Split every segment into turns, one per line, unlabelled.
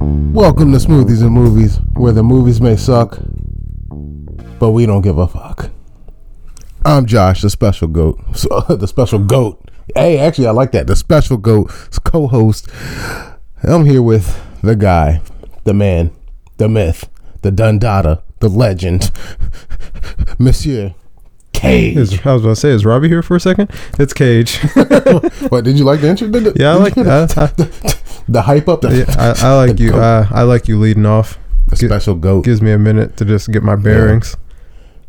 Welcome to Smoothies and Movies, where the movies may suck, but we don't give a fuck. I'm Josh, the special goat. So, the special goat. Hey, actually, I like that. The special goat's co-host. I'm here with the guy, the man, the myth, the Dundada, the legend, Monsieur Cage.
Is, I was about to say, is Robbie here for a second? It's Cage.
What did you like the intro?
yeah, I like. I, I,
the hype up. The,
yeah, I, I like
The
you.
goat.
I, I like you leading off.
the
gi-
special goat.
Gives me a minute to just get my bearings.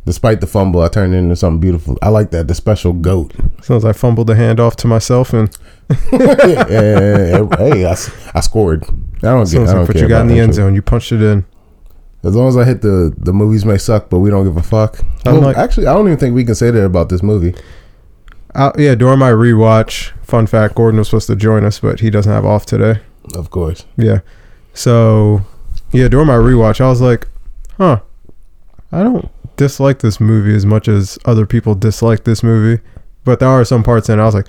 Despite the fumble, I turned it into something beautiful. I like that. The special goat.
As soon as I fumbled the hand off to myself, and
yeah, yeah, yeah. hey, I, s- I scored. I don't
as
get.
soon as
I
I
don't
put
care
you got in
about
the
that
end
shit.
zone, you punched it in.
As long as I hit the the movies may suck, but we don't give a fuck.
I'm
Well,
like-
actually, I don't even think we can say that about this movie.
Uh, yeah, during my rewatch, fun fact: Gordon was supposed to join us, but he doesn't have off today.
Of course,
Yeah, so yeah, during my rewatch, I was like, huh, I don't dislike this movie as much as other people dislike this movie, but there are some parts in it I was like,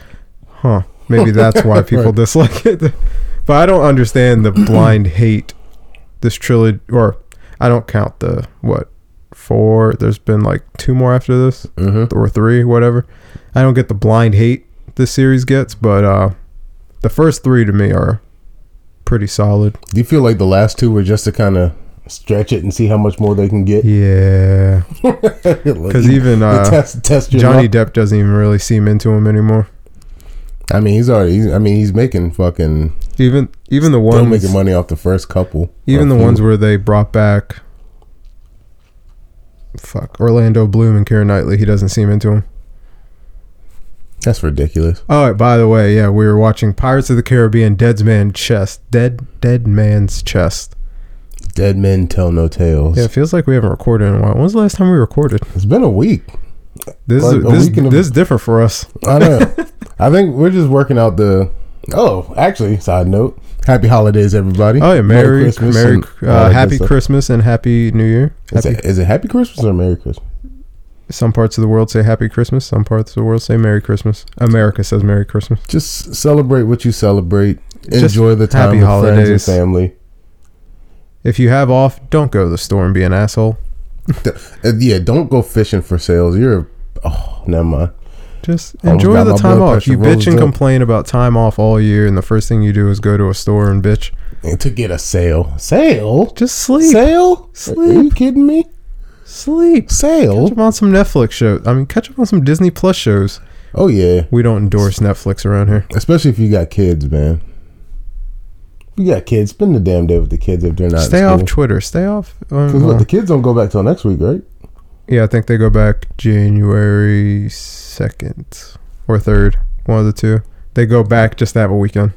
huh, maybe that's why people
Right.
dislike it. but I don't understand the blind hate this trilogy, or I don't count the what four. There's been like two more after this
mm-hmm.
or three, whatever. I don't get the blind hate this series gets, but uh, the first three to me are pretty solid.
do you feel like the last two were just to kind of stretch it and see how much more they can get?
Yeah, because even uh,
test test your
Johnny
luck.
Depp doesn't even really seem into him anymore.
I mean, he's already. He's, I mean, he's making fucking.
Even even the
Still
ones
making money off the first couple. Or
even the
few.
ones where they brought back fuck Orlando Bloom and Karen Knightley, he doesn't seem into him.
That's ridiculous.
Oh, by the way, yeah, we were watching Pirates of the Caribbean: Dead Man's Chest, Dead Dead Man's Chest.
Dead men tell no tales.
Yeah, it feels like we haven't recorded in a while. When was the last time we recorded?
It's been a week.
This
Like,
is
a
this,
weekend of-
this is different for us.
I know. I think we're just working out the. Oh, actually, side note. Happy holidays, everybody.
Oh yeah, Merry
Christmas
Merry
and all that
uh,
good
Happy
stuff.
Christmas and Happy New Year.
Is
Happy,
it, is it Happy Christmas or Merry Christmas?
some parts of the world say Happy Christmas. Some parts of the world say Merry Christmas. America says Merry Christmas.
Just celebrate what you celebrate.
Just
Enjoy the time
happy
with friends and
holidays.
family.
If you have off, don't go to the store and be an asshole.
Uh, yeah, don't go fishing for sales. You're. Oh, never mind.
Just
Almost
enjoy
got
the
Oh, my
time
blood
off.
pressure
You bitch
rose
and
up.
complain about time off all year, and the first thing you do is go to a store and bitch.
And to get a sale. Sale?
Just sleep.
Sale? Are you
Sleep.
kidding me?
Sleep. Catch
Sale?
up on some Netflix shows. I mean, catch up on some Disney Plus shows.
Oh, yeah.
We don't endorse Netflix around here.
Especially if you got kids, man. If you got kids, spend the damn day with the kids if they're not. in
Stay off
school.
Twitter. Stay off.
Cause
Um,
look,
uh,
the kids don't go back till next week, right?
yeah, I think they go back January 2nd or 3rd. One of the two. They go back just to have a weekend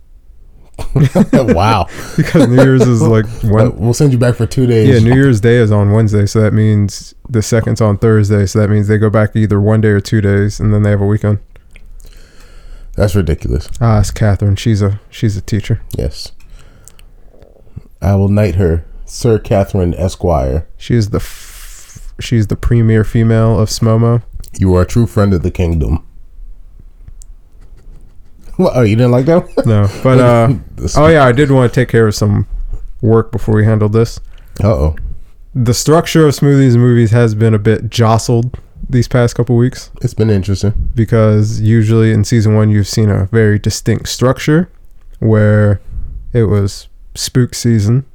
wow.
because New Year's is like
Uh,
when.
we'll send you back for two days.
Yeah, New Year's Day is on Wednesday, so that means the second's on Thursday, so that means they go back either one day or two days, and then they have a weekend.
That's ridiculous.
Ah, it's Catherine. She's a she's a teacher.
Yes. I will knight her, Sir Catherine Esquire.
She is the f- she's the premier female of SMOMO.
You are a true friend of the kingdom. What? Oh, you didn't like that? one?
No, but uh,
This-
oh yeah, I did want to take care of some work before we handled this.
Uh-oh.
The structure of smoothies and movies has been a bit jostled these past couple weeks
It's been interesting.
because usually in season one you've seen a very distinct structure where it was spook season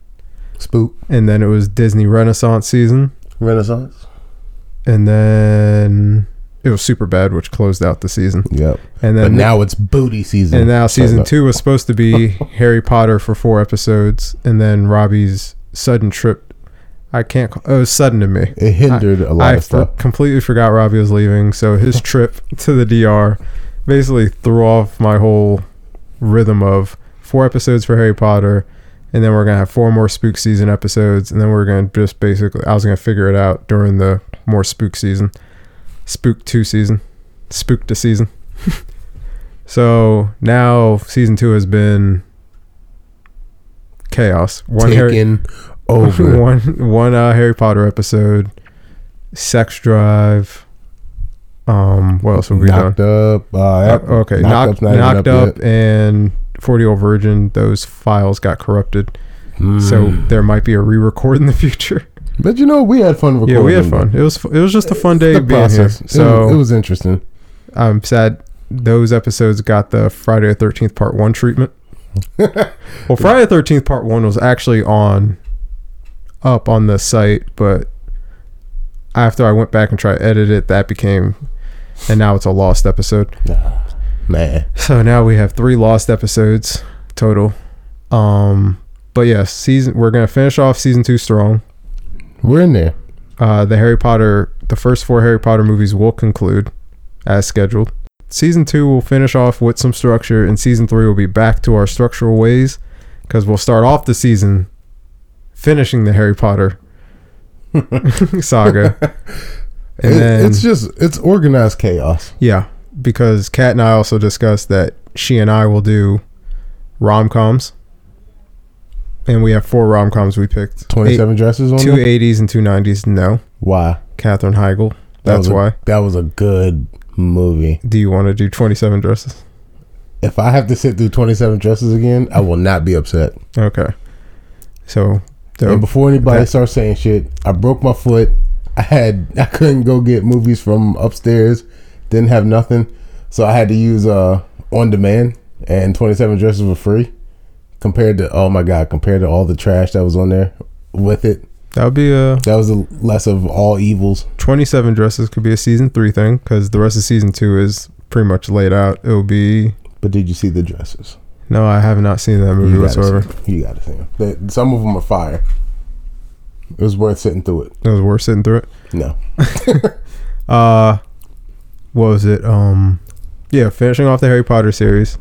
Spook
and then it was Disney Renaissance season
Renaissance.
and then it was super bad which closed out the season
Yep.
and
But
then
now it's booty season.
And now
So
season
no-
two was supposed to be Harry Potter for four episodes, and then Robbie's sudden trip. I can't. Call, it was sudden to me.
It hindered a lot
I
of
for-
stuff.
completely forgot Robbie was leaving, so his trip to the DR basically threw off my whole rhythm of four episodes for Harry Potter, and then we're gonna have four more spook season episodes, and then we're gonna just basically. I was gonna figure it out during the more spook season, spook two season, spook to season. so now season two has been chaos. One Harry,
Taken over.
one one uh, Harry Potter episode, sex drive. Um, what else have we done?
knocked up. Uh,
Uh, okay,
Knocked Up's
knocked,
not even
knocked
up
up, and Forty Old Virgin. Those files got corrupted, So
Hmm.
there might be a re-record in the future.
But you know, we had fun recording.
yeah, we had
it.
fun. It was fu- it was just a fun day
The
being here.
process. it,
So
was, it was interesting.
I'm sad those episodes got the Friday the 13th part 1 treatment. well, Friday the 13th part 1 was actually on up on the site, but after I went back and tried to edit it, that became and now it's a lost episode.
Man,
So now we have 3 lost episodes total. Um but yeah, season we're going to finish off season 2 strong.
we're in there.
Uh, the Harry Potter, the first four Harry Potter movies will conclude as scheduled. Season two will finish off with some structure, and season three will be back to our structural ways because we'll start off the season finishing the Harry Potter saga. And
It-
then,
it's just it's organized chaos.
yeah, because Kat and I also discussed that she and I will do rom coms. And we have four rom coms we picked
Twenty seven dresses on
two
there?
eighties and two nineties. No,
Why?
Katherine Heigl.
That
That's
was a-
why.
That was a good movie.
Do you want to do 27 dresses?
If I have to sit through twenty seven dresses again, I will not be upset.
Okay. So,
And
so
before anybody
That-
starts saying shit, I broke my foot. I had I couldn't go get movies from upstairs. Didn't have nothing, so I had to use uh on demand. And twenty seven dresses were free. Compared to oh my god, compared to all the trash that was on there with it,
that would be a
that was the less of all evils.
27 dresses could be a season three thing because the rest of season two is pretty much laid out. It will be
But did you see the dresses?
no, I have not seen that movie
You gotta
whatsoever.
see 'em. You gotta see them. They, some of them are fire. It was worth sitting through it.
It was worth sitting through it.
No,
Uh, what was it? Um, yeah, finishing off the Harry Potter series.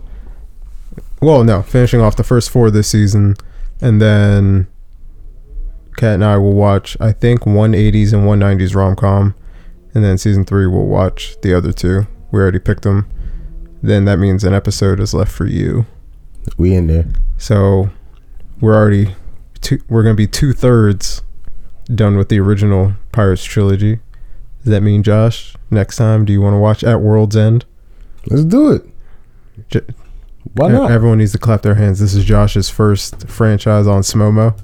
Well, no, finishing off the first four this season, and then Kat and I will watch I think 180s and 190s rom com, and then season three we'll watch the other two. We already picked them. Then that means an episode is left for you.
we in there.
So we're already two, we're gonna be two thirds done with the original Pirates trilogy. Does that mean, Josh? Next time, do you want to watch At World's End?
Let's do it.
J-
Why
E-
not?
Everyone needs to clap their hands. This is Josh's first franchise on SmoMo.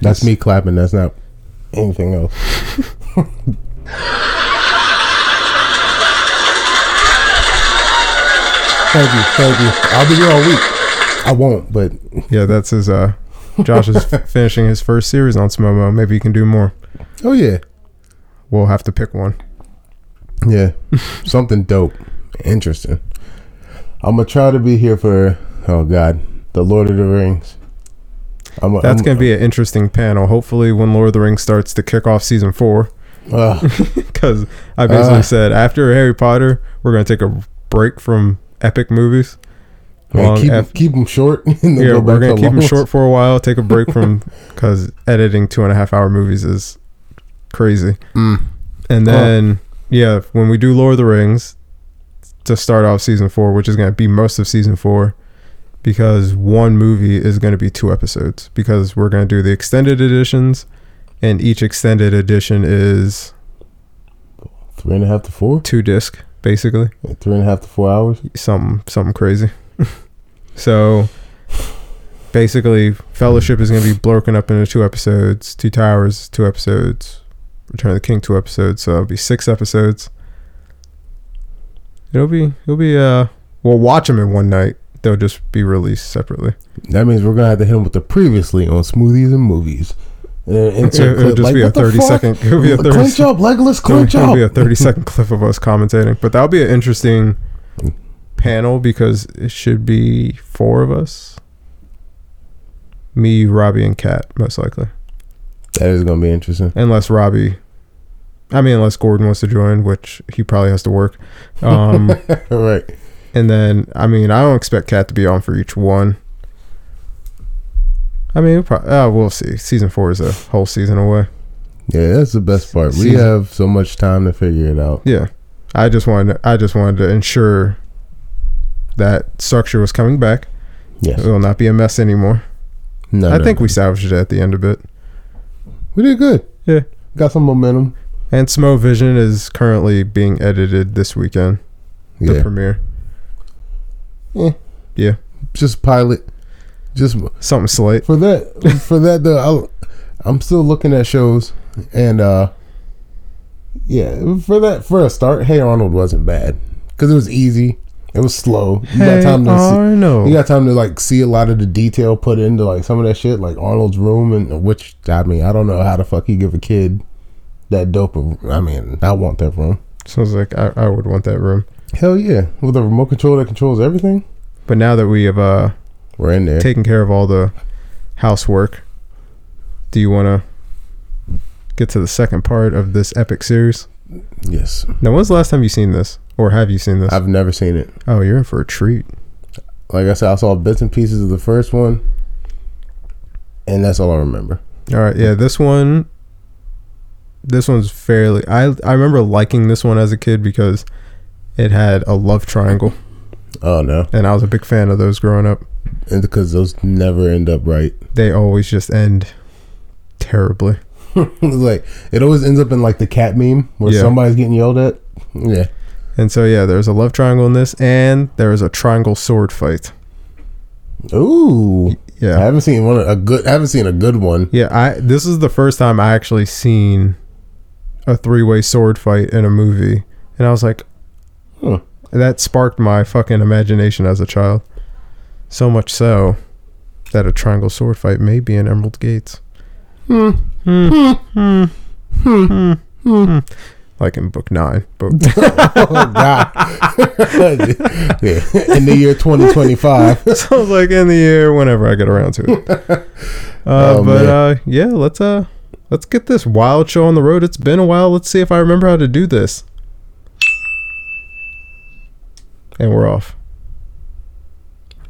That's me clapping. That's not anything else. thank you, thank you. I'll be here all week. I won't, but
Yeah, that's his. Uh, Josh is finishing his first series on SmoMo. Maybe you can do more.
oh yeah,
We'll have to pick one.
yeah, something dope, interesting. I'm gonna try to be here for oh god, the Lord of the Rings. I'm a,
That's gonna be an interesting panel. Hopefully, when Lord of the Rings starts to kick off season four,
uh,
because I basically
Uh.
said after Harry Potter, we're gonna take a break from epic movies.
man,
Long
keep
F-
keep them short. And then
yeah,
go
we're
back
gonna
to
keep them
longs.
short for a while. Take a break from because editing two and a half hour movies is crazy.
Mm.
And
Oh.
then yeah, when we do Lord of the Rings to start off season four, which is gonna be most of season four, because one movie is gonna be two episodes because we're gonna do the extended editions, and each extended edition is
Three and a half to four,
two disc basically.
three and a half to four hours.
something something crazy. so basically, Fellowship is going to be broken up into two episodes. Two Towers, two episodes. Return of the King, two episodes. So it'll be six episodes. It'll be it'll be uh we'll watch them in one night. They'll just be released separately.
That means we're gonna have to hit him with the previously on smoothies and movies. And then insert
it'll
clip.
just
like,
be a
what the
thirty
fuck?
second. It'll be a thirty.
Clinch up, Legolas,
There'll
clinch up.
be a 30 second clip of us commentating, but that'll be an interesting panel because it should be four of us. Me, you, Robbie, and Kat, most likely.
That is gonna be interesting.
Unless Robbie, I mean, unless Gordon wants to join, which he probably has to work. Um,
All right.
and then, I mean, I don't expect Kat to be on for each one. I mean, we'll, pro- uh, we'll see. Season four is a whole season away.
Yeah, that's the best part. We
Season-
have so much time to figure it out.
Yeah, I just wanted I just wanted to ensure that structure was coming back.
Yes.
It will not be a mess anymore.
No,
Uh, I
no,
think
no.
we salvaged it at the end of it.
we did good.
Yeah.
Got some momentum.
And Smo Vision is currently being edited this weekend. The Eh.
Yeah.
premiere.
Just pilot. Just
Something slight.
for that, for that though, I, I'm still looking at shows, and uh yeah, for that for a start, Hey Arnold wasn't bad because it was easy. It was slow. You got time to see,
Arnold.
you got time to like see a lot of the detail put into like some of that shit, like Arnold's room and which I mean I don't know how the fuck he give a kid that dope. Of, I mean I want that room.
So I was like, I, I would want that room.
Hell yeah, with a remote control that controls everything.
But now that we have uh,
We're in there.
taken care of all the housework, do you want to get to the second part of this epic series?
yes,
Now, when's the last time you seen this? Or have you seen this?
I've never seen it.
oh, you're in for a treat.
Like I said, I saw bits and pieces of the first one, and that's all I remember.
All right, yeah, this one, this one's fairly. I I remember liking this one as a kid because it had a love triangle,
Oh no,
and I was a big fan of those growing up.
and because those never end up right.
They always just end terribly.
It's like it always ends up in like the cat meme where
Yeah.
somebody's getting yelled at. Yeah,
And so yeah, there's a love triangle in this, and there is a triangle sword fight.
ooh. I
Yeah,
haven't seen one a good. I haven't seen a good one.
yeah. I this is the first time I actually seen a three way sword fight in a movie, and I was like,
Hmm.
that sparked my fucking imagination as a child. So much so that a triangle sword fight may be in Emerald Gates.
Hmm.
Hmm. Hmm. Hmm. Hmm. Like in book nine, but
oh God. yeah. In the year 2025.
sounds like in the year whenever I get around to it. Uh,
Oh,
but
man.
uh, yeah, let's uh, let's get this wild show on the road. It's been a while. Let's see if I remember how to do this. And we're off.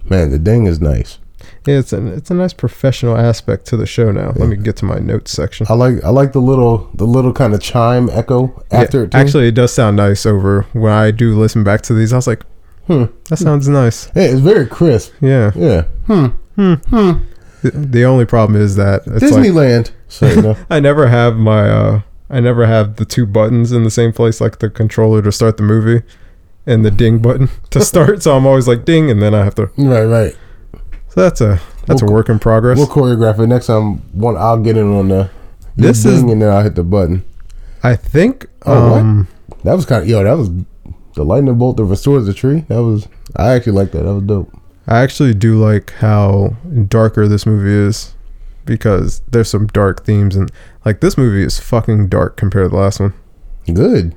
Man, the ding is nice.
Yeah, it's an it's a nice professional aspect to the show now. Let me get to my notes section.
I like I like the little the little kind of chime echo
Yeah,
after it. Too.
actually, it does sound nice over when I do listen back to these. I was like,
Hmm.
that sounds nice.
yeah, it's very crisp.
Yeah.
Yeah. Hmm.
The- The only problem is that it's like
Disneyland. so, you know,
I never have my uh I never have the two buttons in the same place, like the controller to start the movie and the ding button to start. so I'm always like ding, and then I have to.
right, right.
So that's a that's a
We'll-
work in progress.
We'll choreograph it next time. One, I'll get in on the you
This
ding
is-
and then I'll hit the button.
I think.
Oh, what?
um,
That was kind of yo. That was the lightning bolt that restores the tree. That was I actually like that. That was dope.
I actually do like how darker this movie is because there's some dark themes and like this movie is fucking dark compared to the last one.
Good.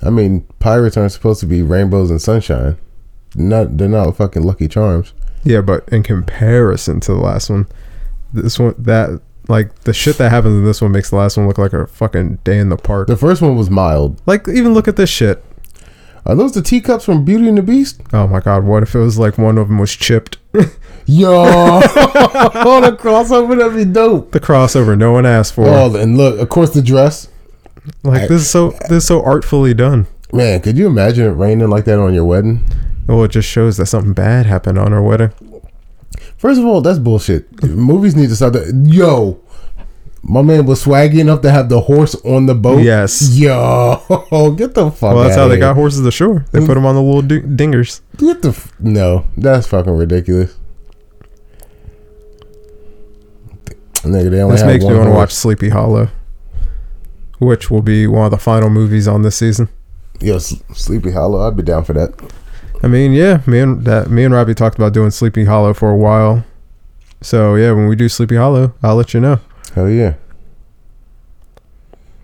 I mean, pirates aren't supposed to be rainbows and sunshine. Not they're not fucking Lucky Charms.
Yeah, but in comparison to the last one, this one that like the shit that happens in this one makes the last one look like a fucking day in the park.
The first one was mild.
Like even look at this shit.
Are those the teacups from Beauty and the Beast?
Oh my god, what if it was like one of them was chipped?
Yo, oh, the crossover that'd be dope.
The crossover no one asked for.
Oh, and look, of course the dress.
like this is so this is so artfully done.
Man, could you imagine it raining like that on your wedding?
Well, it just shows that something bad happened on our wedding.
First of all, that's bullshit. Movies need to stop that. Yo, my man was swaggy enough to have the horse on the boat.
Yes.
Yo, get the fuck.
Well, that's how
outta
they
here.
got horses to shore. They put them on the little d- dingers.
Get the f- no. That's fucking ridiculous. Nigga, they only
This
have
makes me
one
want to watch
horse.
Sleepy Hollow, which will be one of the final movies on this season.
Yo, S- Sleepy Hollow. I'd be down for that.
I mean, yeah, me and that me and Robbie talked about doing Sleepy Hollow for a while. So yeah, when we do Sleepy Hollow, I'll let you know.
Hell yeah.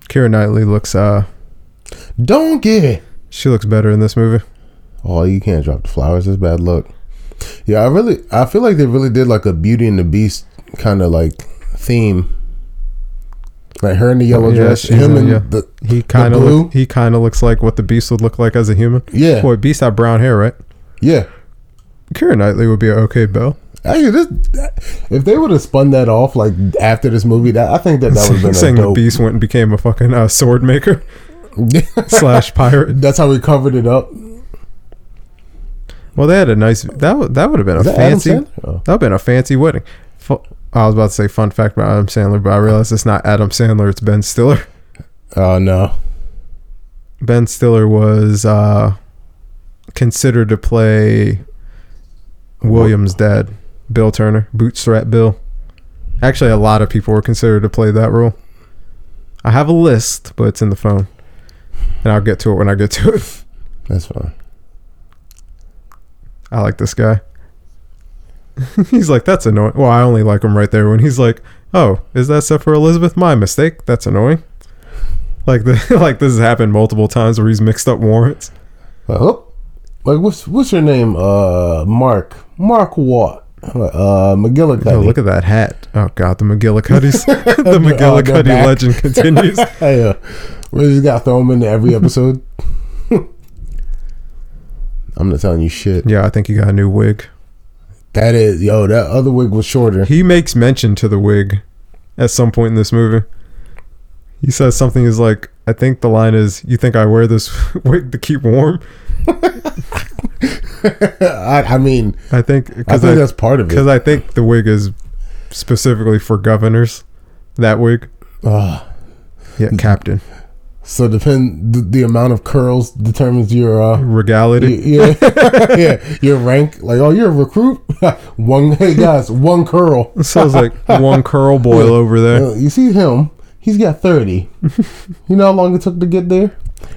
Kira Knightley looks uh
Don't get it.
she looks better in this movie.
Oh, you can't drop the flowers. It's bad luck. Yeah, I really, I feel like they really did like a Beauty and the Beast kind of like theme. Like her in the yellow
Yeah,
dress,
she's
him
in-
and
yeah.
the
He kind of
blue?
look, he kind of looks like what the Beast would look like as a human.
yeah,
Boy, Beast had brown hair, right?
yeah.
Kira Knightley would be an okay Belle.
Actually, this if they would have spun that off like after this movie, that I think that that would have been a
Saying the
dope.
Beast went and became a fucking uh, sword maker slash pirate.
That's how we covered it up.
Well, they had a nice that would that would have been a
that Adam
fancy that
Sandler? Oh.
would have been a fancy wedding. Fu- I was about to say fun fact about Adam Sandler, but I realized it's not Adam Sandler; it's Ben Stiller.
Oh no.
Ben Stiller was uh, considered to play William's dad Bill Turner, Bootstrap Bill. Actually, a lot of people were considered to play that role. I have a list, but it's in the phone, and I'll get to it when I get to it.
That's fine.
I like this guy. he's like, that's annoying. Well, I only like him right there when he's like, oh, is that stuff for Elizabeth? My mistake. That's annoying. Like the like this has happened multiple times where he's mixed up warrants.
Like, oh, like what's what's your name? Uh, Mark. Mark Watt. Uh, McGillicuddy.
Oh, look at that hat. Oh God, the McGillicuddy's
Oh,
the
they're
McGillicuddy
back.
legend continues.
Hey, uh, we just got to throw him into every episode. I'm not telling you shit.
yeah, I think he got a new wig.
That is, yo, that other wig was shorter.
He makes mention to the wig at some point in this movie. He says something is like, I think the line is, "You think I wear this wig to keep warm?"
I, I mean,
I think
I
because
think that's part of
Because
it.
I think the wig is specifically for governors. That wig.
Ugh.
Yeah, captain.
so depend the, the amount of curls determines your uh, y-
Regality.
yeah, yeah, your rank. Like, oh, you're a recruit. one, hey guys, one curl.
Sounds like one curl boil over there.
Uh, you see him? He's got thirty. you know how long it took to get there?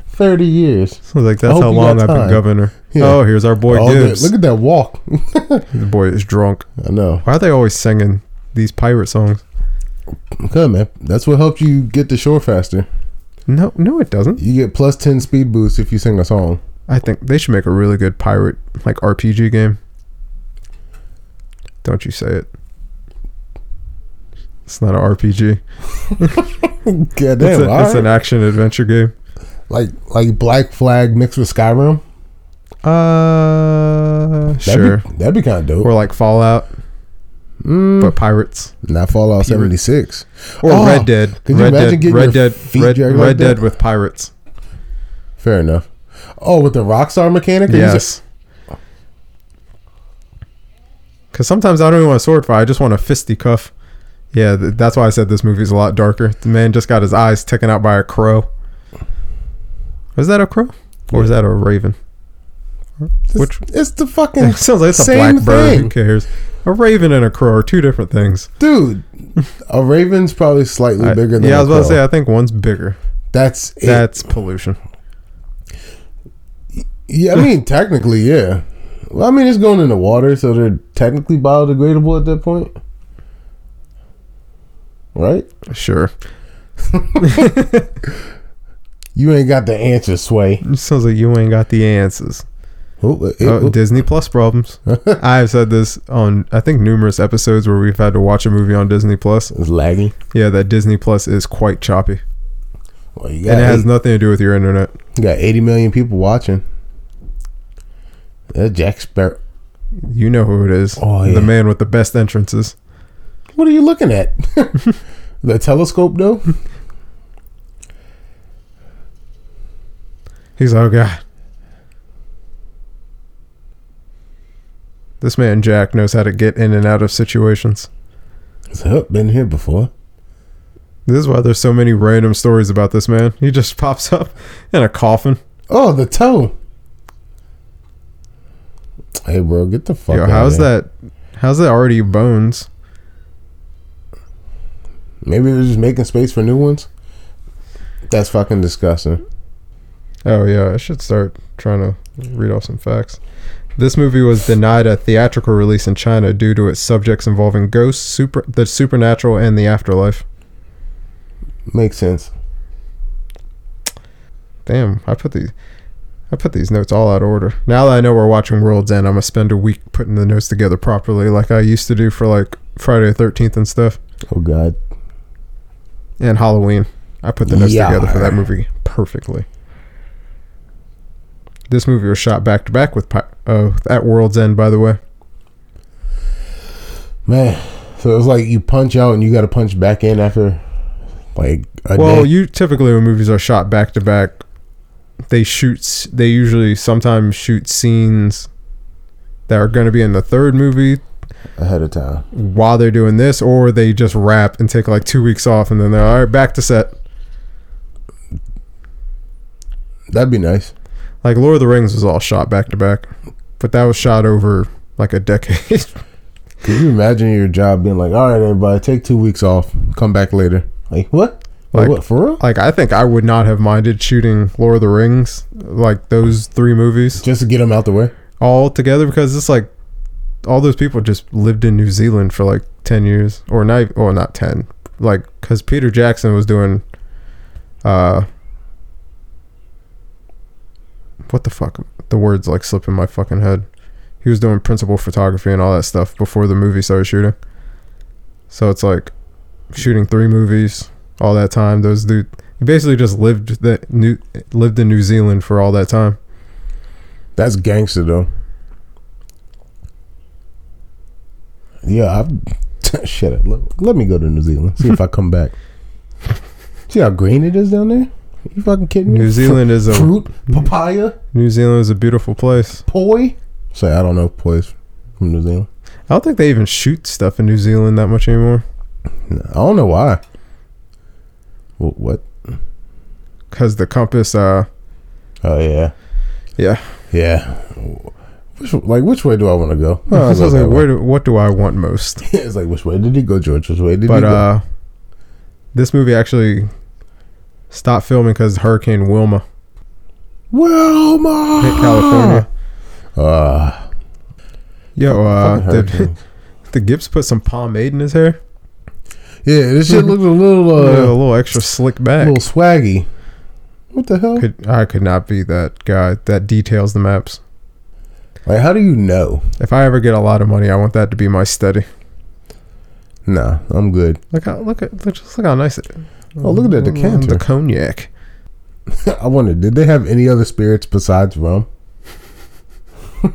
Thirty years.
Sounds like
I
that's
hope
how
you
long
got
I've been
time.
governor.
Yeah.
Oh, here's our boy
Oh,
Gibbs.
look at that walk.
the boy is drunk.
I know.
Why are they always singing these pirate songs?
Okay, man. That's what helped you get to shore faster.
No, no, it doesn't.
You get plus ten speed boost if you sing a song.
I think they should make a really good pirate like RPG game. Don't you say it. It's not an RPG.
God
it's,
damn,
a- it's an action adventure game.
like like Black Flag mixed with Skyrim.
Uh,
That'd
sure.
be, that'd be kind of dope.
or like Fallout,
Mm,
but pirates,
not Fallout
Peter-
seventy six.
or
Oh,
Red Dead,
could you
Red
imagine
Dead,
getting your
Red Dead,
feet
Red,
dragged
Red
like
Dead
that?
with pirates.
Fair enough. Oh, with the Rockstar mechanic. Or you said-
Yes. Because sometimes I don't even want a sword fight; I just want a fisticuff. Yeah, th- that's why I said this movie's a lot darker. The man just got his eyes taken out by a crow. Was that a crow, or is that a raven? Which
it's, it's the fucking
it sounds like it's a
Same
black bird. Who
thing.
cares? A raven and a crow are two different things.
dude. A raven's probably slightly
I-
bigger than
yeah, I was
a
about to
crow.
say. I think one's bigger.
That's it.
That's pollution.
yeah, I mean technically, yeah. Well, I mean it's going in the water, so they're technically biodegradable at that point, right?
Sure.
You ain't got the answer, Sway.
It sounds like you ain't got the answers.
Oh, it-
Oh,
oh,
Disney Plus problems. I've said this on I think numerous episodes where we've had to watch a movie on Disney Plus.
it's lagging.
Yeah, that Disney Plus is quite choppy,
Well, you
and
got,
it has
eight-
nothing to do with your internet.
you got 80 million people watching. That Jack Sparrow.
You know who it is.
Oh, yeah.
The man with the best entrances.
What are you looking at? the telescope, though?
He's like, oh god. This man Jack knows how to get in and out of situations.
It's up, been here before.
This is why there's so many random stories about this man. He just pops up in a coffin.
Oh, the toe. Hey, bro, get the fuck
Yo,
out
how's
of here.
that? How's that already bones?
Maybe they're just making space for new ones? That's fucking disgusting.
Oh yeah, I should start trying to read off some facts. This movie was denied a theatrical release in China due to its subjects involving ghosts, super the supernatural, and the afterlife.
Makes sense.
Damn, I put these, I put these notes all out of order. Now that I know we're watching World's End, I'm gonna spend a week putting the notes together properly, like I used to do for like Friday the Thirteenth and stuff,
Oh, God.
and Halloween. I put the notes together for
Yar.
that movie perfectly. This movie was shot back to back with Pi- uh, at World's End, by the way.
Man, so it's like you punch out and you got to punch back in after, like, a
Well,
day.
you typically when movies are shot back to back, they shoot. s- They usually sometimes shoot scenes that are going to be in the third movie
ahead of time.
while they're doing this, or they just wrap and take like two weeks off, and then they're all right back to set.
That'd be nice.
Like Lord of the Rings was all shot back to back, but that was shot over like a decade.
Can you imagine your job being like, all right, everybody, take two weeks off, come back later? Like, what? Like,
Like-
what, for real?
Like I think I would not have minded shooting Lord of the Rings, like those three movies
Just to get them out the way?
all together because it's like all those people just lived in New Zealand for like 10 years or not or not 10. Like cuz Peter Jackson was doing uh what the fuck the words like slip in my fucking head. He was doing principal photography and all that stuff before the movie started shooting. So it's like shooting three movies all that time. Those dude he basically just lived that new lived in New Zealand for all that time.
That's gangster, though. Yeah, I've, shut it. Let, let me go to New Zealand, see if I come back. See how green it is down there? You fucking kidding me?
New Zealand is a
Fruit, papaya,
New Zealand is a beautiful place.
poi. Say, I don't know, poi's from New Zealand.
I don't think they even shoot stuff in New Zealand that much anymore
No, I don't know why. Wh- What?
because the compass. Uh,
Oh yeah,
Yeah.
yeah. Which, like, which way do I want to go? Oh,
I was
that
like,
way.
where do, what do I want most?
it's like, which way did he go, George? Which way did he
But
go?
uh, this movie actually stopped filming because Hurricane Wilma
Wilma,
hit California.
Uh,
Yo, uh,
fucking
did,
hurricanes.
did Gibbs put some pomade in his hair?
yeah, this shit looked a little,
Yeah, a
uh,
little extra slick
a
back.
little swaggy. What the hell?
Could, I could not be that guy that details the maps.
Like, how do you know?
If I ever get a lot of money, I want that to be my study.
Nah, I'm good.
Look how look at look, just look how nice it. Mm,
Oh, look at that decanter.
The cognac.
I wonder, did they have any other spirits besides rum? like,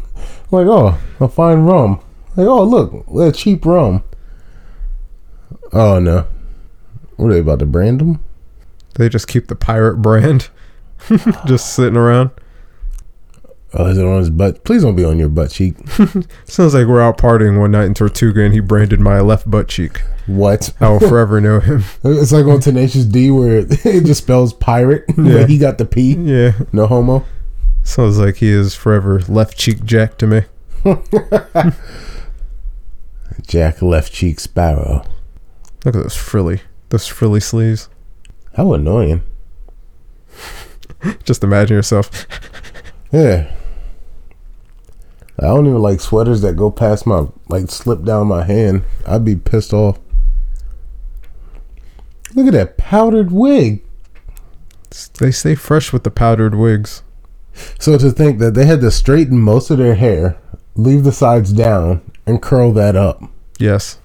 oh, a fine rum. Like, oh, look, a cheap rum. Oh no, what are they about to brand them?
They just keep the pirate brand just sitting around.
Oh, is it on his butt? Please don't be on your butt cheek.
Sounds like we're out partying one night in Tortuga and he branded my left butt cheek.
What?
I will forever know him.
It's like on Tenacious D where it just spells pirate,
Yeah.
but he got the P.
Yeah.
No homo.
Sounds like he is forever left cheek Jack to me.
Jack left cheek sparrow.
Look at those frilly, those frilly sleeves.
How annoying.
Just imagine yourself.
Yeah. I don't even like sweaters that go past my like slip down my hand. I'd be pissed off. Look at that powdered wig.
They stay fresh with the powdered wigs.
So to think that they had to straighten most of their hair, leave the sides down, and curl that up
Yes.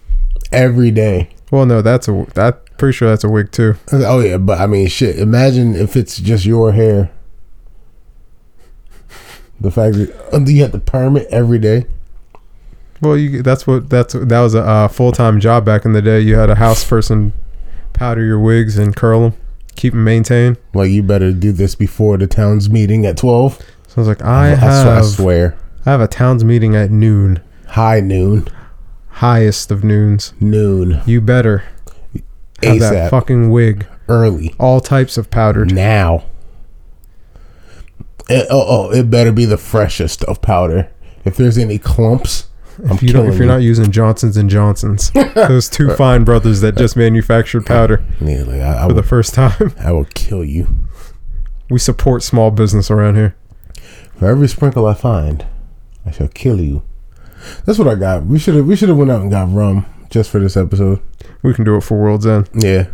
every day.
Well, no, that's a that. Pretty sure that's a wig too.
Oh yeah, but I mean shit. Imagine if it's just your hair. The fact that um, you have to perm it every day.
Well, you that's what that's that was a uh, full time job back in the day. You had a house person powder your wigs and curl them, keep them maintained.
Like you better do this before the town's meeting at twelve.
So I was like, I
I swear- I
have
swear.
I have a town's meeting at noon,
High noon,
highest of noons.
noon,
You better have that
ASAP,
fucking wig,
early,
all types of powdered.
now. It, oh, oh, it better be the freshest of powder. If there's any clumps, I'm
If you don't,
killing
if you're not using Johnsons and Johnsons, those two fine brothers that just manufactured powder
Yeah, like, I, I,
for
will,
the first time.
I will kill you
We support small business around here.
for every sprinkle I find. I shall kill you. That's what I got. We should have. We should have went out and got rum just for this episode.
We can do it for World's End.
Yeah.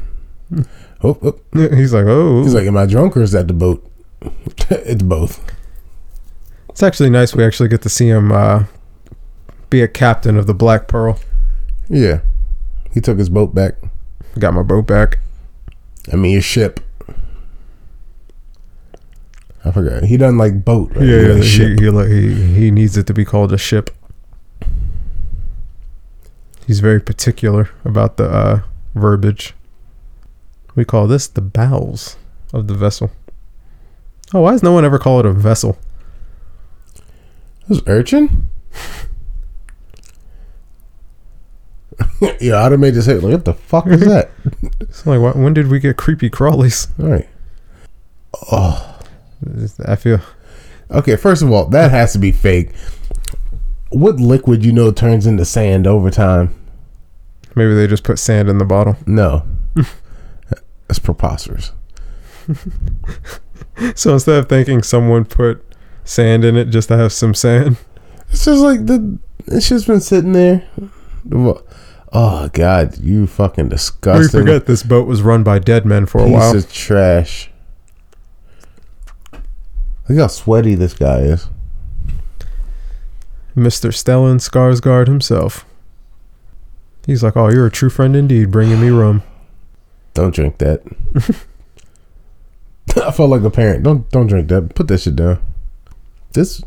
Oh, oh.
He's like, oh,
He's like, am I drunk or is that the boat? it's both.
it's actually nice. We actually get to see him uh, be a captain of the Black Pearl.
Yeah. He took his boat back.
Got my boat back.
I mean your ship. I forgot. He doesn't like boat. Right? He
Yeah,
likes
he,
ship.
he, like, he, he needs it to be called a ship. He's very particular about the uh, verbiage. We call this the bowels of the vessel. Oh, why does no one ever call it a vessel?
This urchin. yeah, I'd have made this hit. Like, what the fuck is that?
It's like, why, when did we get creepy crawlies?
All right.
I feel
Okay. First of all, that has to be fake. What liquid you know turns into sand over time?
Maybe they just put sand in the bottle.
No. That's preposterous.
So instead of thinking someone put sand in it just to have some sand,
It's just like the it's just been sitting there. Oh God, you fucking
we
disgusting
forget this boat was run by dead men for a
piece
while.
of trash. Look how sweaty this guy is.
Mr. Stellan Skarsgård himself. He's like, "Oh, you're a true friend indeed, bringing me rum."
Don't drink that. I felt like a parent. Don't don't drink that. Put that shit down. This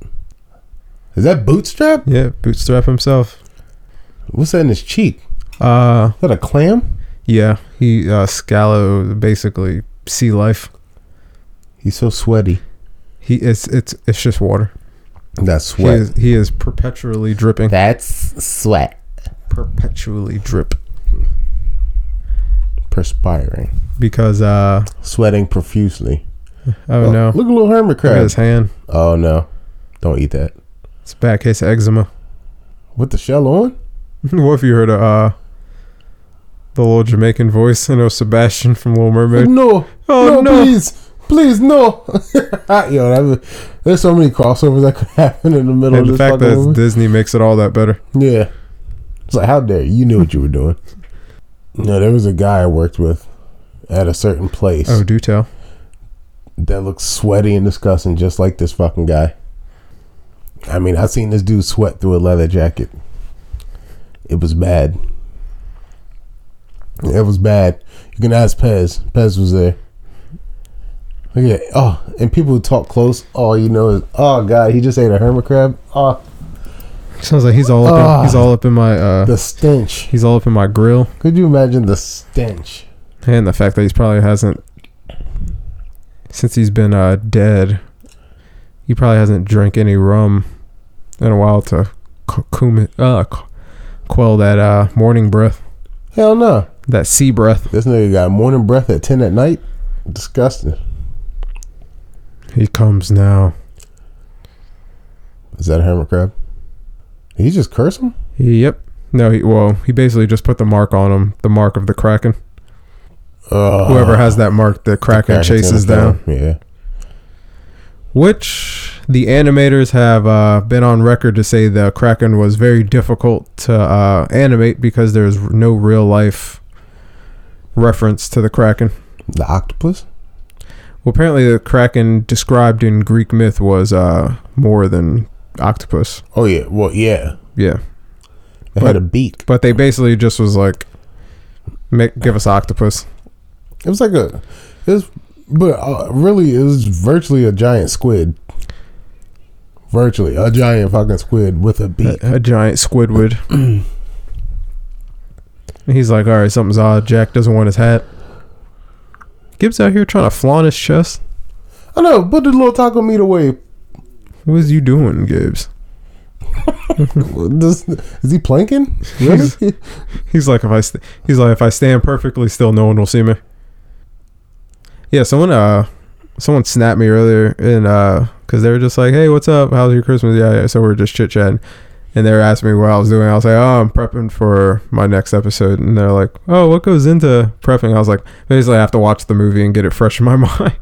is that bootstrap?
Yeah, Bootstrap himself.
What's that in his cheek?
Uh,
Is that a clam?
yeah, he uh, Scallo basically sea life.
He's so sweaty.
He it's it's it's just water.
That
He
sweat.
is, he is perpetually dripping.
That's sweat.
Perpetually drip
Perspiring.
because uh
Sweating profusely.
oh, no, look
Look at little hermit
at
crab.
his hand.
Oh no. Don't eat that.
It's a bad case of eczema.
With the shell on?
what if you heard uh the little Jamaican voice? I know Sebastian from Little Mermaid.
No.
Oh no,
please. Please no. Yo, that was, there's so many crossovers that could happen in the middle
and
of
the
this
fact
fucking
that
movie.
it's Disney makes it all that better.
Yeah. It's like, how dare you? You knew what you were doing. No, there was a guy I worked with at a certain place
Oh, do tell.
that looked sweaty and disgusting, just like this fucking guy. I mean, I seen this dude sweat through a leather jacket. It was bad. It was bad. You can ask Pez. Pez was there. Look at oh, and people who talk close, all you know is, oh god, he just ate a hermit crab. Oh,
Sounds like he's all up.
Ah.
in, he's all up in my uh
the stench.
he's all up in my grill,
Could you imagine the stench?
and the fact that he's probably hasn't since he's been uh dead. He probably hasn't drank any rum in a while to cu- cum- uh, cu- quell that uh morning breath,
Hell no.
that sea breath.
This nigga got morning breath at 10 at night. Disgusting.
He comes now.
Is that a hermit crab? Did he just curse him?
Yep. No, he, well, he basically just put the mark on him, the mark of the Kraken.
Ugh.
Whoever has that mark, the Kraken
Kraken's
chases
in the
down.
Ah. town. Yeah.
Which the animators have uh, been on record to say the Kraken was very difficult to uh, animate because there's no real life reference to the Kraken.
The octopus?
Well, apparently the Kraken described in Greek myth was uh, more than octopus.
Oh, yeah. Well, yeah.
Yeah.
It had a beak.
But they basically just was like, make, give us octopus.
It was like a. It was, but uh, really, it was virtually a giant squid. Virtually a giant fucking squid with a beak.
a, a giant Squidward. And he's like, all right, something's odd. Jack doesn't want his hat. Gibbs out here trying to flaunt his chest.
I know. Put the little taco meat away.
What is you doing, Gibbs?
Does, is he planking? Really?
He's like, if I, st- he's like, if I stand perfectly still, no one will see me. Yeah, someone, uh, someone snapped me earlier, and uh, cause they were just like, hey, what's up? How's your Christmas? Yeah, yeah. So we are just chit chatting, and they were asking me what I was doing. I was like, oh, I'm prepping for my next episode, and they're like, oh, what goes into prepping? I was like, basically, I have to watch the movie and get it fresh in my mind.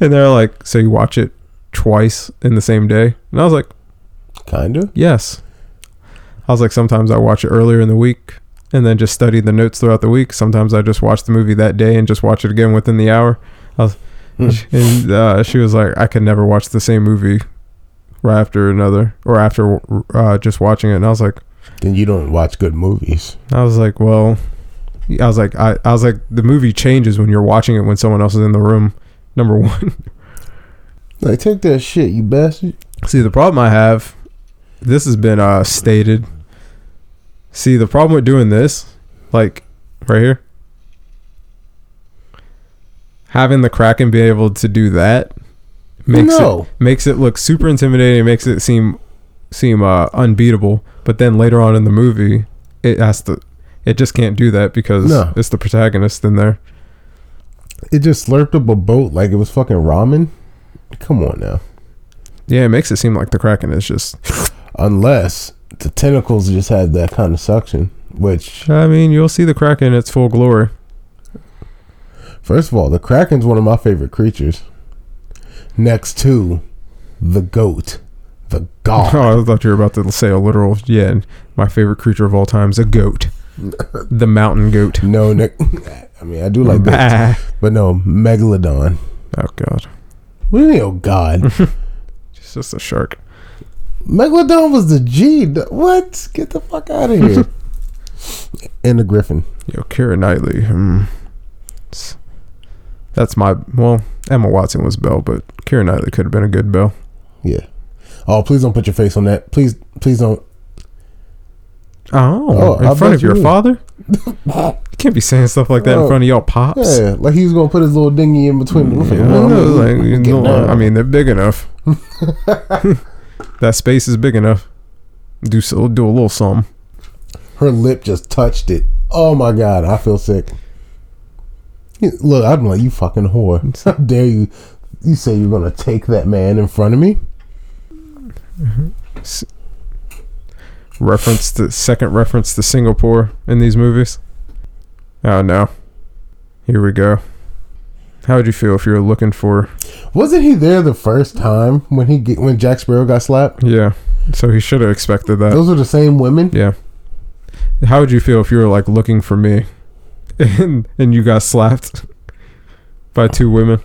and they're like, so you watch it twice in the same day? And I was like.
Kinda.
Yes. I was like, sometimes I watch it earlier in the week and then just study the notes throughout the week. Sometimes I just watch the movie that day and just watch it again within the hour. I was,
Hmm.
and uh, she was like, I could never watch the same movie right after another or after uh, just watching it. And I was like,
Then you don't watch good movies.
I was like, well, I was like, I, I was like, the movie changes when you're watching it when someone else is in the room. Number one.
Like, take that shit, you bastard.
See, the problem I have, this has been uh, stated. See, the problem with doing this, like right here, having the Kraken be able to do that makes
no.
it makes it look super intimidating. Makes it seem seem uh, unbeatable. But then later on in the movie, it has to. It just can't do that because
No.
it's the protagonist in there.
It just slurped up a boat like it was fucking ramen. Come on now.
Yeah, it makes it seem like the Kraken is just
Unless the tentacles just had that kind of suction, which
I mean, you'll see the Kraken in its full glory.
First of all, the Kraken's one of my favorite creatures. Next to the goat, the god.
Oh, I thought you were about to say a literal. Yeah, and my favorite creature of all time is a goat, the mountain goat.
No, Nick. I mean, I do like that,
Bah.
but no, megalodon.
Oh God,
What do you mean, oh god?
it's just a shark.
megalodon was the G. What? Get the fuck out of here. and the griffin.
Yo, Kira Knightley. Hmm. It's- That's my well. Emma Watson was Belle, but Kira Knightley could have been a good Belle.
Yeah. Oh, please don't put your face on that. Please, please don't.
Oh,
Oh,
in
I
front
bet
of your
you.
father? You can't be saying stuff like that in
Oh.
front of y'all pops.
Yeah, like he was gonna put his little dinghy in between.
Yeah,
them.
I don't know, like, you
Get
know,
down.
I mean, they're big enough. that space is big enough. Do so, do a little something.
Her lip just touched it. Oh my god, I feel sick. You- Look, I'm like you fucking whore. How dare you? You say you're gonna take that man in front of me?
Reference to second reference to Singapore in these movies. Oh no, here we go. How would you feel if you were looking for?
Wasn't he there the first time when he get, when Jack Sparrow got slapped?
Yeah, so he should have expected that.
Those are the same women.
Yeah. How would you feel if you were like looking for me, and and you got slapped by two women?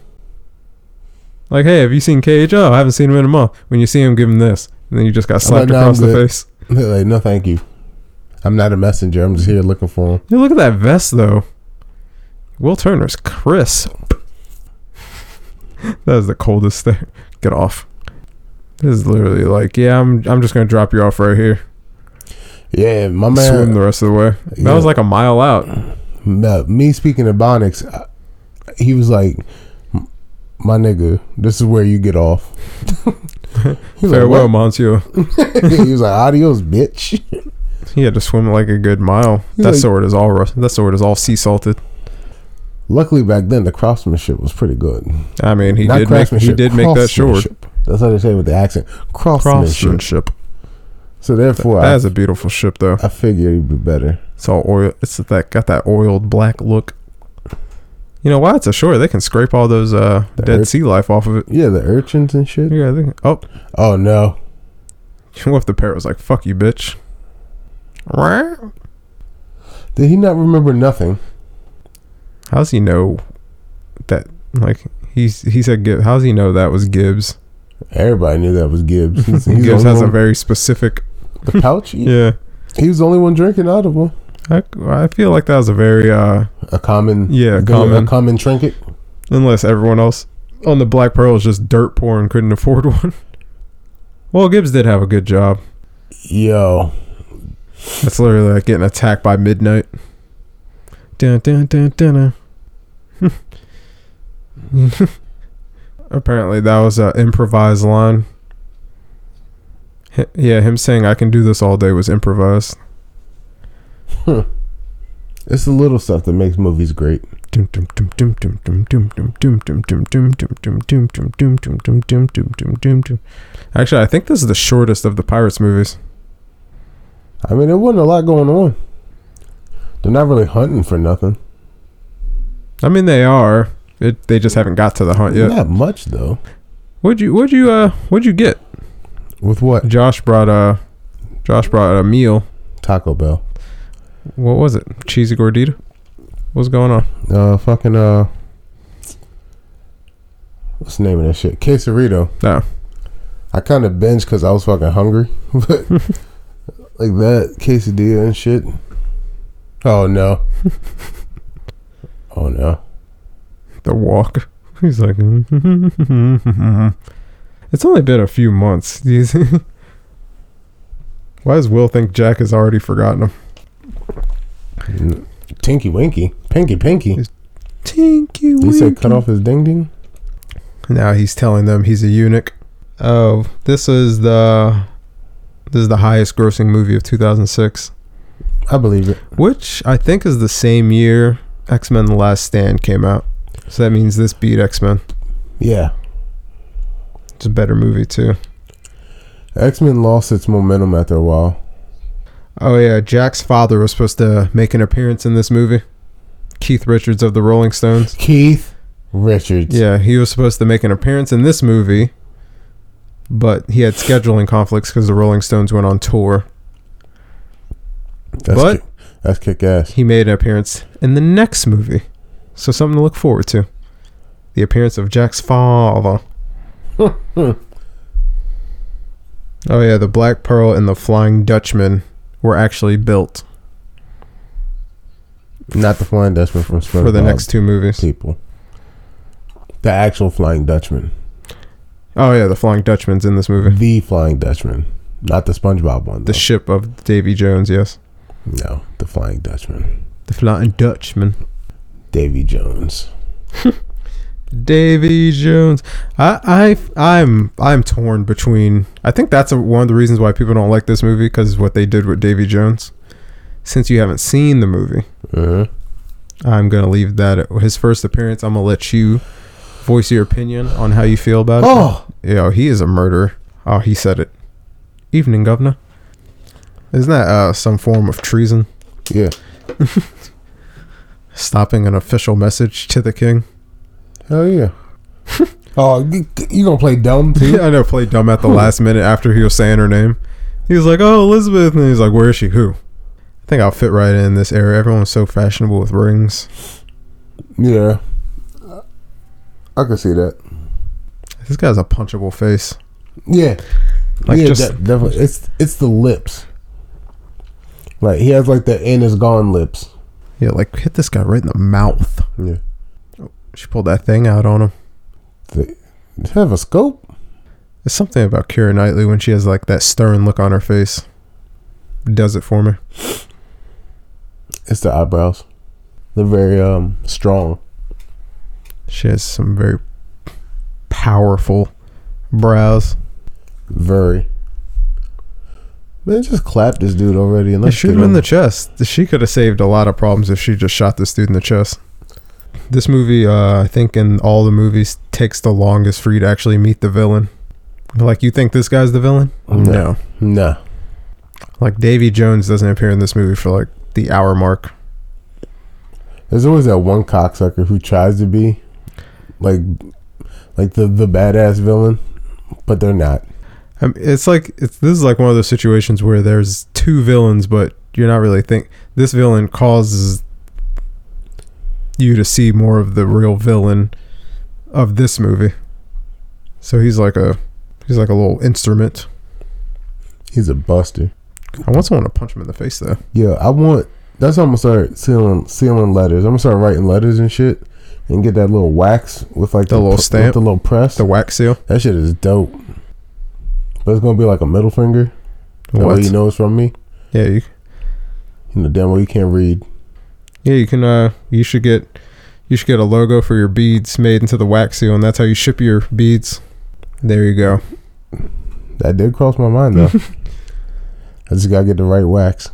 Like, hey, have you seen Cage? Oh, I haven't seen him in a month. When you see him, give him this, and then you just got slapped
no, I'm
across the
good.
face.
They're like, no, thank you. I'm not a messenger. I'm just here looking for him.
Yeah, look at that vest though. Will Turner's Chris. that is the coldest thing. Get off. This is literally like, yeah, I'm I'm just gonna drop you off right here.
Yeah, my man.
Swim the rest of the way. That
Yeah.
was like a mile out.
No, uh, me speaking to Bonix, I- he was like, "M- "My nigga, this is where you get off." he, was like,
Farewell,
"What?"
Monsieur.
he was like, "Adios, bitch."
He had to swim like a good mile.
He's
that
like-
sword is all rus- that sword is all sea salted.
Luckily, back then the craftsmanship was pretty good.
I mean, he did make he did make that sword.
craftsmanship. That's how they say it with the accent, craftsmanship.
Craftsmanship.
So therefore,
That
I,
is a beautiful ship, though.
I figured it'd be better.
It's all oil. It's that got that oiled black look. You know why it's ashore? They can scrape all those uh,
The
dead
earth-
sea life off of it.
Yeah, the urchins and shit.
Yeah. They, oh,
Oh no,
what if the parrot was like, "Fuck you, bitch."
did he not remember nothing?
How does he know that? Like he's he said, Gib- "How does he know that was Gibbs?"
Everybody knew that was Gibbs. He's, he's
Gibbs
the, only
has a
one-
very specific.
the pouch.
Yeah.
He was the only one drinking out of one.
I, I feel like that was a very uh
a common
Yeah,
a
common.
a common trinket.
unless everyone else on the Black Pearl is just dirt poor and couldn't afford one. Well, Gibbs did have a good job.
Yo,
That's literally like getting attacked by midnight. Dun, dun, dun, dun, dun. Apparently, that was an improvised line. Hi- Yeah, him saying "I can do this all day" was improvised.
it's the little stuff that makes movies great.
Dum, dum, dum, dum, dum, dum, dum, dum, dum, dum, dum, dum, dum, dum, dum, dum, dum, dum, dum, dum, dum, dum, dum, dum. Actually, I think this is the shortest of the Pirates movies.
I mean, there wasn't a lot going on. They're not really hunting for nothing.
I mean, they are. It, they just haven't got to the hunt yet.
Not much though.
What'd you What'd you uh What'd you get?
With what?
Josh brought a Josh brought a meal.
Taco Bell.
What was it? Cheesy gordita. What's going on?
Uh, fucking uh, what's the name of that shit? Quesarito.
No.
I kind of binged because I was fucking hungry, but like that quesadilla and shit. Oh no. oh no.
the walk. He's like, it's only been a few months. Do you see? Why does Will think Jack has already forgotten him?
Tinky Winky, Pinky Pinky.
Tinky
He said cut off his ding ding.
Now he's telling them he's a eunuch. Oh, this is the this is the highest grossing movie of 2006,
I believe it.
which I think is the same year X Men: The Last Stand came out. So that means this beat X Men.
Yeah.
It's a better movie too.
X Men lost its momentum after a while.
Oh yeah, Jack's father was supposed to make an appearance in this movie. Keith Richards of the Rolling Stones.
Keith Richards.
Yeah, he was supposed to make an appearance in this movie, but he had scheduling conflicts because the Rolling Stones went on tour.
that's
but-
kick, that's kick ass.
He made an appearance in the next movie, so something to look forward to. The appearance of Jack's father. oh yeah, the Black Pearl and the Flying Dutchman were actually built
Not the Flying Dutchman from SpongeBob.
for the next two movies.
people. The actual Flying Dutchman.
Oh yeah, the Flying Dutchman's in this movie.
The Flying Dutchman. Not the SpongeBob one.
The
though.
ship of Davy Jones, yes.
no, the Flying Dutchman.
The Flying Dutchman.
Davy Jones.
Davy Jones. I I I'm I'm torn between. I think that's a, one of the reasons why people don't like this movie because what they did with Davy Jones. Since you haven't seen the movie,
Uh-huh.
I'm gonna leave that at his first appearance. I'm gonna let you voice your opinion on how you feel about
Oh,
it. Yo, he is a murderer. Oh, he said it. Evening, governor. Isn't that uh, some form of treason?
yeah.
Stopping an official message to the king.
Hell yeah. oh, you, you gonna play dumb too?
I know played dumb at the last minute after he was saying her name. He was like, "Oh, Elizabeth," and he's like, "Where is she? Who?" I think I'll fit right in this era. Everyone's so fashionable with rings.
Yeah. I can see that.
This guy's a punchable face.
Yeah.
Like
yeah,
just
de- definitely. It's it's the lips. Like he has like the end is gone lips.
yeah, like hit this guy right in the mouth.
Yeah.
She pulled that thing out on him.
Have a scope.
There's something about Kira Knightley when she has like that stern look on her face. Does it for me.
It's the eyebrows. They're very um strong.
She has some very powerful brows.
Very. Man, just clap this dude already and
Yeah,
let's
shoot
get
him in
on.
the chest. She could have saved a lot of problems if she just shot this dude in the chest. This movie, uh, I think, in all the movies, takes the longest for you to actually meet the villain. Like, you think this guy's the villain?
No. Nah.
Like, Davy Jones doesn't appear in this movie for like the hour mark.
There's always that one cocksucker who tries to be like like the the badass villain, but they're not.
I mean, it's like it's this is like one of those situations where there's two villains, but you're not really think this villain causes you to see more of the real villain of this movie. So he's like a he's like a little instrument.
He's a buster.
I want someone to punch him in the face though.
Yeah, I want. That's how I'm gonna start sealing sealing letters. I'm gonna start writing letters and shit, and get that little wax with like
The little
pr- with
stamp?
the little press.
The wax seal.
that shit is dope. But it's gonna be like a middle finger. That way
What?
Oh, you know it's from me.
Yeah, you
You know, damn well you can't read.
yeah you can uh you should get you should get a logo for your beads made into the wax seal, and that's how you ship your beads. There you go.
That did cross my mind though. I just gotta get the right wax.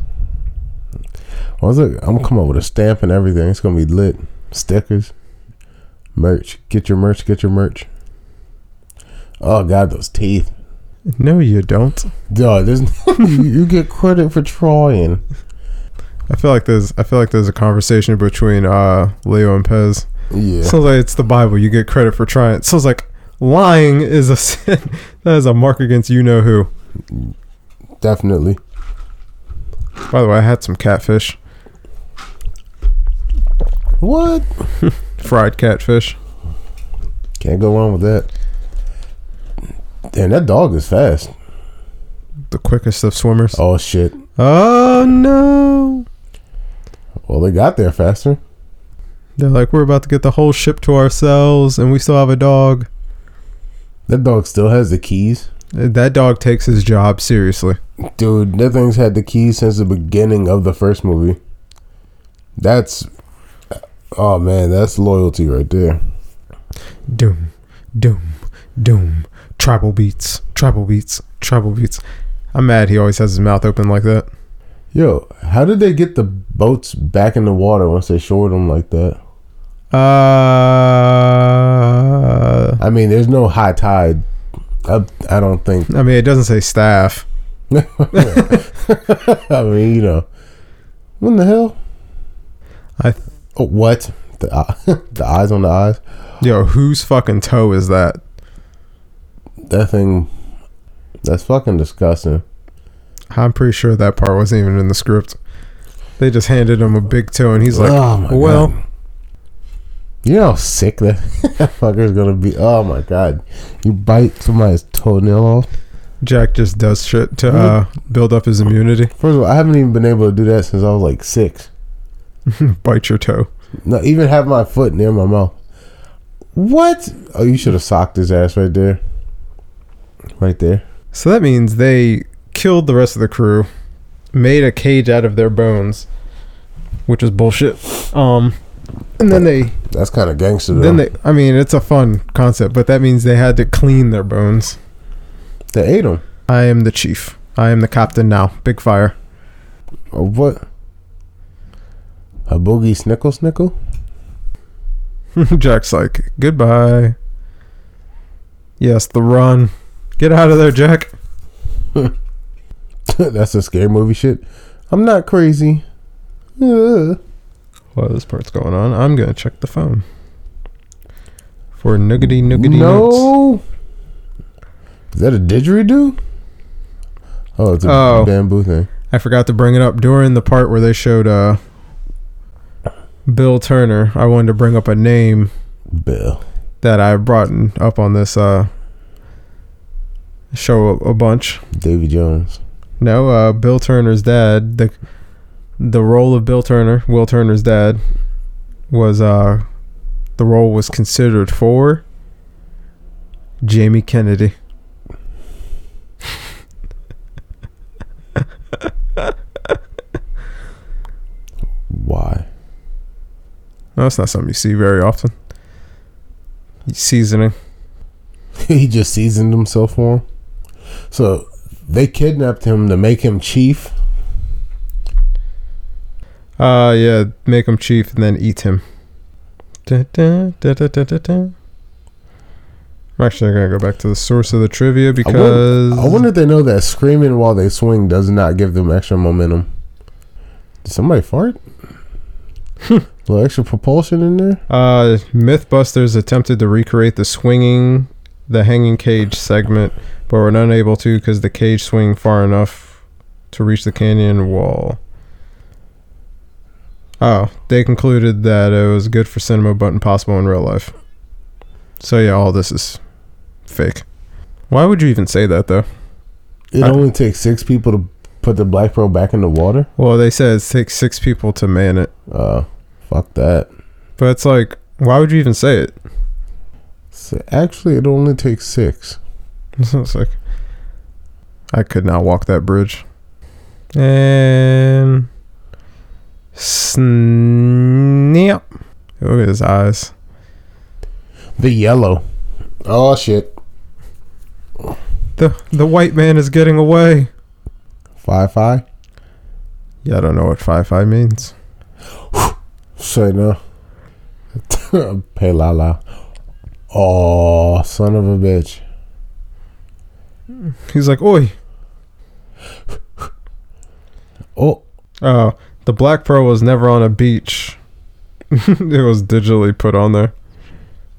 I was like, I'm gonna come up with a stamp and everything. It's gonna be lit. Stickers, merch. Get your merch. Get your merch. Oh god, those teeth.
No, you don't.
Duh, there's you, you get credit for trying.
I feel like there's I feel like there's a conversation between uh Leo and Pez.
Yeah.
Sounds like it's the Bible. You get credit for trying. It sounds like lying is a sin. that is a mark against you know who.
Definitely.
By the way, I had some catfish,
What?
fried catfish.
Can't go wrong with that. Damn, that dog is fast.
The quickest of swimmers.
Oh shit.
Oh no!
Well they got there faster.
They're like we're about to get the whole ship to ourselves, and we still have a dog.
That dog still has the keys.
That dog takes his job seriously.
Dude, that thing's had the keys since the beginning of the first movie. That's oh man, that's loyalty right there.
Doom, doom, doom. Tribal beats, tribal beats, tribal beats. I'm mad he always has his mouth open like that.
Yo, how did they get the boats back in the water once they shored them like that?
Uh,
I mean, there's no high tide I, I don't think.
I mean, it doesn't say staff.
I mean, you know, what in the hell?
I-
oh, what the eye- the eyes on the eyes?
Yo, whose fucking toe is that?
That thing, that's fucking disgusting.
I'm pretty sure that part wasn't even in the script. They just handed him a big toe, and he's like,
oh my
"Well,
god. You know how sick that fucker's gonna be. Oh my god, you bite somebody's toenail off.
Jack just does shit
Mm-hmm.
to uh, build up his immunity.
First of all, I haven't even been able to do that since I was like six.
Bite your toe."
Not even have my foot near my mouth. What? Oh, you should have socked his ass right there. Right there.
So that means they killed the rest of the crew, made a cage out of their bones, which is bullshit. Um, and then they,
That's kind of gangster. Though.
then they. I mean, it's a fun concept, but that means they had to clean their bones.
They ate him.
I am the chief. I am the captain now. Big fire.
Or what? A boogie snickle snickle?
Jack's like, goodbye. Yes, the run. Get out of there, Jack.
That's a scary movie shit. I'm not crazy. Uh. Ugh.
While this part's going on, I'm gonna check the phone for nuggety nuggety notes.
no. Is that a didgeridoo? Oh, it's a
Oh.
bamboo thing.
I forgot to bring it up during the part where they showed uh Bill Turner. I wanted to bring up a name
Bill.
that I brought in- up on this uh show a, a bunch.
Davy Jones.
No, uh Bill Turner's dad, the the role of Bill Turner, Will Turner's dad was uh the role was considered for Jamie Kennedy.
Why?
No, that's not something you see very often. Seasoning.
he just seasoned himself for him. So they kidnapped him to make him chief.
Uh, yeah, make him chief and then eat him. Da, da, da, da, da, da, da. I'm actually gonna go back to the source of the trivia because
I wonder if they know that screaming while they swing does not give them extra momentum. Did somebody fart?
Hmm.
A little extra propulsion in there?
uh, MythBusters attempted to recreate the swinging, the hanging cage segment, but were unable to because the cage swing far enough to reach the canyon wall. Oh, they concluded that it was good for cinema but impossible in real life. So yeah, all this is fake. Why would you even say that though?
It
I-
only takes six people to put the black pearl back in the water?
Well, they said it takes six people to man it,
Uh, fuck that.
but it's like, why would you even say it?
So actually, it only takes six.
it's like, I could not walk that bridge. And snap. Look at his eyes.
The yellow. Oh, shit.
The the white man is getting away.
Five, five.
Yeah, I don't know what five five means.
Say no. Pay la la. Oh, son of a bitch.
He's like, oi.
Oh,
Oh, the black pearl was never on a beach. it was digitally put on there.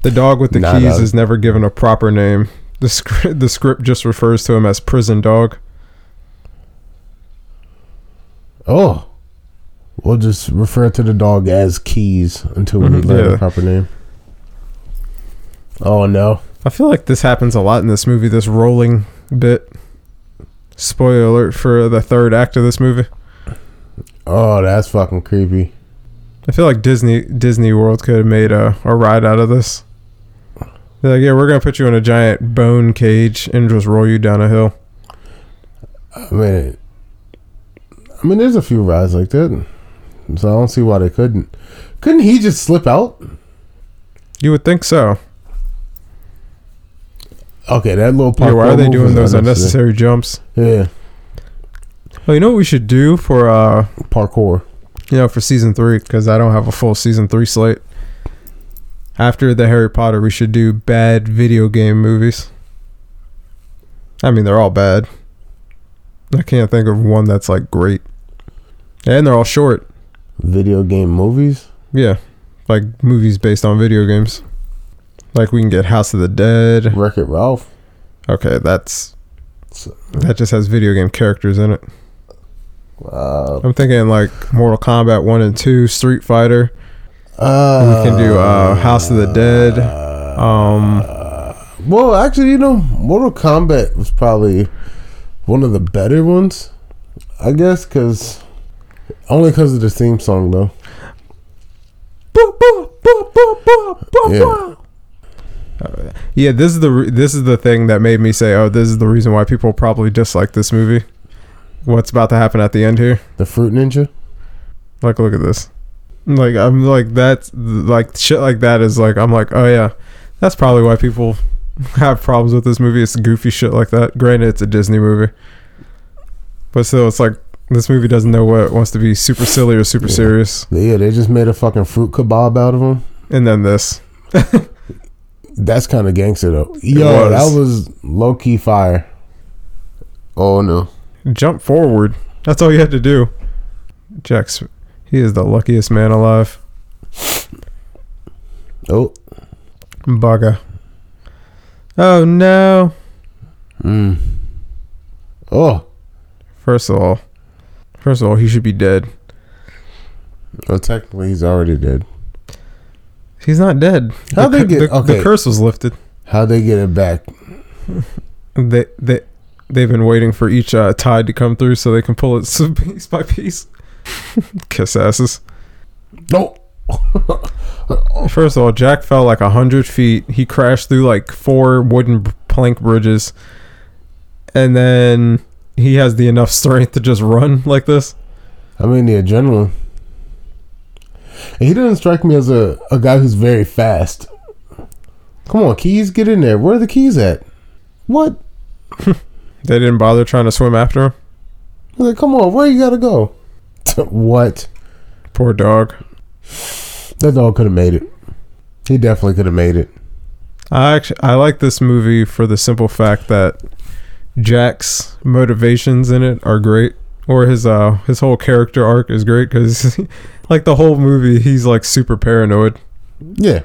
The dog with the
Nah,
keys
nah.
is never given a proper name. The script, the script just refers to him as prison dog.
oh. We'll just refer to the dog as Keys until we
Mhm,
learn
yeah.
the proper name. Oh no.
I feel like this happens a lot in this movie. This rolling bit. Spoiler alert for the third act of this movie.
Oh, that's fucking creepy.
I feel like Disney Disney World could have made a, a ride out of this. They're like, yeah, we're gonna put you in a giant bone cage and just roll you down a hill.
I mean, I mean, there's a few rides like that, so I don't see why they couldn't. Couldn't he just slip out?
You would think so.
Okay, that little
Yeah,
part.
why are they doing those unnecessary jumps?
Yeah,
Well, you know what we should do for uh,
parkour.
you know, for season three because I don't have a full season three slate. After the Harry Potter, we should do bad video game movies. I mean, they're all bad. I can't think of one that's like great. And they're all short.
Video game movies?
Yeah. Like movies based on video games. Like we can get House of the Dead.
Wreck It Ralph?
Okay, that's
So-
that just has video game characters in it.
Uh,
I'm thinking like Mortal Kombat 1 and 2, Street Fighter.
uh,
we can do uh, House of the Dead. Um,
Well, actually, you know, Mortal Kombat was probably one of the better ones, I guess, because only because of the theme song, though. Yeah.
yeah, this is the re- this is the thing that made me say, "Oh, this is the reason why people probably dislike this movie." What's about to happen at the end here?
The Fruit Ninja.
Like, look at this. Like, I'm like that's like shit like that is like I'm like, oh yeah, that's probably why people have problems with this movie. It's goofy shit like that. Granted, it's a Disney movie, but still, it's like this movie doesn't know what it wants to be super silly or super
Yeah.
serious.
Yeah, they just made a fucking fruit kebab out of them.
And then this,
That's kind of gangster, though. Yo,
was.
that was low key fire. Oh no.
jump forward. That's all you had to do. Jack's, he is the luckiest man alive.
Oh.
Bugger. Oh no.
Mm. Oh.
First of all, first of all, he should be dead.
Well, technically, he's already dead.
He's not dead.
How'd
the,
they
cu-
get-
the,
okay.
the curse was lifted.
How'd they get it back?
They they they've been waiting for each uh, tide to come through so they can pull it s- piece by piece. Kiss asses.
No.
First of all, Jack fell like a hundred feet. He crashed through like four wooden b- plank bridges, and then he has the enough strength to just run like this.
I mean, the adrenaline. And he doesn't strike me as a, a guy who's very fast. Come on, keys, get in there. Where are the keys at? What?
They didn't bother trying to swim after him.
I was like, come on, where you gotta go? what?
Poor dog.
That dog could have made it. He definitely could have made it.
I actually I like this movie for the simple fact that Jack's motivations in it are great, or his uh his whole character arc is great because like the whole movie he's like super paranoid.
Yeah.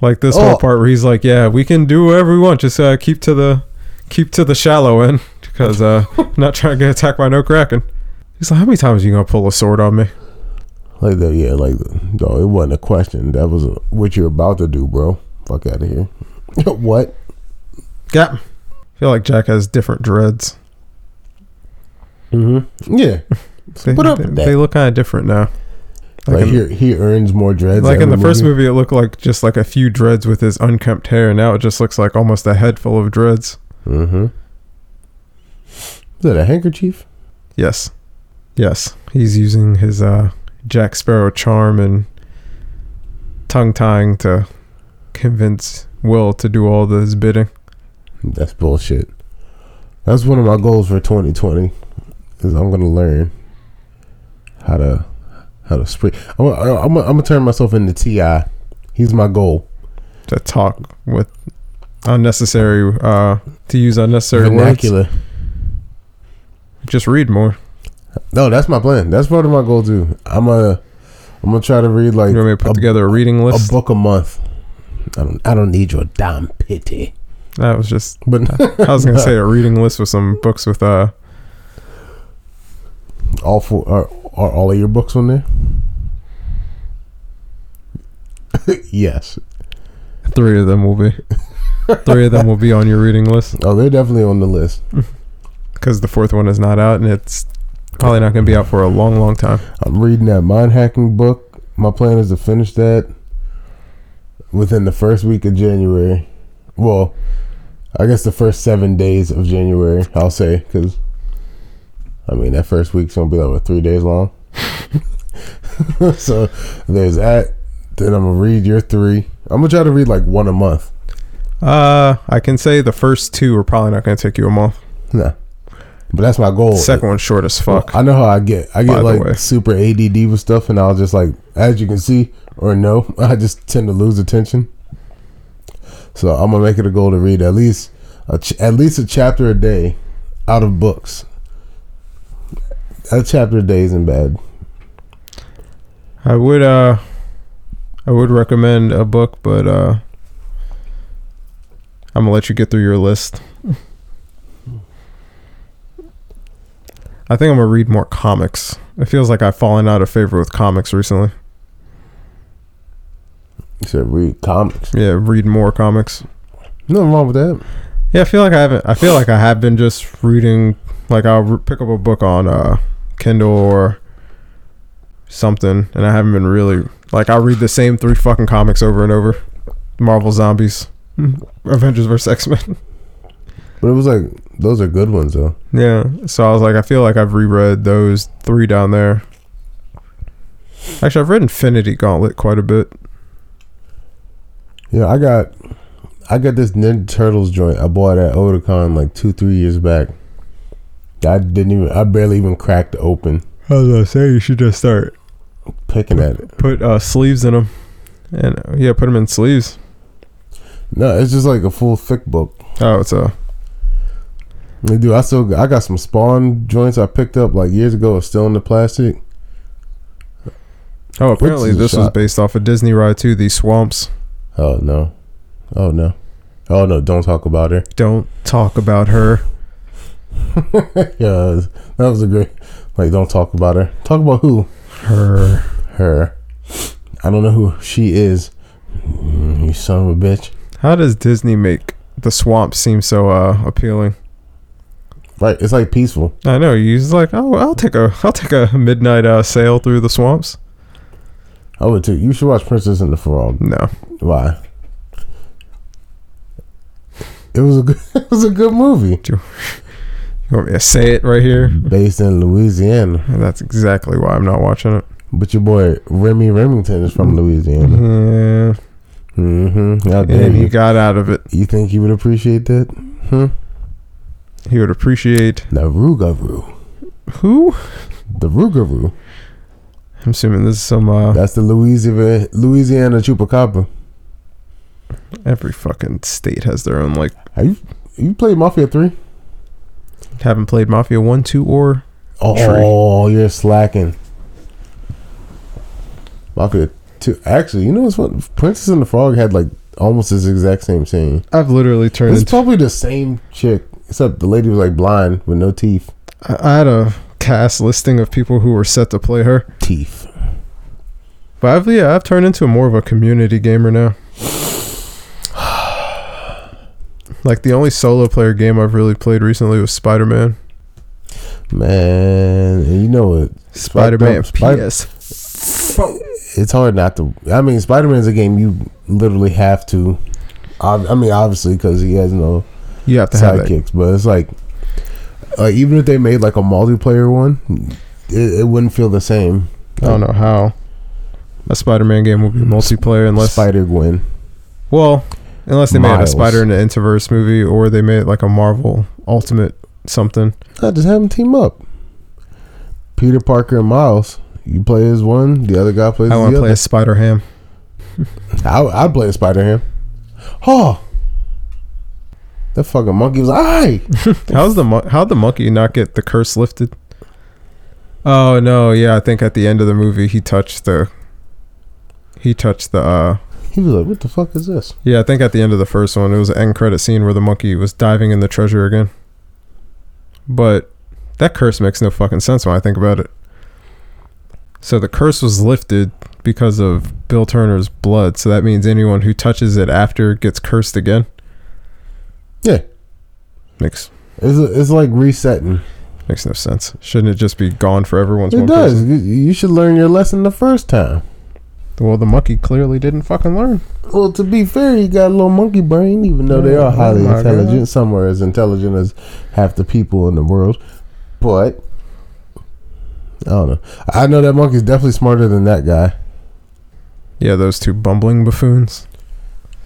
Like this
Oh.
whole part where he's like, yeah, we can do whatever we want, just uh, keep to the keep to the shallow end because uh I'm not trying to get attacked by no kraken. He's like, how many times are you gonna pull a sword on me?
Like that, yeah, like that. No, it wasn't a question. That was a, what you're about to do, bro. Fuck out of here. what?
Yeah. I feel like Jack has different dreads.
Mm-hmm. Yeah.
They,
What up
they,
with that?
they look kind of different now.
Like,
in-
he, he earns more dreads.
like in the
every
first movie, it looked like just like a few dreads with his unkempt hair. Now it just looks like almost a head full of dreads.
Mm-hmm. Is that a handkerchief?
Yes, yes, he's using his uh, Jack Sparrow charm and tongue tying to convince Will to do all of his bidding.
That's bullshit. That's one of my goals for 2020. Is I'm gonna learn how to how to spray. I'm gonna, I'm gonna, I'm gonna turn myself into Ti. He's my goal.
To talk with unnecessary, uh, to use unnecessary words.
Vernacular.
Just read more.
No, that's my plan. That's part of my goal too. I'm gonna I'm gonna try to read like
You want me to put
a,
together a reading
a
list?
book a month. I don't I don't need your damn pity.
that was just.
But
I was gonna say a reading list with some books with uh
all four are, are all of your books on there? yes.
Three of them will be. Three of them will be on your reading list
Oh, they're definitely on the list.
because the fourth one is not out, and it's probably not going to be out for a long, long time.
I'm reading that mind hacking book. My plan is to finish that within the first week of January. Well, I guess the first seven days of January, I'll say, because I mean that first week's gonna be like what, three days long. so there's that. Then I'm gonna read your three. I'm gonna try to read like one a month.
Uh, I can say the first two are probably not going to take you a month.
Nah. But that's my goal.
Second one's short as fuck.
I know how I get. I
By
get
the
like
way.
super ADD with stuff, and I'll just like, as you can see or no, I just tend to lose attention. So I'm gonna make it a goal to read at least a ch- at least a chapter a day out of books. A chapter a day isn't bad.
I would uh I would recommend a book, but uh I'm gonna let you get through your list. I think I'm gonna read more comics. It feels like I've fallen out of favor with comics recently.
You said read comics.
Yeah, read more comics.
Nothing wrong with that.
Yeah, I feel like I haven't. I feel like I have been just reading. Like I'll re- pick up a book on uh, Kindle or something, and I haven't been really like I read the same three fucking comics over and over: Marvel Zombies, Avengers vs X Men.
But it was like those are good ones though.
yeah, so I was like, I feel like I've reread those three down there. Actually, I've read Infinity Gauntlet quite a bit.
Yeah, I got I got this Ninja Turtles joint I bought at Otakon like two, three years back. I didn't even I barely even cracked open
I was gonna say you should just start
picking at it.
put uh, sleeves in them, and uh, yeah, put them in sleeves.
No, it's just like a full thick book.
Oh, it's a
Like, Dude, I still I got some spawn joints I picked up like years ago are still in the plastic.
Oh, apparently
is a
this was
shot.
based off a Disney ride too. The swamps.
Oh no. Oh no. Oh no, don't talk about her.
Don't talk about her.
yeah, that was a great like don't talk about her. Talk about who?
Her.
Her. I don't know who she is. Mm, you son of a bitch.
How does Disney make the swamp seem so uh, appealing?
Right, it's like peaceful.
I know you was like, oh, I'll take a, I'll take a midnight uh, sail through the swamps.
I would too. You should watch Princess and the Frog.
No,
Why? It was a good, it was a good movie.
you want me to say it right here?
Based in Louisiana,
And that's exactly why I'm not watching it.
but your boy Remy Remington is from Louisiana.
Yeah,
Mm-hmm. Now, damn
and he
you.
got out of it.
You think he would appreciate that? Hmm.
He would appreciate
The Rougarou.
who?
The Rougarou.
I'm assuming this is some uh,
That's the Louisiana Louisiana chupacabra.
every fucking state has their own like.
You played Mafia Three?
Haven't played Mafia One, Two, or
Oh, you're slacking. Mafia Two. Actually, you know what's funny? Princess and the Frog had like almost this exact same scene.
I've literally turned
It's
into
probably the same chick, except the lady was like blind with no teeth.
I I had a cast listing of people who were set to play her.
Teeth.
But I've, yeah, I've turned into more of a community gamer now. Like the only solo player game I've really played recently was Spider Man.
Man, and you know what?
Spider Man
Spider-
PS.
It's hard not to. I mean, Spider Man's a game you literally have to. ob- I mean, obviously, because he has no
You have to have that.
sidekicks, but it's like, like even if they made like a multiplayer one, it, it wouldn't feel the same.
I don't know how. A Spider Man game will be multiplayer unless.
Spider Gwen.
well, unless they made a
Miles.
Spider in the Interverse movie or they made like a Marvel Ultimate something.
I just have them team up. Peter Parker and Miles. You play as one, the other guy plays
I
as
want
the
to play
other.
as Spider Ham.
I, I'd play as Spider Ham. Oh, that fucking monkey was aye.
How's the mon- how'd the monkey not get the curse lifted? Oh no, yeah, I think at the end of the movie he touched the he touched the uh
He was like, "What the fuck is this?"
yeah, I think at the end of the first one it was an end credit scene where the monkey was diving in the treasure again. But that curse makes no fucking sense when I think about it. So the curse was lifted because of Bill Turner's blood, so that means anyone who touches it after gets cursed again.
Yeah.
Makes
It's, it's like resetting.
makes no sense. Shouldn't it just be gone forever once
It
one
does.
person?
You, you should learn your lesson the first time.
Well, the monkey clearly didn't fucking learn.
Well, to be fair, he got a little monkey brain, even though they are highly
Oh my
intelligent.
God.
Some are as intelligent as half the people in the world. But, I don't know. I know that monkey's definitely smarter than that guy,
Yeah, those two bumbling buffoons.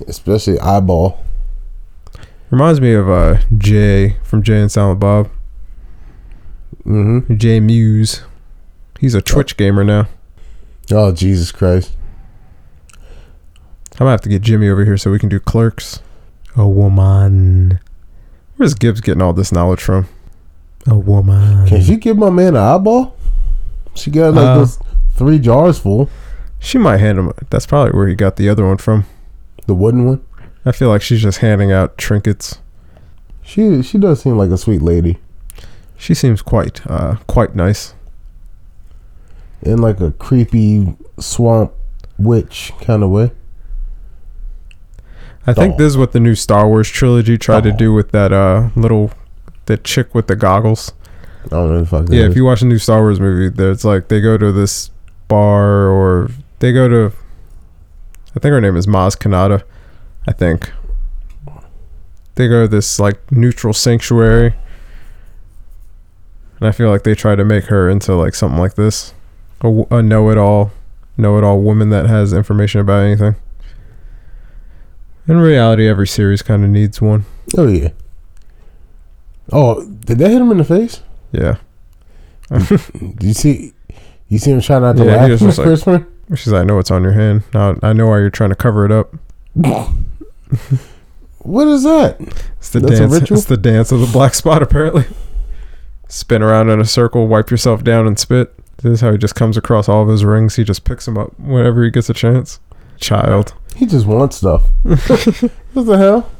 especially Eyeball.
Reminds me of uh, Jay from Jay and Silent Bob.
hmm
Jay Muse. He's a Twitch gamer now.
Oh, Jesus Christ.
I'm gonna have to get Jimmy over here so we can do clerks. A woman Where's Gibbs getting all this knowledge from? A
Can
woman.
she give my man an eyeball? She got like
Uh.
those three jars full.
She might hand him. That's probably where he got the other one from.
The wooden one.
I feel like she's just handing out trinkets.
She she does seem like a sweet lady
She seems quite, uh, quite nice.
in like a creepy swamp witch kind of way.
I think
Doll.
this is what the new Star Wars trilogy tried to
Doll.
do with that uh, little, that chick with the goggles.
I don't know who the fuck. that
Yeah,
is.
if you watch a new Star Wars movie, there's like they go to this bar or they go to I think her name is Maz Kanata, I think. They go to this like neutral sanctuary. And I feel like they try to make her into like something like this. A, w- a know-it-all, know-it-all woman that has information about anything. In reality, every series kind of needs one.
Oh yeah. Oh, did that hit him in the face?
Yeah.
Did you see? You see him try not to
Yeah, he
laugh
was
for the
just like-
first one.
She's like, I know it's on your hand. Now I know why you're trying to cover it up.
What is that?
It's the
That's a
dance.
ritual?
It's the dance of the black spot. Apparently, spin around in a circle, wipe yourself down, and spit. This is how he just comes across all of his rings. He just picks them up whenever he gets a chance. Child.
He just wants stuff. what the hell?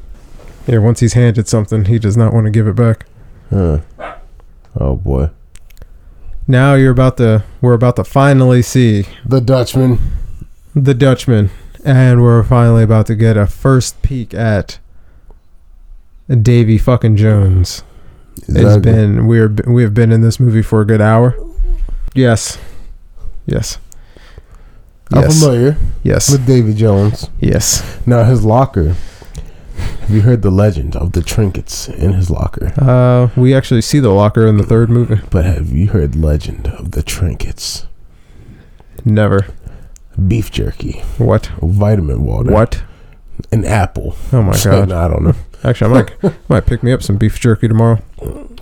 Yeah. Once he's handed something, he does not want to give it back.
Huh. Oh boy,
Now you're about to. We're about to finally see
the Dutchman.
the Dutchman, and we're finally about to get a first peek at Davy fucking Jones. It's
Exactly.
been we're we have been in this movie for a good hour. Yes, yes,
I'm
yes,
familiar
yes,
with Davy Jones.
yes.
Now his locker. Have you heard the legend of the trinkets in his locker?
Uh, we actually see the locker in the third movie.
But have you heard legend of the trinkets?
Never.
Beef jerky,
What?
vitamin water,
What?
an apple.
Oh my god!
I don't know.
Actually, I might might pick me up some beef jerky tomorrow.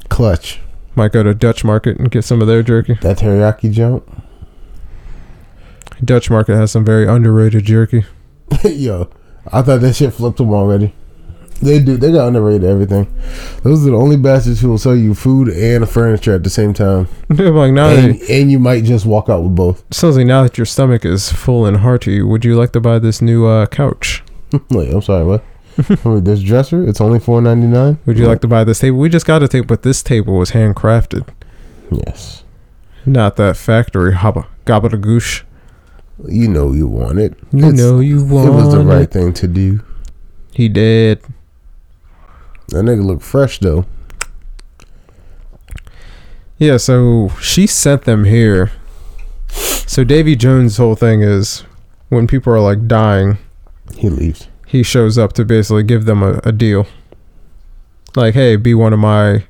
Clutch.
Might go to Dutch Market and get some of their jerky.
That teriyaki jump.
Dutch Market has some very underrated jerky.
Yo, I thought that shit flipped them already. They do. They got underrated everything. Those are the only bastards who will sell you food and furniture at the same time,
I'm like now,
and,
that,
and you might just walk out with both.
Susie, now that your stomach is full and hearty, would you like to buy this new uh, couch?
Wait, I'm sorry, what? I mean, this dresser, it's only four ninety nine.
Would you like to buy this table? We just got a table, but this table was handcrafted.
Yes,
Not that factory haba gobbledygoosh.
you know you want it.
You
It's-
know you want
it was the right
it.
thing to do.
He did.
That nigga look fresh though.
Yeah, so she sent them here. So Davy Jones' whole thing is when people are like dying,
He leaves.
he shows up to basically give them a, a deal. Like, hey, be one of my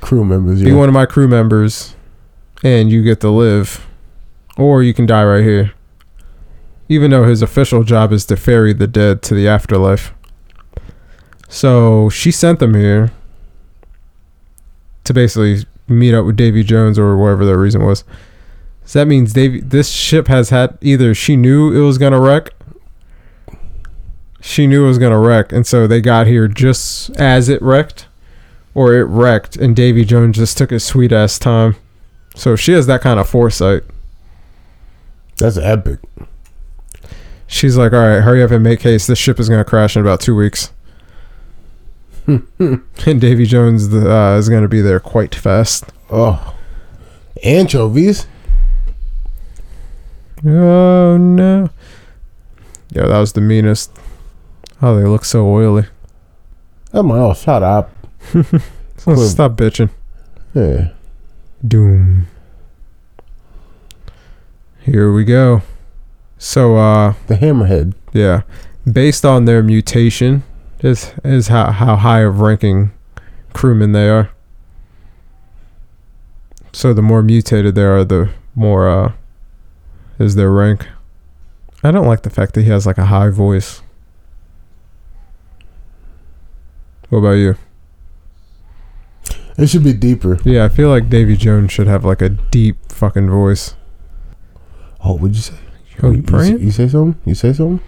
Crew members,
be
yeah.
one of my crew members and you get to live. Or you can die right here. Even though his official job is to ferry the dead to the afterlife. So she sent them here to basically meet up with Davy Jones or whatever their reason was. So that means Davy this ship has had either she knew it was gonna wreck she knew it was gonna wreck, and so they got here just as it wrecked or it wrecked, and Davy Jones just took his sweet ass time. So if she has that kind of foresight.
That's epic.
She's like, all right, hurry up and make haste. This ship is going to crash in about two weeks. and Davy Jones uh, is going to be there quite fast.
Oh, anchovies.
Oh, no. Yeah, that was the meanest. Oh, they look so oily.
I'm like, oh, shut up. Cool.
Stop bitching.
Yeah.
Doom. Here we go. So, uh,
The hammerhead.
Yeah. Based on their mutation is is how, how high of ranking crewmen they are. So the more mutated they are, the more uh is their rank. I don't like the fact that he has like a high voice. What about you?
It should be deeper.
Yeah, I feel like Davy Jones should have like a deep fucking voice.
Oh, what'd you say?
Oh,
you,
you
you,
praying?
you say something? You say something?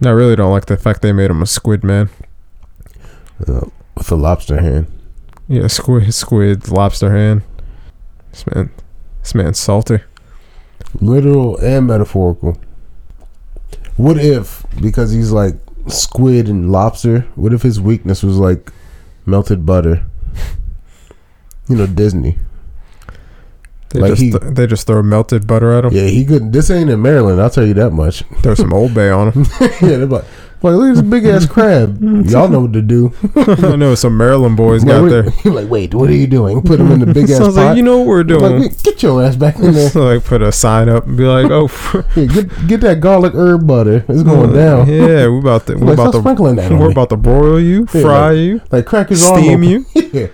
No, I really don't like the fact they made him a squid man.
Uh, with the lobster hand.
Yeah, squid, squid, lobster hand. This man, this man, salty.
literal and metaphorical. What if, because he's like squid and lobster, what if his weakness was like melted butter? You know, Disney.
They
Like
just
he-
th- they just throw melted butter at him.
Yeah, he couldn't. This ain't in Maryland, I'll tell you that much.
Throw some Old Bay on him.
yeah, they're like, like, look at this big ass crab. Y'all know what to do.
I know some Maryland boys got
Like,
there.
what- like, wait, what are you doing? Put him in the big ass
Sounds
pot.
like you know what we're
Like,
doing.
"Wait, get your ass back in there.
So, like put a sign up and be like, "Oh, uh,
Yeah, get get that garlic herb butter. It's going down.
Yeah, we about to we
Like,
about
stop
to
sprinkling that. on
we're
me.
about to broil you,
Yeah,
fry you,
Like crack his arm
steam
open.
you."
yeah.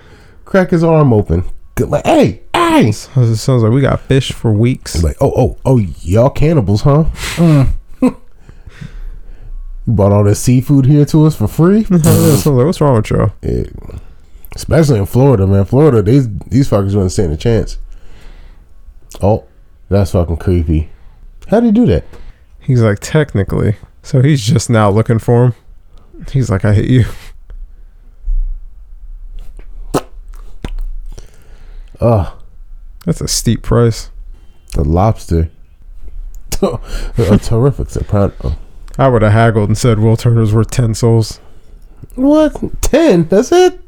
Crack his arm open. Good, like, hey, hey. It's
So It sounds like we got fish for weeks.
like, oh, oh, oh, y'all cannibals, huh?
Mm.
you brought all this seafood here to us for free?
Sounds like, What's wrong with y'all?
Yeah. Especially in Florida, man. Florida, these these fuckers wouldn't stand a chance. Oh, that's fucking creepy. How do you do that?
He's like, technically. So he's just now looking for him. He's like, I hate you.
Ugh,
That's a steep price.
the lobster. a terrific soprano.
I would have haggled and said Will Turner's worth ten souls.
What? Ten? That's it?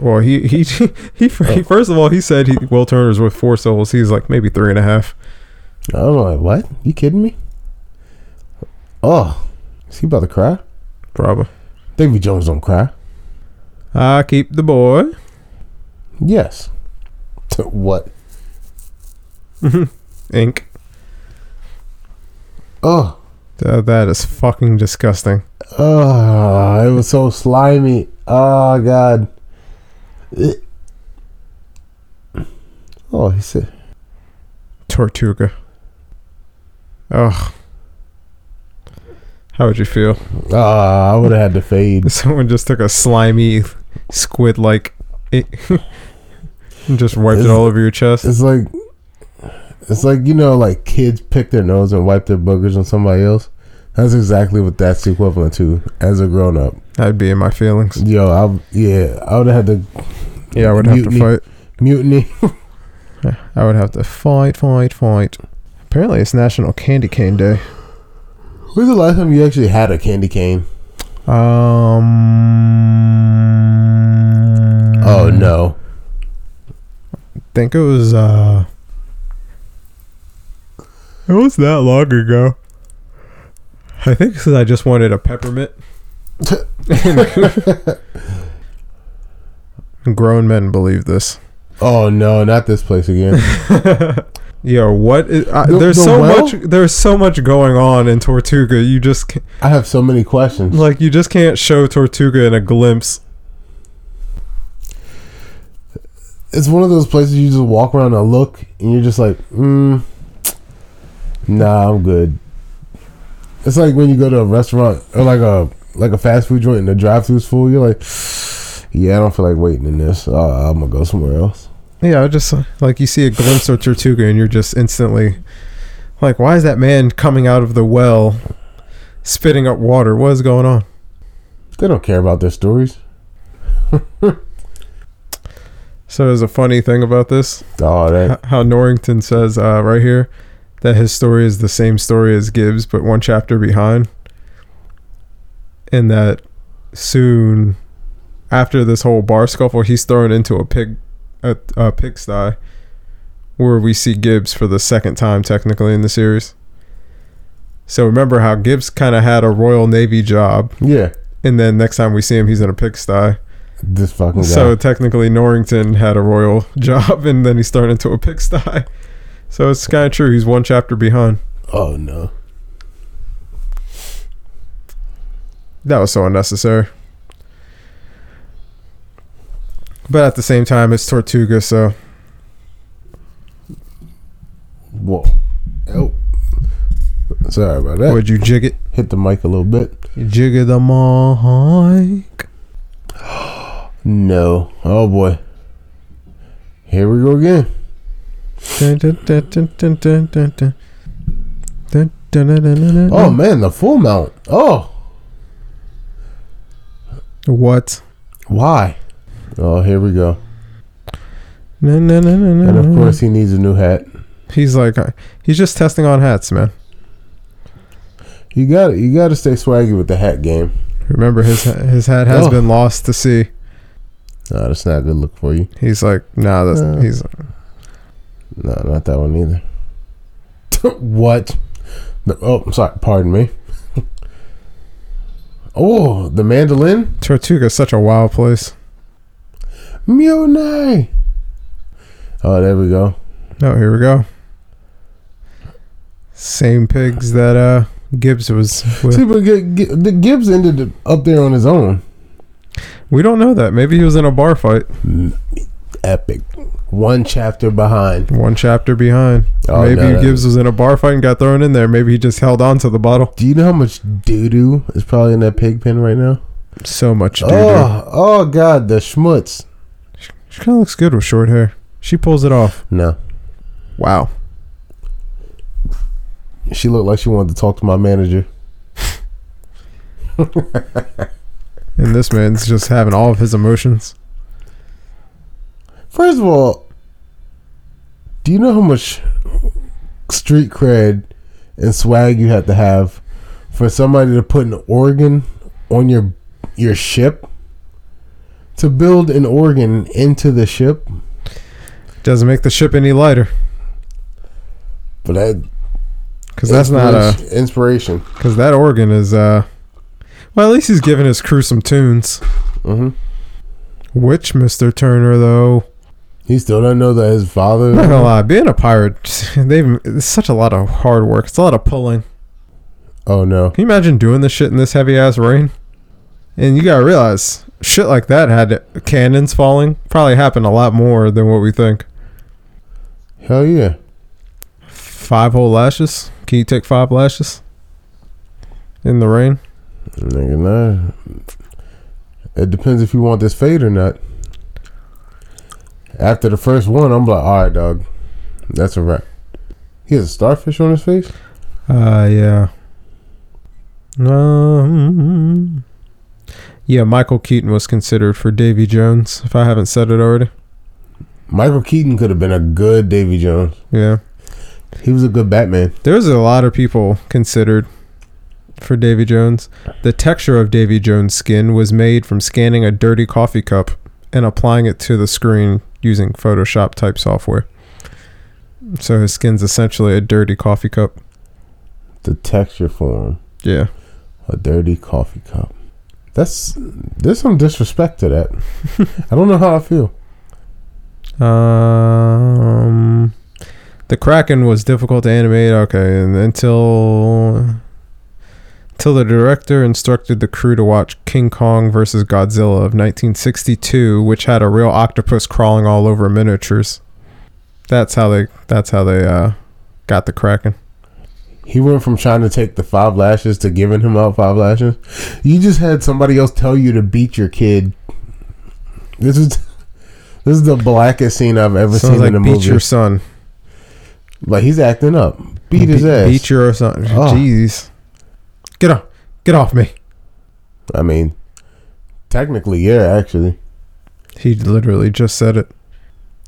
Well, he he he, he first of all he said he, Will Turner's worth four souls. He's like maybe three and a half.
I'm like, what? You kidding me? Oh, is he about to cry?
Probably.
Davy Jones don't cry.
I keep the boy.
Yes. what?
Ink.
Oh,
That, that is fucking disgusting.
oh, it was so slimy. Oh God. Eh. Oh, he said,
Tortuga. Ugh. How would you feel
ah, I would have had to fade.
if someone just took a slimy squid like it and just wiped it all over your chest?
It's like, it's like you know, like kids pick their nose and wipe their boogers on somebody else. That's exactly what that's equivalent to as a grown up.
That'd be in my feelings.
Yo, I yeah, I would have had to
Yeah, I would have
Mutiny.
to
mutiny.
fight. I would have to fight, fight, fight. Apparently, it's National Candy Cane Day.
When's the last time you actually had a candy cane?
Um.
Oh no,
think it was uh it was that long ago i think because i just wanted a peppermint grown men believe this
oh no, not this place again.
yo what is, I,
The-
there's
the
so
well?
much there's so much going on in tortuga you just can
I have so many questions.
like you just can't show tortuga in a glimpse
It's one of those places you just walk around and look, and you're just like, mm, nah, I'm good. It's like when you go to a restaurant or like a like a fast food joint and the drive thru's full. You're like, yeah, I don't feel like waiting in this. Uh, I'm gonna go somewhere else.
yeah I just uh, like you see a glimpse of tortuga and you're just instantly like why is that man coming out of the well spitting up water what is going on
They don't care about their stories.
So there's a funny thing about this.
Oh, that
H- How Norrington says uh, right here that his story is the same story as Gibbs, but one chapter behind, and that soon after this whole bar scuffle, he's thrown into a pig, a, a pigsty, where we see Gibbs for the second time technically in the series. So remember how Gibbs kind of had a Royal Navy job,
yeah,
and then next time we see him, he's in a pigsty.
this fucking guy.
So technically, Norrington had a royal job, and then he started into a pigsty. So it's kind of true. He's one chapter behind.
oh no.
That was so unnecessary. But at the same time, it's Tortuga, so
Whoa. Oh. Sorry about that.
would you jig it?
Hit the mic a little bit.
Jig it the mic.
No. Oh boy. Here we go again.
Dun, dun, dun, dun, dun, dun, dun, dun. Dun, dun, dun, dun, dun, dun.
Oh man, the full mount. Oh.
What?
Why? Oh, here we go.
No, no, no, no, no.
And of
no.
course, he needs a new hat.
he's like, uh, he's just testing on hats, man.
You got you got to stay swaggy with the hat game.
Remember, his his hat has
Oh.
been lost to sea.
No, that's not a good look for you.
He's like, nah, that's,
Uh.
he's
No, not that one either. what? The, oh, I'm sorry. Pardon me. oh, the mandolin?
Tortuga's such a wild place.
Mune! Oh, there we go.
Oh, here we go. Same pigs that uh Gibbs was with.
See, but G- G- the Gibbs ended up there on his own.
We don't know that. Maybe he was in a bar fight.
Epic. One chapter behind.
One chapter behind.
Oh,
Maybe
no, no.
Gibbs was in a bar fight and got thrown in there. Maybe he just held on to the bottle.
Do you know how much doo doo is probably in that pig pen right now?
So much doo
Oh, oh God, the schmutz.
She kind of looks good with short hair. She pulls it off.
No,
Wow.
she looked like she wanted to talk to my manager.
And this man's just having all of his emotions.
First of all, do you know how much street cred and swag you have to have for somebody to put an organ on your your ship? To build an organ into the ship,
Doesn't make the ship any lighter
but that
because that's not a
inspira- inspiration.
because that organ is uh. Well, at least he's giving his crew some tunes.
hmm
Which Mister Turner though?
He still doesn't know that his father.
I'm not gonna lie, being a pirate, they've it's such a lot of hard work. It's a lot of pulling.
Oh no!
Can you imagine doing this shit in this heavy ass rain? And you gotta realize shit like that had cannons falling. Probably happened a lot more than what we think.
Hell yeah!
Five whole lashes. Can you take five lashes in the rain?
Nigga, nah. It depends if you want this fade or not. After the first one, I'm like, all right, dog, that's a wrap. He has a starfish on his face.
Uh, yeah. Um, yeah, Michael Keaton was considered for Davy Jones. If I haven't said it already,
Michael Keaton could have been a good Davy Jones.
yeah.
He was a good Batman.
There's a lot of people considered for Davy Jones. The texture of Davy Jones' skin was made from scanning a dirty coffee cup and applying it to the screen using Photoshop type software. So his skin's essentially a dirty coffee cup.
The texture for him,
Yeah.
a dirty coffee cup. That's there's some disrespect to that. I don't know how I feel.
Um, the Kraken was difficult to animate. Okay, and until until the director instructed the crew to watch King Kong versus Godzilla of 1962, which had a real octopus crawling all over miniatures. That's how they. That's how they uh, got the Kraken.
He went from trying to take the five lashes to giving him out five lashes. You just had somebody else tell you to beat your kid. This is this is the blackest scene I've ever
Sounds
seen
like
in a
beat
movie.
your son.
like he's acting up. Beat his
Be-
ass.
Beat your son.
Oh.
Jeez. Get off. Get off me.
I mean, technically, yeah, actually,
He literally just said it.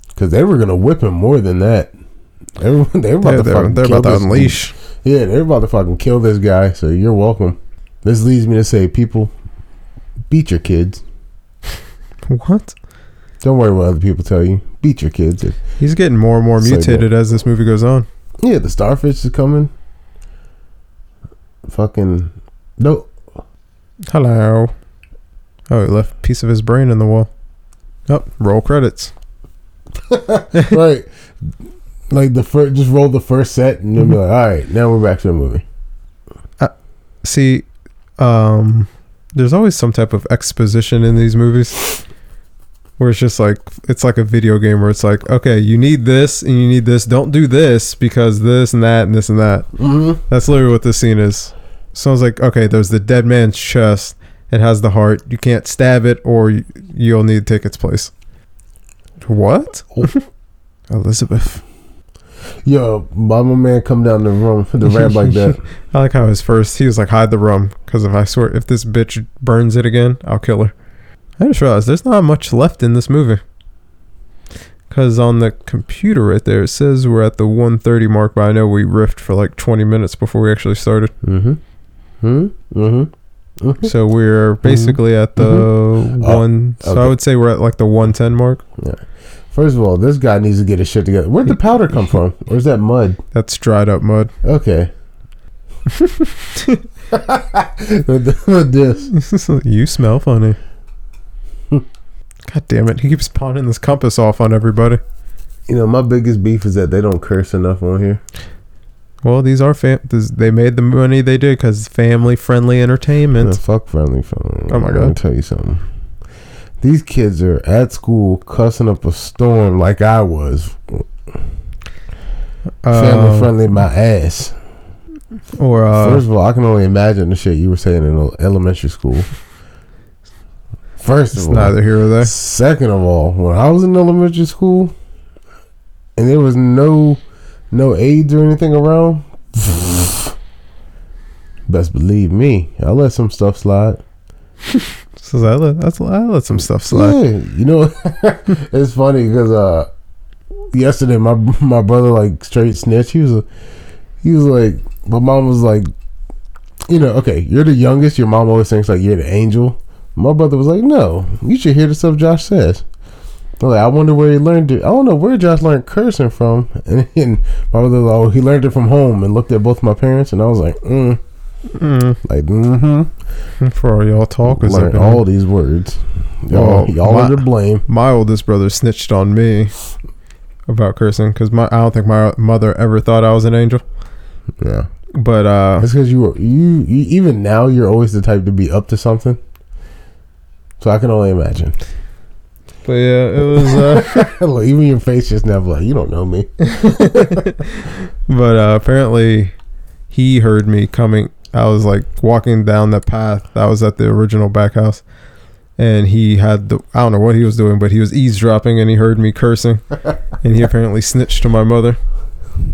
because they were gonna whip him more than that. Everyone, they were about
Yeah,
to
they're
fucking
they're
kill
about to
this-
unleash.
Yeah, they're about to fucking kill this guy. So you're welcome. This leads me to say, people, beat your kids.
What?
Don't worry what other people tell you. Beat your kids.
He's getting more and more
Say
mutated as this movie goes on.
Yeah, the starfish is coming. Fucking no.
Hello. Oh, he left a piece of his brain in the wall. Oh, roll credits.
right. Like the first, just roll the first set, and then be like, "All right, now we're back to the movie."
See, um, there's always some type of exposition in these movies where it's just like it's like a video game where it's like, okay, you need this and you need this. Don't do this because this and that and this and that.
Mm-hmm.
That's literally what this scene is. Sounds like okay. There's the dead man's chest. It has the heart. You can't stab it, or y- you'll need to take its place. What? Elizabeth.
Yo, why my man come down the room the rap like that?
I like how his first. He was like, "Hide the rum," because if I swear, if this bitch burns it again, I'll kill her. I just realized there's not much left in this movie. Because on the computer right there, it says we're at the 130 mark, but I know we riffed for like 20 minutes before we actually started.
Mm-hmm. Hmm. Mm-hmm. Mhm.
So we're basically at the
Oh,
one. So I
okay.
would say we're at like the 110 mark.
First of all, this guy needs to get his shit together. Where'd the powder come from? Where's that mud?
That's dried up mud.
Okay. with, with this.
you smell funny. God damn it. He keeps pawning this compass off on everybody.
You know, my biggest beef is that they don't curse enough on here.
Well, these are fam. This, they made the money they did because family friendly entertainment.
Yeah, fuck friendly phone.
Oh my
Let me
God.
tell you something. These kids are at school cussing up a storm like I was.
Uh,
Family friendly, my ass.
Or Um, uh,
First of all, I can only imagine the shit you were saying in el- elementary school. First
it's
of all,
neither here or there.
Second of all, when I was in elementary school, and there was no no aids or anything around, best believe me, I let some stuff slide.
So I let, that's, I let some stuff slide.
Yeah, you know, it's funny because uh, yesterday my my brother like straight snitch. He was a, he was like, my mom was like, you know, okay, you're the youngest. Your mom always thinks like you're the angel. My brother was like, no, you should hear the stuff Josh says. I'm like, I wonder where he learned it. I don't know where Josh learned cursing from. And, and my brother was like, oh, he learned it from home and looked at both my parents. And I was like, mm,
Mm,
like, mm-hmm.
for all y'all talkers, out
Learned
there.
all these words. Y'all,
Well,
y'all
my-
are to blame.
my oldest brother snitched on me about cursing because my I don't think my mother ever thought I was an angel.
Yeah.
But uh,
That's because you were you, you even now you're always the type to be up to something. So I can only imagine.
but yeah, it was. Uh,
Like, even your face just never like you don't know me.
but uh, apparently, he heard me coming. I was like walking down the path. I was at the original back house, and he had the I don't know what he was doing, but he was eavesdropping, and he heard me cursing, and he apparently snitched to my mother.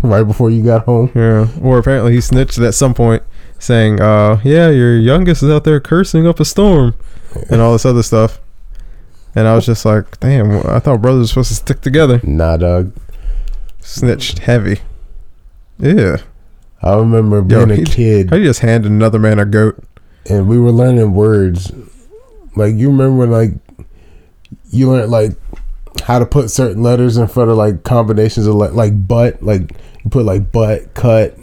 Right before you got home,
Yeah, or apparently he snitched at some point, saying, "Uh, yeah, your youngest is out there cursing up a storm," and all this other stuff. And I was just like, "Damn, I thought brothers were supposed to stick together."
nah, dog.
Snitched heavy. Yeah,
I remember
Yo,
being a
he-
kid
how you just hand another man a goat?
and we were learning words. Like you remember when like you learned like how to put certain letters in front of like combinations of like like butt like you put like butt cut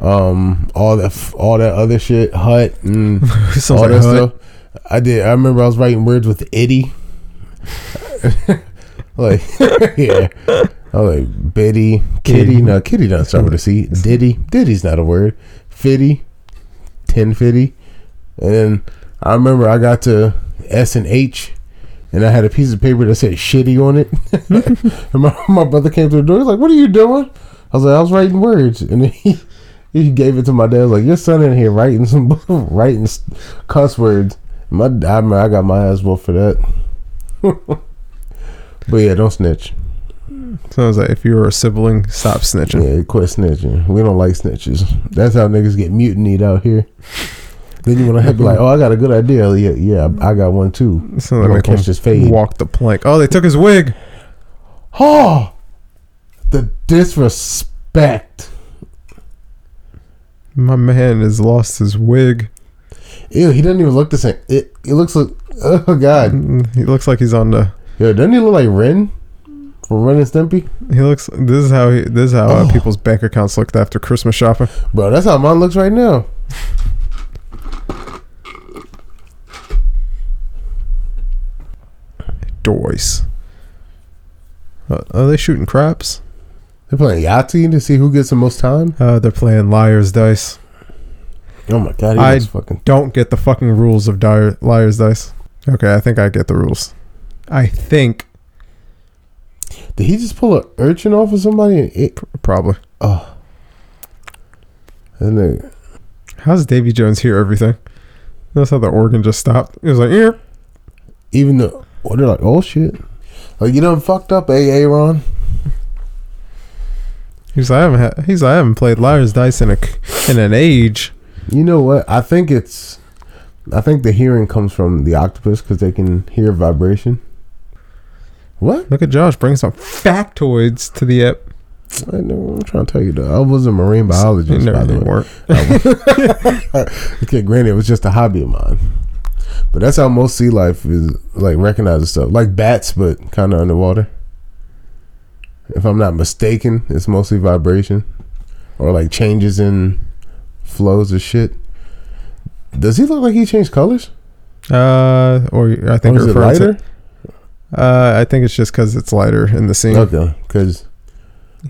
um all that f- all that other shit hut mm. and
Sounds
all
like
that
hut.
stuff. I did. I remember I was writing words with itty. like, yeah. I was like, Biddy, Kitty. No, Kitty doesn't start with a C. Diddy. Diddy's not a word. Fitty. Ten fitty. And then I remember I got to S and H. And I had a piece of paper that said shitty on it. and my, my brother came to the door. He's like, What are you doing? I was like, I was writing words. And then he, he gave it to my dad. I was like, Your son in here writing some writing s- cuss words. My I, remember I got my ass whooped for that. but yeah, don't snitch.
Sounds like if you were a sibling, stop snitching.
Yeah, quit snitching. We don't like snitches. That's how niggas get mutinied out here. Then you want to be like, oh, I got a good idea. Yeah, yeah, I got one too.
Sounds
I'm
like
gonna
make him
catch this fade.
walk the plank. Oh, they took his wig.
Oh, the disrespect.
My man has lost his wig.
Ew, he doesn't even look the same. It, it looks like, oh, God.
Mm, He looks like he's on the.
Yo, doesn't he look like Ren? From Ren and Stimpy?
He looks. This is how. He, this is how uh,
Oh.
people's bank accounts looked after Christmas shopping.
Bro, that's how mine looks right now.
Doys. Uh, are they shooting craps?
They're playing Yahtzee to see who gets the most time.
Uh, they're playing liar's dice.
Oh my god, he
I-
looks fucking.
Don't get the fucking rules of dire, liar's dice. Okay, I think I get the rules. I think
Did he just pull a urchin off of somebody? And it,
probably.
oh, and they,
How's Davy Jones hear everything? That's how the organ just stopped. It was like, "Eep."
even though well, they're like, oh shit, like you done fucked up, a Aaron.
He's like, I haven't had, he's like, I haven't played liar's dice in a in an age.
You know what? I think it's I think the hearing comes from the octopus because they can hear vibration. What?
Look at Josh bringing some factoids to the app.
I know, I'm trying to tell you though. I was a marine biologist, by the way.
work.
Okay, granted, it was just a hobby of mine. But that's how most sea life is like recognizes stuff, like bats, but kind of underwater. If I'm not mistaken, it's mostly vibration or like changes in flows of shit. Does he look like he changed colors?
Uh, or I think
or Oh, is
it
it
refers
lighter?
to. Uh, I think it's just because it's lighter in the scene.
Okay, because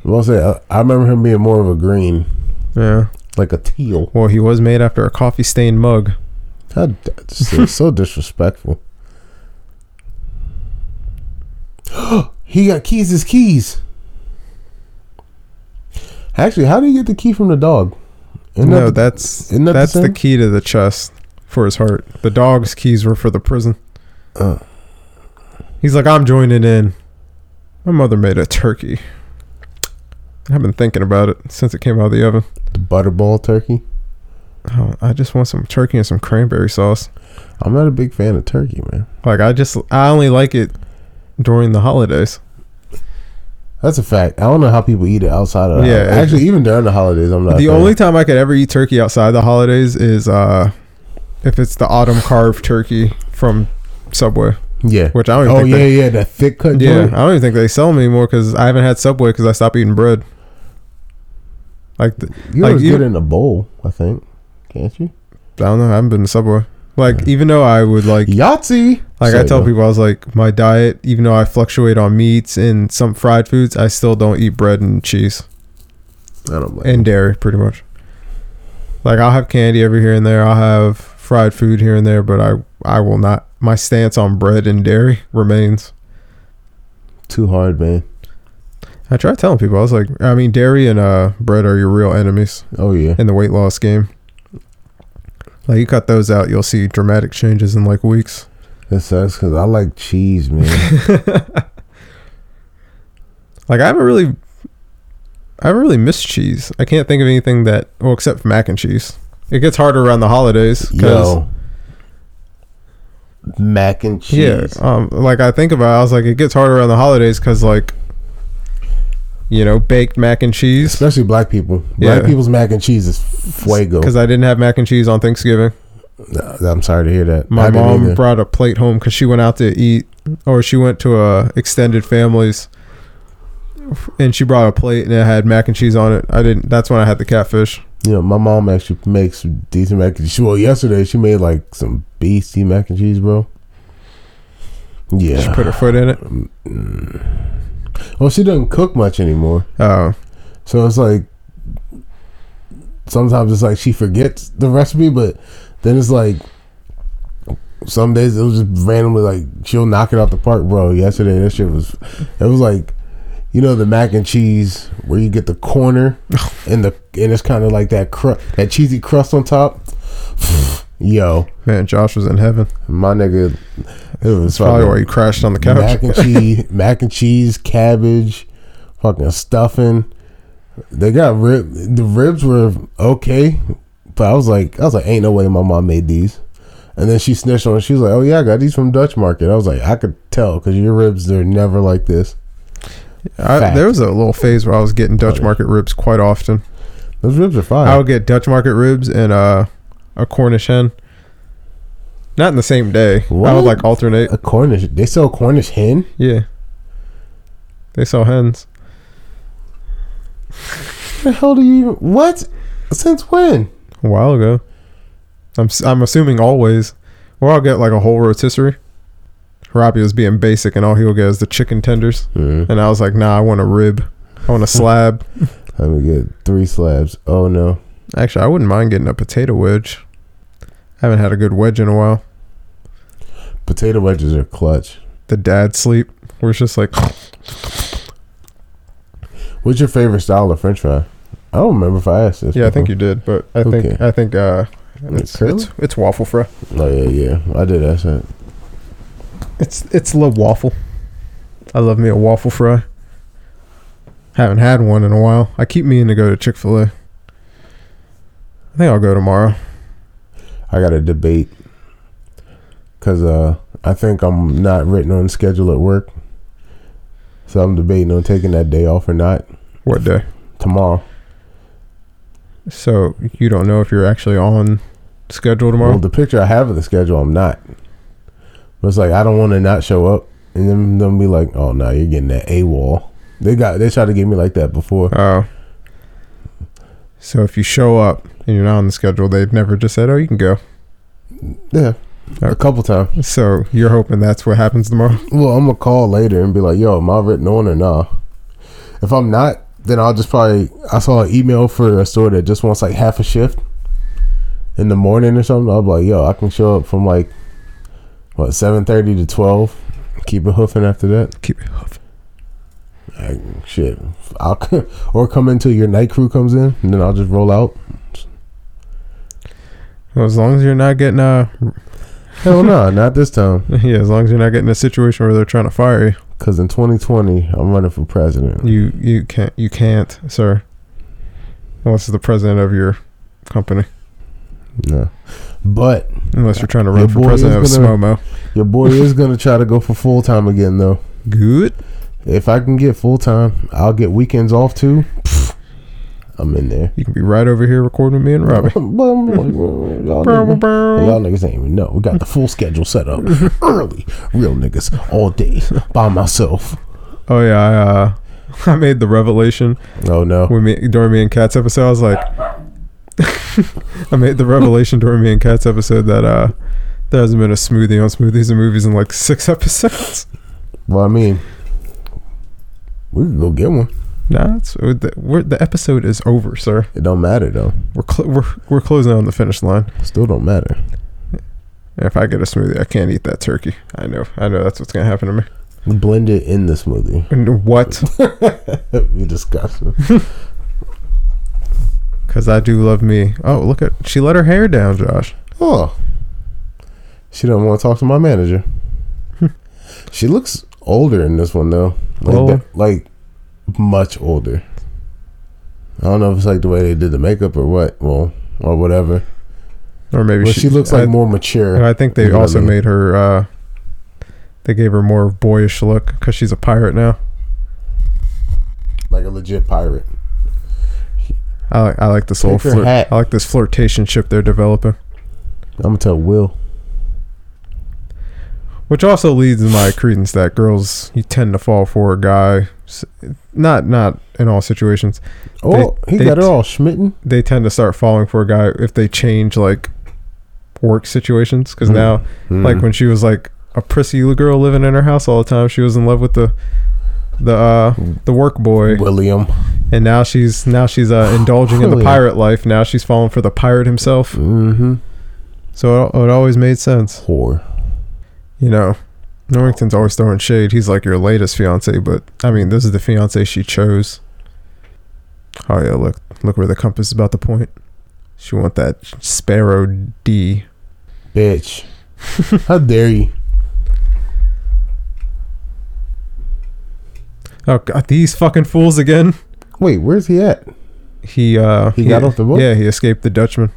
well, say I, I remember him being more of a green,
Yeah.
like a teal.
Well, he was made after a coffee stained mug.
How, that's so- so disrespectful. he got keys. His keys. Actually, how do you get the key from the dog? Isn't
no,
that
that's
isn't that the
that's the,
same?
key to the chest for his heart. The dog's keys were for the prison.
Uh.
He's like, I'm joining in. My mother made a turkey. I've been thinking about it since it came out of the oven.
the butterball turkey.
Oh, I just want some turkey and some cranberry sauce.
I'm not a big fan of turkey, man.
Like I just I only like it during the holidays.
That's a fact. I don't know how people eat it outside of. The
Yeah,
yeah, actually, even during the holidays, I'm not. a
the
fan.
only time I could ever eat turkey outside the holidays is uh if it's the autumn carved turkey from Subway,
yeah.
which I don't even
Oh
think
yeah,
they,
yeah, that thick cut.
yeah,
joint.
I don't even think they sell them anymore because I haven't had Subway because I stopped eating bread. Like the,
You
Like,
always
you-
get in a bowl, I think. Can't you?
I don't know, I haven't been to Subway. Like even though I would like
Yahtzee.
like I
So,
tell
yeah.
people I was like my diet even though I fluctuate on meats and some fried foods I still don't eat bread and cheese.
I don't blame.
and dairy pretty much like i'll have candy every here and there i'll have fried food here and there but i i will not my stance on bread and dairy remains
you. too hard, man.
i tried telling people i was like i mean dairy and uh bread are your real enemies
Oh yeah.
in the weight loss game like you cut those out you'll see dramatic changes in like weeks
That sucks because I like cheese, man.
like i haven't really i haven't really missed cheese i can't think of anything that well except for mac and cheese it gets harder around the holidays 'cause-
Yo. Mac and
Yeah,
cheese.
um, like I think about, it, I was like, it gets harder around the holidays because, like, you know, baked mac and cheese.
Especially black people. Black
Yeah.
people's mac and cheese is fuego.
Because I didn't have mac and cheese on Thanksgiving.
Nah, I'm sorry to hear that. I
My
didn't
mom
either.
brought a plate home because she went out to eat, or she went to uh, extended families, and she brought a plate and it had mac and cheese on it. I didn't. That's when I had the catfish.
you know, my mom actually makes decent mac and cheese. Well, yesterday she made like some beastie mac and cheese, bro.
She
Yeah.
put her foot in it.
Well, she doesn't cook much anymore.
Oh,
So it's like sometimes it's like she forgets the recipe, but then it's like some days it'll just randomly like she'll knock it out the park, bro. Yesterday that shit was it was like you know the mac and cheese where you get the corner and the and it's kind of like that cru- that cheesy crust on top. Yo,
man, Josh was in heaven.
my nigga, it was
That's probably
fucking-
why he crashed on the couch.
mac and cheese, mac and cheese, cabbage, fucking stuffing. They got rib. The ribs were okay, but I was like, I was like, ain't no way my mom made these. And then she snitched on. it. She was like, oh yeah, I got these from Dutch Market. I was like, I could tell because your ribs they're never like this.
I,
Fact.
there was a little phase where I was getting Dutch
Oh, yeah. Oh,
market ribs quite often.
Those ribs are fine.
I would get Dutch market ribs and uh, a Cornish hen. Not in the same day. I
What?
would like alternate.
a Cornish. They sell Cornish hen.
Yeah. They sell hens.
What the hell do you? even- What? Since when?
A while ago. I'm s- I'm assuming always. Or I'll get like a whole rotisserie. Robbie was being basic and all he'll get is the chicken tenders. And I was like, nah, I want a rib. I want a slab.
Let me get three slabs. Oh no.
Actually, I wouldn't mind getting a potato wedge. I haven't had a good wedge in a while.
Potato wedges are clutch.
The dad sleep. Where it's just like
What's your favorite style of French fry? I don't remember if I asked this.
Yeah, I think you did, but I think
Uh-huh. Okay.
I think uh,
before.
it's,
Curly?
it's it's waffle fry.
Oh yeah, yeah. I did ask that.
It's it's love waffle. I love me a waffle fry. Haven't had one in a while. I keep meaning to go to Chick Fil A. I think I'll go tomorrow.
I got a debate because uh, I think I'm not written on schedule at work. So I'm debating on taking that day off or not
What day?
tomorrow.
So you don't know if you're actually on schedule tomorrow.
Well, the picture I have of the schedule, I'm not. But it's like I don't want to not show up, and then them be like, "Oh no, you're getting that a wall." They got they tried to get me like that before.
Oh. So if you show up and you're not on the schedule, they've never just said, "Oh, you can go."
Yeah, a couple times.
So you're hoping that's what happens tomorrow.
Well, I'm gonna call later and be like, "Yo, am I written on or nah?" If I'm not, then I'll just probably. I saw an email for a store that just wants like half a shift in the morning or something. I'll be like, "Yo, I can show up from like what seven thirty to twelve. Keep it hoofing after that.
Keep it
Like, shit, I'll c- or come until your night crew comes in, and then I'll just roll out.
Well, as long as you're not getting uh
Hell no, not this time.
yeah, as long as you're not getting a situation where they're trying to fire
Cause in 2020, I'm running for president.
you, you you can't you can't, sir. Unless it's the president of your company.
No, but
Unless you're trying to
Your
run for
boy
president of
is gonna-
SMOMO.
your boy is gonna try to go for full time again, though.
Good.
If I can get full time, I'll get weekends off too. Pfft, I'm in there.
You can be right over here recording with me and Robbie. Oh,
But I'm like, well, y'all,
Bow,
niggas,
bow,
y'all niggas ain't even know. We got the full schedule set up early. Real niggas all day by myself.
bow. Oh yeah, I uh I made the revelation
Oh no.
when me during me and Cat's episode, I was like, I made the revelation during me and Cat's episode that uh, there hasn't been a smoothie on smoothies and movies in like six episodes.
Well, I mean, we can go get one.
Nah, it's, we're, the, we're, the episode is over, sir.
It don't matter though.
We're cl- we're we're closing on the finish line.
Still don't matter.
And if I get a smoothie, I can't eat that turkey. I know, I know that's what's gonna happen to me.
Blend it in the smoothie.
And what?
you disgusting.
Because I do love me. Oh, look at she let her hair down, Josh.
Oh, she don't want to talk to my manager. she looks older in this one though, like
Well-
that- like much older. I don't know if it's like the way they did the makeup or what, well, or whatever.
Or maybe
But she, looks like
I-
more mature.
And I think they
You know what I
also
mean?
made her. Uh, they gave her more boyish look because she's a pirate now.
like a legit pirate.
I like I like this little
Take her
flirt.
hat.
I like this flirtation ship they're developing,
I'm gonna tell Will.
which also leads to my credence that girls you tend to fall for a guy. s- Not not in all situations.
Oh, he
they
got her
t-
all schmitten.
They tend to start falling for a guy if they change like work situations. Because
Mm.
now, like
Mm.
when she was like a prissy little girl living in her house all the time, she was in love with the the uh, the work boy.
William.
and now she's now she's uh, indulging in the
Really?
pirate life. Now she's falling for the pirate himself.
Mm-hmm.
So it, it always made sense,
Whore.
you know. Norrington's always throwing shade. He's like your latest fiance, but I mean, this is the fiance she chose. Oh yeah, look, look where the compass is about to point. She want that sparrow D.
Bitch. How dare you?
Oh God, these fucking fools again.
Wait, where's he at?
He uh,
He got off the boat?
Yeah, he escaped the Dutchman.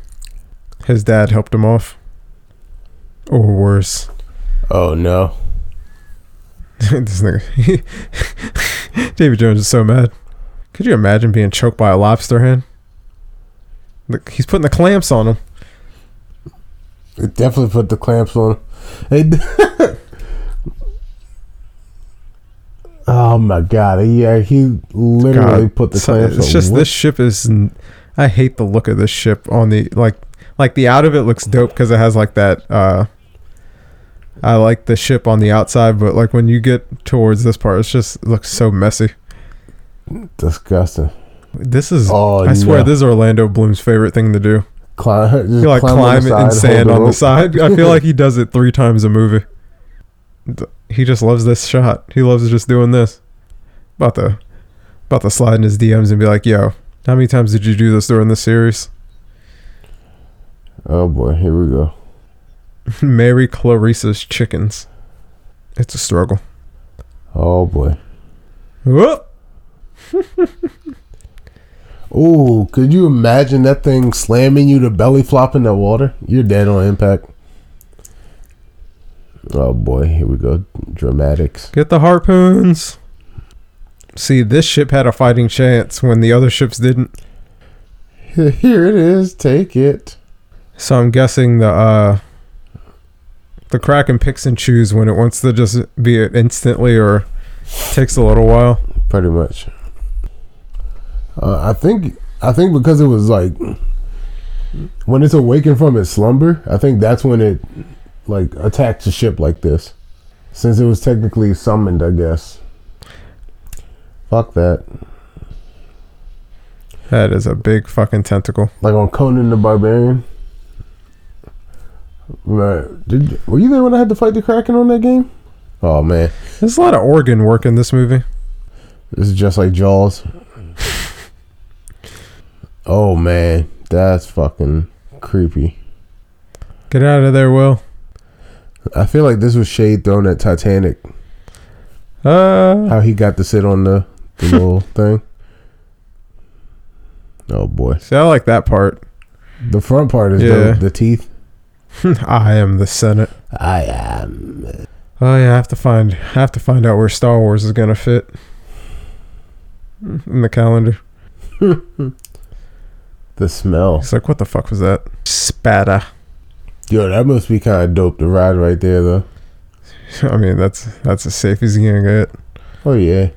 His dad helped him off, or worse.
Oh no.
this nigga. David Jones is so mad. Could you imagine being choked by a lobster hand? Look, he's putting the clamps on him.
It definitely put the clamps on. It oh my god! Yeah, he literally
God,
put the
so-
clamps on.
It's just
What-
this ship is. n- I hate the look of this ship on the like, like the out of it looks dope because it has like that. uh I like the ship on the outside, but like when you get towards this part, it's just it looks so messy.
disgusting.
This is.
Oh,
I swear,
no.
this is Orlando Bloom's favorite thing to do.
Climb,
I
just
feel like
climb
climb,
on
it
the
and
side, hold
sand on the
rope.
side. I feel like he does it three times a movie. Th- He just loves this shot. He loves just doing this. About to, about to slide in his DMs and be like, "Yo, how many times did you do this during this series?"
Oh boy, here we go.
Mary Clarissa's chickens. It's a struggle.
Oh boy.
Whoop.
Ooh, could you imagine that thing slamming you to belly flop in that water? You're dead on impact. Oh boy, here we go. Dramatics.
Get the harpoons. See, this ship had a fighting chance when the other ships didn't.
Here it is. Take it.
So I'm guessing the uh the Kraken picks and choose when it wants to just be it instantly or takes a little while.
Pretty much. Uh, I think. I think because it was like when it's awakened from its slumber. I think that's when it like attacked the ship like this, since it was technically summoned. I guess. Fuck that.
That is a big fucking tentacle.
like on Conan the Barbarian. Right. Did were you there when I had to fight the Kraken on that game? Oh man,
There's a lot of organ work in this movie.
this is just like Jaws. oh man, that's fucking creepy.
Get out of there, Will.
I feel like this was shade thrown at Titanic.
Uh,
How he got to sit on the, the little thing. Oh boy,
see, I like that part.
the front part is
Yeah.
the, the teeth.
I am the Senate.
I am.
Oh yeah, I have to find I have to find out where Star Wars is gonna fit in the calendar.
The smell.
He's like, what the fuck was that? Spatter.
Yo, that must be kind of dope to ride right there, though.
I mean, that's that's as safe as you're gonna get.
Oh yeah.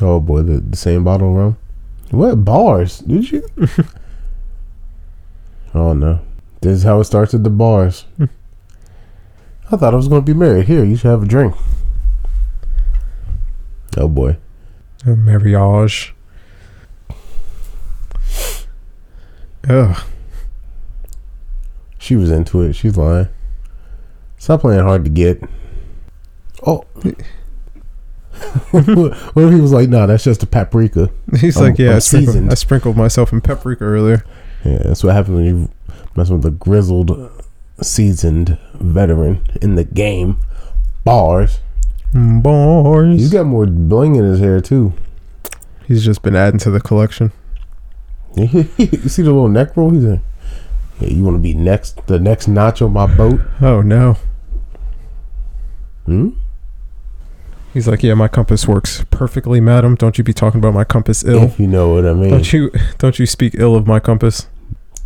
Oh boy, the, the same bottle of rum. What bars? Did you? oh no. This is how it starts at the bars. I thought I was gonna be married. Here, you should have a drink. Oh boy.
A marriage. Ugh.
She was into it. She's lying. Stop playing hard to get. Oh. what if he was like, nah, that's just a paprika?
He's
I'm-
like, yeah,
I'm
I sprinkled-
seasoned.
I sprinkled myself in paprika earlier.
Yeah, that's what happens when you mess with a grizzled, seasoned veteran in the game. Bars.
Bars.
He's got more bling in his hair too.
He's just been adding to the collection.
you see the little neck roll he's in. Yeah, you want to be next, the next notch on my boat?
Oh no.
Hmm?
He's like, yeah, my compass works perfectly, madam. Don't you be talking about my compass ill.
If you know what I mean.
Don't you don't you speak ill of my compass.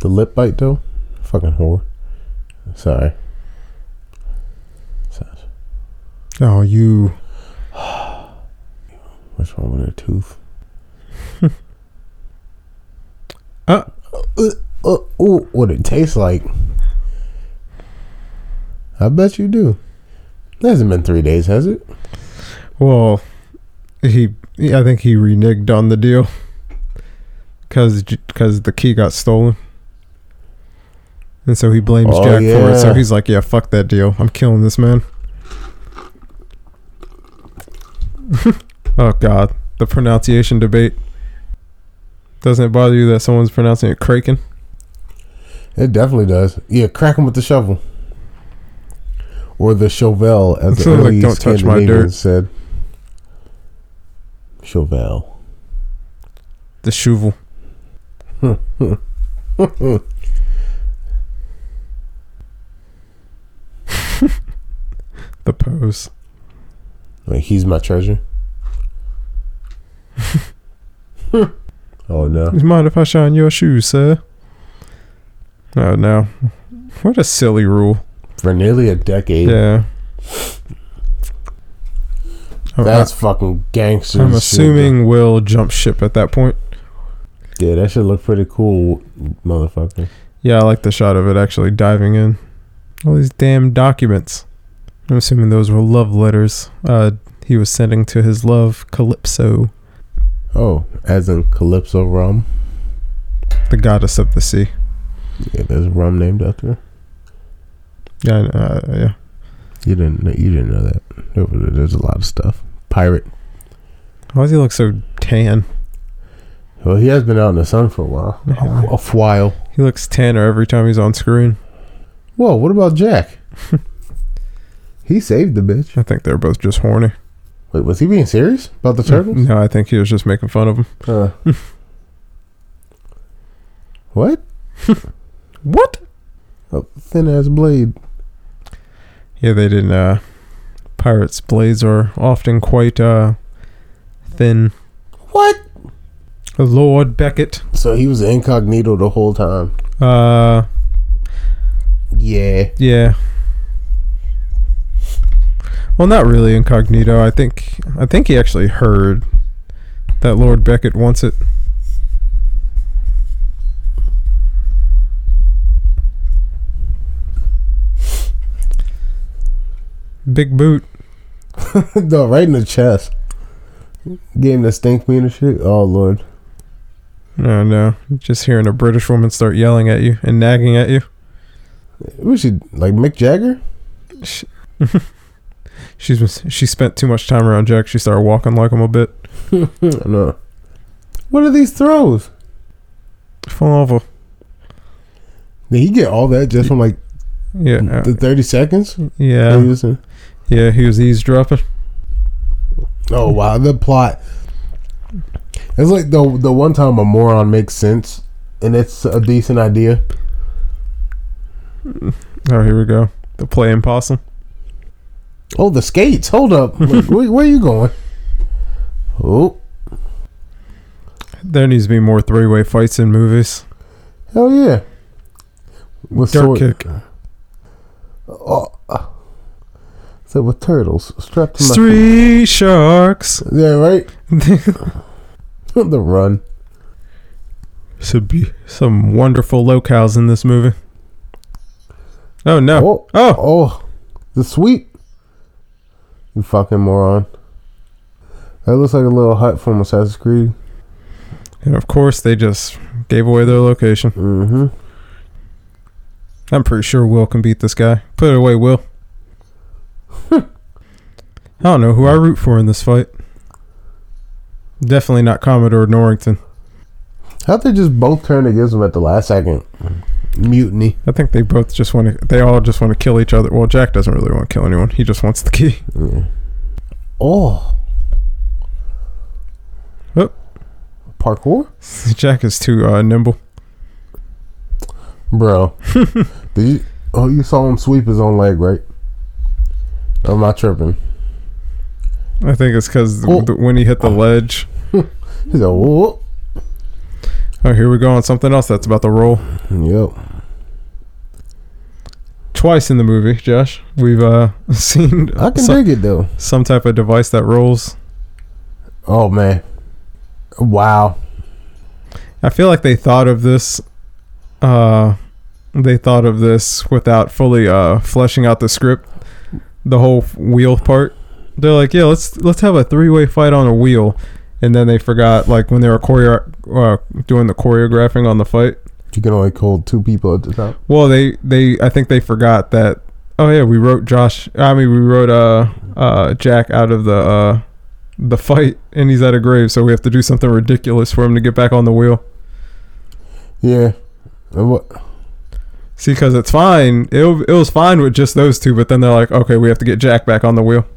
The lip bite though, fucking whore. Sorry. So-
Oh, you.
What's wrong with her tooth?
Uh.
Uh, uh, ooh, what it tastes like? I bet you do. It hasn't been three days, has it?
Well, he. I think he reneged on the deal. Cause, j- cause the key got stolen. And so he blames
Oh,
Jack for it. So
yeah.
he's like, yeah, fuck that deal. I'm killing this man. oh God, the pronunciation debate. Doesn't it bother you that someone's pronouncing it Kraken?
It definitely does. Yeah, crack 'em with the shovel. Or the shovel, as the
Sounds like
early
Don't Touch My Dirt.
Scandinavians said. Shovel.
The shovel. the pose.
Like he's my treasure. oh no.
Mind if I shine your shoes, sir? Oh no. What a silly rule.
For nearly a decade.
Yeah. I'm-
That's fucking gangster.
I'm
shit.
assuming Will jump ship at that point.
Yeah, that should look pretty cool, motherfucker.
Yeah, I like the shot of it actually diving in. All these damn documents. I'm assuming those were love letters uh, he was sending to his love, Calypso,
Oh, as in Calypso rum.
the goddess of the sea.
Yeah, there's rum named after. her.
Yeah, I- uh, yeah.
You didn't. Know, you didn't know that. There was- There's a lot of stuff. Pirate.
Why does he look so tan?
Well, he has been out in the sun for a while. A, a while.
He looks tanner every time he's on screen.
Whoa, what about Jack? he saved the bitch.
I think they're both just horny.
Wait, was he being serious about the turtles?
No, I think he was just making fun of him.
Huh. what?
What?
Thin ass blade.
Yeah, they didn't. uh Pirates' blades are often quite uh, thin.
What?
Lord Beckett.
So he was incognito the whole time.
Uh,
Yeah.
yeah. Well, not really incognito. I think I think he actually heard that Lord Beckett wants it. Big boot.
no, right in the chest. Getting the stink me and shit. Oh lord.
No, no. Just hearing a British woman start yelling at you and nagging at you.
We should like Mick Jagger.
She's she spent too much time around Jack. She started walking like him a bit. Hmm.
no. What are these throws?
Fall off a-
Did he get all that just from like
Yeah,
the thirty seconds? that he
yeah,
was in?
yeah. He was eavesdropping.
Oh wow, the plot. It's like the the one time a moron makes sense, and it's a decent idea.
Oh, here we go. The playing possum.
Oh, the skates. Hold up. Like, where, where you going? Oh,
There needs to be more three-way fights in movies.
hell yeah. With
Dirt
sword-
kick.
Oh. uh, So with turtles strapped to my
Three sharks.
Yeah, right. the run.
Should be some wonderful locales in this movie. Oh no!
Oh,
Oh,
oh, the sweep. You fucking moron. That looks like a little hut from Assassin's Creed.
and of course they just gave away their location.
Mm-hmm.
I'm pretty sure Will can beat this guy. Put it away, Will. I don't know who I root for in this fight. Definitely not Commodore Norrington.
How'd they just both turn against him at the last second? Mutiny.
I think they both just want to. They all just want to kill each other. Well, Jack doesn't really want to kill anyone. He just wants the key.
Yeah. Oh.
Oh.
Parkour?
Jack is too uh, nimble.
Bro. Did you oh you saw him sweep his own leg, right? I'm not tripping.
I think it's because
Oh.
when he hit the ledge.
He's like, whoop.
Oh, here we go on something else that's about to roll.
Yep.
Twice in the movie, Josh, we've uh, seen
I can
some,
dig it though.
some type of device that rolls.
Oh man. Wow.
I feel like they thought of this. Uh, they thought of this without fully uh, fleshing out the script, the whole wheel part. They're like, yeah, let's let's have a three way fight on a wheel, and then they forgot like when they were choreo- uh, doing the choreographing on the fight.
You can only hold two people at the time.
Well, they they I think they forgot that. Oh yeah, we wrote Josh. I mean, we wrote uh uh Jack out of the uh the fight, and he's at a grave, so we have to do something ridiculous for him to get back on the wheel.
Yeah. And what
See, because it's fine. It, w- it was fine with just those two, but then they're like, okay, we have to get Jack back on the wheel.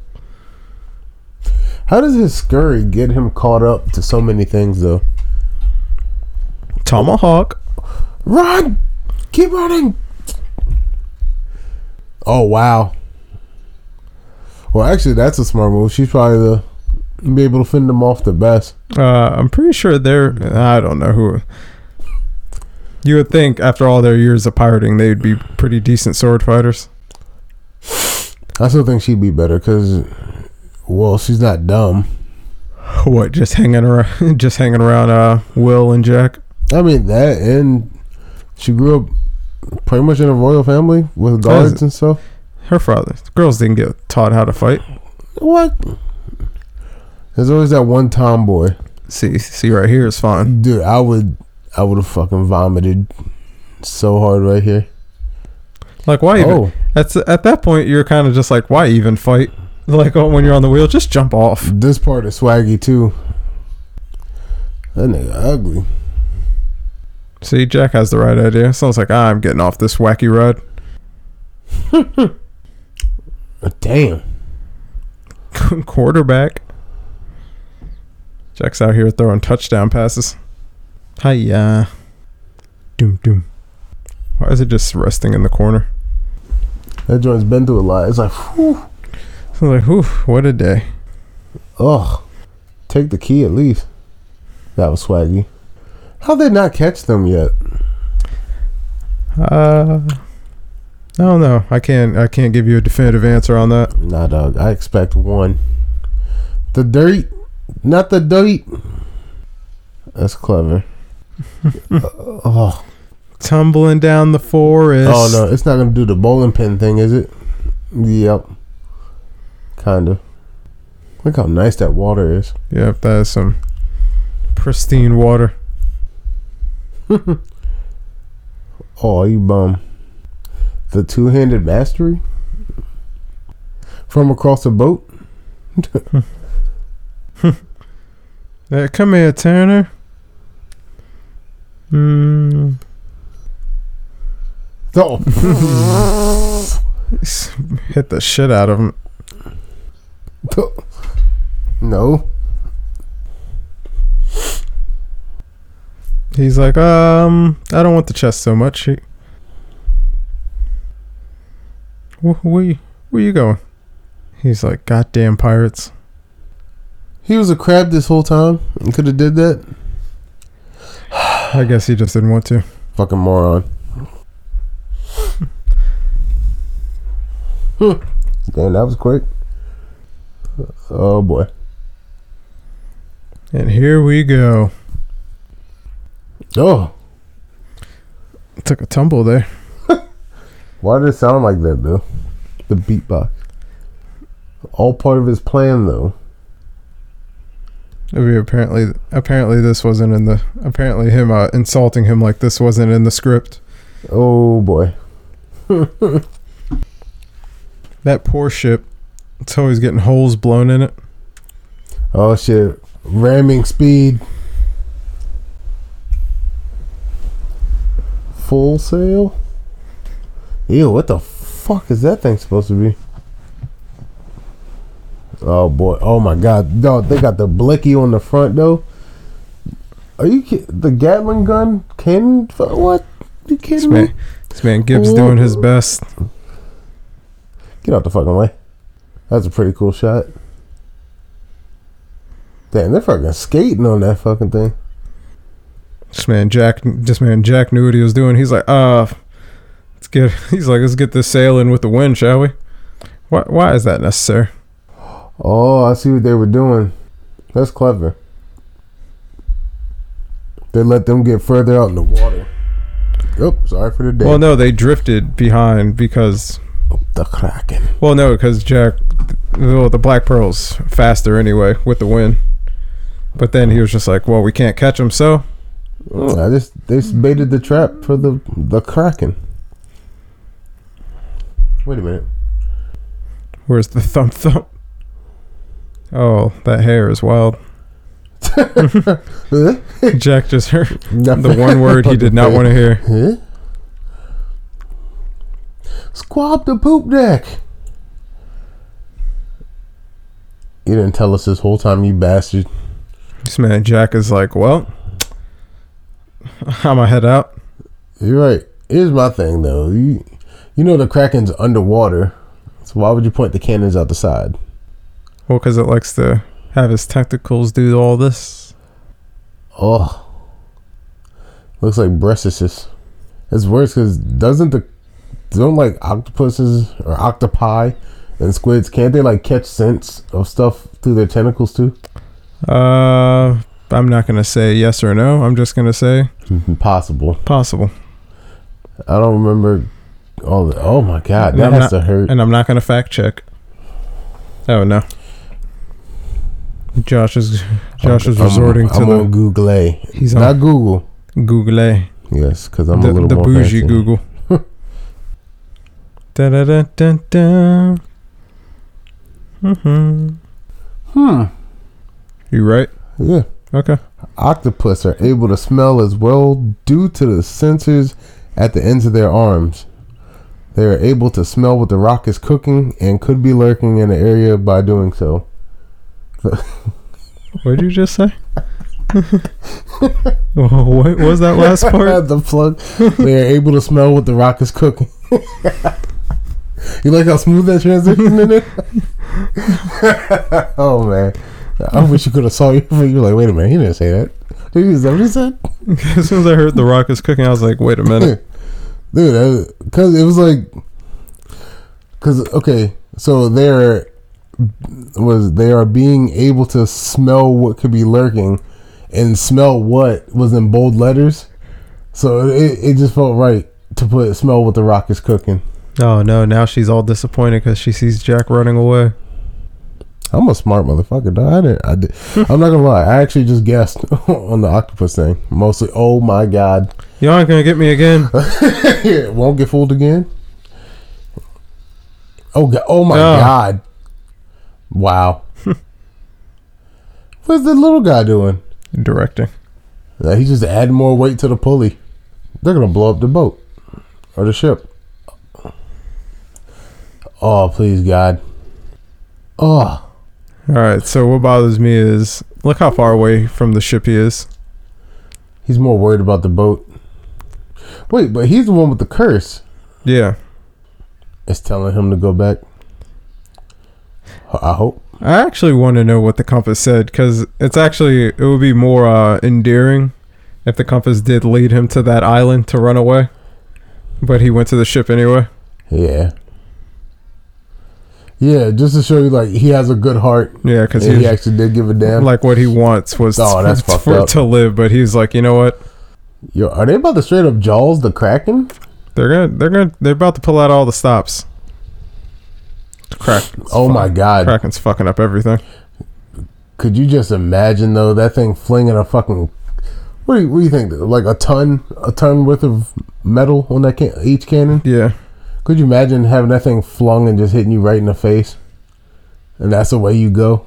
how does his scurry get him caught up to so many things though?
Tomahawk.
Run! Keep running! Oh wow. Well actually that's a smart move. She's probably the be able to fend him off the best.
Uh, I'm pretty sure they're. I don't know who. You would think after all their years of pirating, they'd be pretty decent sword fighters.
I still think she'd be better because well, she's not dumb.
What? Just hanging around. Just hanging around. Uh, Will and Jack.
I mean that and she grew up pretty much in a royal family with guards and stuff.
Her father. The girls didn't get taught how to fight.
What? There's always that one tomboy.
See, see, right here is fine.
Dude, I would I would have fucking vomited so hard right here.
Like, why even?
Oh,
That's at that point, you're kind of just like, why even fight? Like, oh, when you're on the wheel, just jump off.
this part is swaggy too. That nigga ugly.
See, Jack has the right idea. Sounds like I'm getting off this wacky ride.
Damn.
Quarterback. Jack's out here throwing touchdown passes. Hiya. Doom doom. Why is it just resting in the corner?
That joint's been through a lot. It's like, whew.
like, whew, what a day.
Ugh. Take the key at least. That was swaggy. How'd they not catch them yet?
Uh, I don't know. I can't. I can't give you a definitive answer on that.
Nah, dog. I expect one. The dirt, not the dirt. That's clever. oh,
Tumbling down the forest.
oh no, it's not gonna do the bowling pin thing, is it? Yep. Kinda. Look how nice that water is.
Yep, that is some pristine water.
Oh, you bum. The two handed mastery? From across the boat?
Hey, come here, Turner. Mm,
Oh.
hit the shit out of him.
no.
He's like, um, I don't want the chest so much. He, Wh- where, you, where you going? He's like, goddamn pirates.
He was a crab this whole time and could have did that.
I guess he just didn't want to.
Fucking moron. Hmm. Damn, that was quick. Oh boy.
And here we go.
Oh,
Took a tumble there.
why did it sound like that though? The beatbox. All part of his plan though.
I mean, apparently, apparently this wasn't in the. Apparently, him uh, insulting him like this wasn't in the script.
Oh boy.
That poor ship. It's always getting holes blown in it.
Oh shit. Ramming speed. Full sail? Ew, what the fuck is that thing supposed to be? Oh boy. Oh my god. No, they got the blicky on the front though. Are you kidding? The Gatling gun can what? You
This
kidding me?
man, this man Gibbs doing his best.
Get out the fucking way. That's a pretty cool shot. Damn, they're fucking skating on that fucking thing.
This man Jack, this man Jack knew what he was doing. He's like, uh, let's get. He's like, let's get this sail in with the wind, shall we? Why? Why is that necessary?
Oh, I see what they were doing. That's clever. They let them get further out in the water. Oop, sorry for the day.
Well, no, they drifted behind because.
the Kraken.
Well, no, because Jack, well, the Black Pearl's faster anyway with the wind. But then he was just like, well, we can't catch him, so
Oh, I just they just baited the trap for the the Kraken. Wait a minute.
where's the thump thump? Oh, that hair is wild.
Huh?
Jack just heard the one word he did not want to hear.
Huh? Squab the poop deck. You didn't tell us this whole time, you bastard.
This man Jack is like, well, I'ma head out.
You're right. Here's my thing though. You you know the Kraken's underwater, so why would you point the cannons out the side?
Well, because it likes to have his tentacles do all this.
Oh, looks like breastises. It's worse because doesn't the don't like octopuses or octopi and squids can't they like catch scents of stuff through their tentacles too?
Uh, I'm not gonna say yes or no. I'm just gonna say
Impossible.
possible,
I don't remember. all the, oh my god,
And
that
I'm
has
not-
to hurt.
and I'm not gonna fact check. Oh no. Josh is Josh is
I'm-
resorting
I'm
to
on Google. A.
the he's
Not
on
Google.
Google eh?
Yes, because I'm a
the,
little
the
more
bougie
fancy.
Google. da da da da da. Mm-hmm.
Hmm.
You right?
Yeah.
Okay.
Octopus are able to smell as well due to the sensors at the ends of their arms. They are able to smell what the rock is cooking and could be lurking in the area by doing so.
What did you just say? Oh, what was that last part?
the plug. They are able to smell what the rock is cooking. You like how smooth that transition in it? oh man, I wish you could have saw you. You're like, wait a minute, he didn't say that. Did he- Is that what he said?
as soon as I heard The Rock is cooking, I was like, wait a minute.
dude because it was like because okay so they're was they are being able to smell what could be lurking and smell what was in bold letters so it, it just felt right to put smell what the rock is cooking
Oh no! Now she's all disappointed because she sees Jack running away.
i'm a smart motherfucker dog. I didn't, I did, i'm not gonna lie i actually just guessed on the octopus thing mostly oh my god
You aren't gonna get me again.
won't get fooled again. Oh god! Oh my
No.
god! Wow. What's the little guy doing?
Directing.
Uh, he's just adding more weight to the pulley. They're gonna blow up the boat or the ship. Oh please, God! Oh,
All right. So what bothers me is look how far away from the ship he is.
he's more worried about the boat. Wait, but he's the one with the curse.
Yeah.
It's telling him to go back. I hope.
I actually want to know what the compass said because it's actually it would be more uh, endearing if the compass did lead him to that island to run away, but he went to the ship anyway.
Yeah. Yeah, just to show you, like he has a good heart,
Yeah, because
and
he
he
was,
actually did give a damn. Like,
like what he wants was
Oh, that's
for,
fucked
for-
up.
to live, but he's like, you know what?
yo, are they about to straight up Jaws the Kraken?
They're gonna they're gonna they're about to pull out all the stops. Crack.
Oh my god!
Kraken's fucking up everything.
Could you just imagine though that thing flinging a fucking what do you, what do you think? Like a ton, a ton worth of metal on that can- each cannon?
Yeah.
Could you imagine having that thing flung and just hitting you right in the face? And that's the way you go.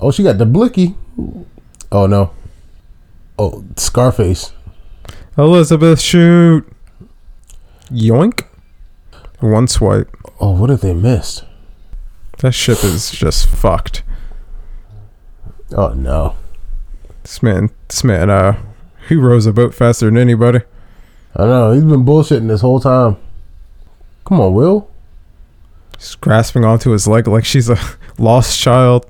Oh, she got the blicky. Oh no. Oh, Scarface.
Elizabeth, shoot. Yoink. One swipe.
Oh, what if they missed?
That ship is just fucked.
Oh no.
This man, this man, uh, he rows a boat faster than anybody.
I know, he's been bullshitting this whole time. Come on, Will.
He's grasping onto his leg like she's a lost child.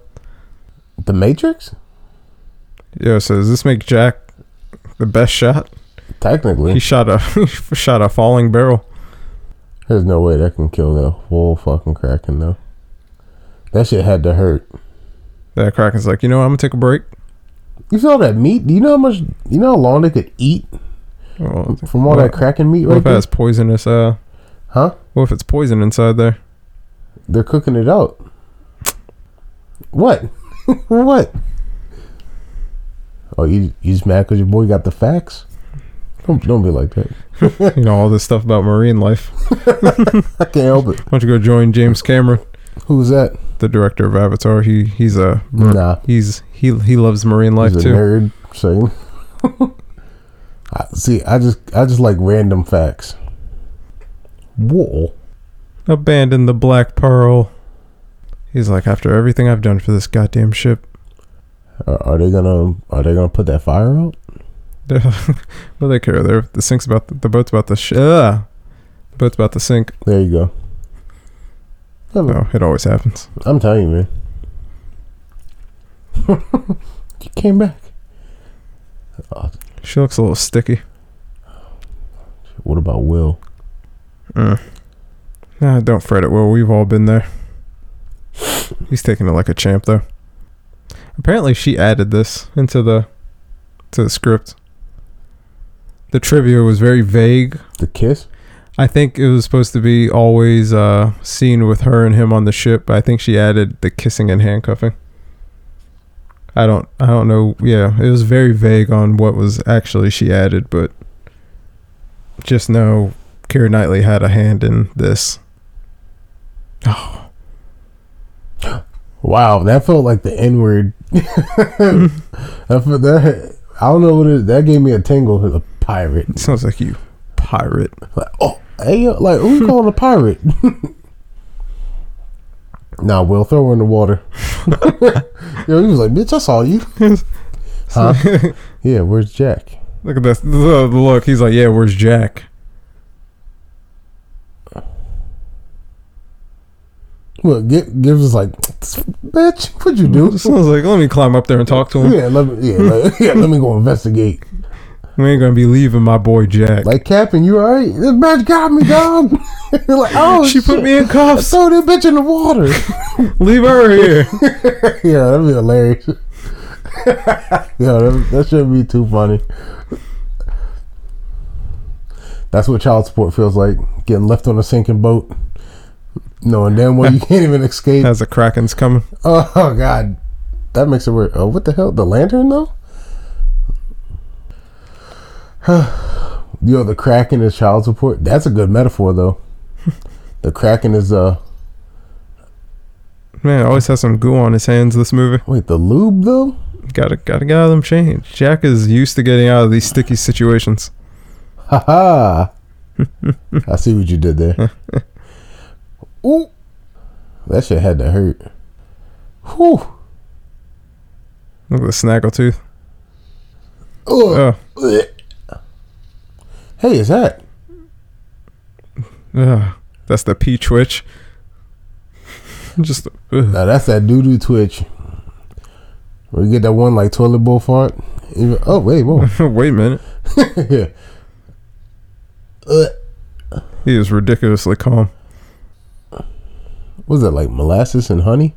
The Matrix?
Yo, so does this make Jack the best shot? He
Technically.
shot a he shot a falling barrel.
There's no way that can kill the whole fucking Kraken though. That shit had to hurt.
That Kraken's like, you know, what? I'm gonna take a break.
You saw that meat? Do you know how much you know how long they could eat
Well,
from all that Kraken meat
what
right
if it
there?
has poisonous? Uh,
Huh?
what if it's poison inside there?
They're cooking it out. What? what? Oh, you you just mad because your boy got the facts? Don't, don't be like that.
You know all this stuff about marine life.
I can't help it.
Why don't you go join James Cameron,
Who's that?
the director of Avatar? He he's a
Nah.
he's he he loves marine life
He's a
too.
nerd. So, I, see, I just, I just like random facts. Whoa!
Abandon the Black Pearl. He's like, after everything I've done for this goddamn ship,
Are, are they gonna, are they gonna put that fire out?
well, they care. They're, the sink's about the boat's about to sh- Ugh. The boat's about to sink.
There you go. I'm,
No, it always happens.
I'm telling you, man. you came back. Oh,
She looks a little sticky.
what about Will?
Mm. Nah, don't fret it. Well, we've all been there. He's taking it like a champ, though. Apparently, she added this into the to the script. The trivia was very vague.
The kiss?
I think it was supposed to be always uh, seen with her and him on the ship. but I think she added the kissing and handcuffing. I don't, I don't know. Yeah, it was very vague on what was actually she added, but just know Keira Knightley had a hand in this.
Wow, that felt like the N word. that, felt- that, I don't know what it is. That gave me a tingle. A pirate.
It sounds like you pirate.
Like, oh, hey, yo, like who you calling a pirate? nah, Will, throw her in the water. yo, he was like, bitch, I saw you. huh? yeah, where's Jack?
Look at this. The the look. He's like, yeah, where's Jack?
Well, Gi- Gibbs is like, bitch, what'd you do?
Someone's like, let me climb up there and talk to him.
Yeah, let me, yeah, let, yeah, let me go investigate.
We ain't gonna be leaving my boy Jack.
Like, Captain, you all right? This bitch got me, dog. You're like, oh,
she put
shit.
me in cuffs.
Throw that bitch in the water.
Leave her here.
yeah, that'd be hilarious. yeah, that, that shouldn't be too funny. That's what child support feels like getting left on a sinking boat, knowing damn well you can't even escape.
As the Kraken's coming.
Oh god, that makes it weird. Oh, what the hell? The lantern though? Yo, the kraken is child support. That's a good metaphor though. the kraken is uh
Man, always has some goo on his hands. This movie.
wait the lube though.
Gotta gotta get out of them chains. Jack is used to getting out of these sticky situations.
Haha. I see what you did there. Ooh, that shit had to hurt. Whew.
Look at the snaggle tooth.
Ugh.
Oh,
Hey, is that?
ugh. that's the pee twitch. Just ugh.
Now that's that doo doo twitch. We get that one like toilet bowl fart. Even, oh wait, whoa.
wait a minute.
yeah. Uh,
He is ridiculously calm.
was that like molasses and honey?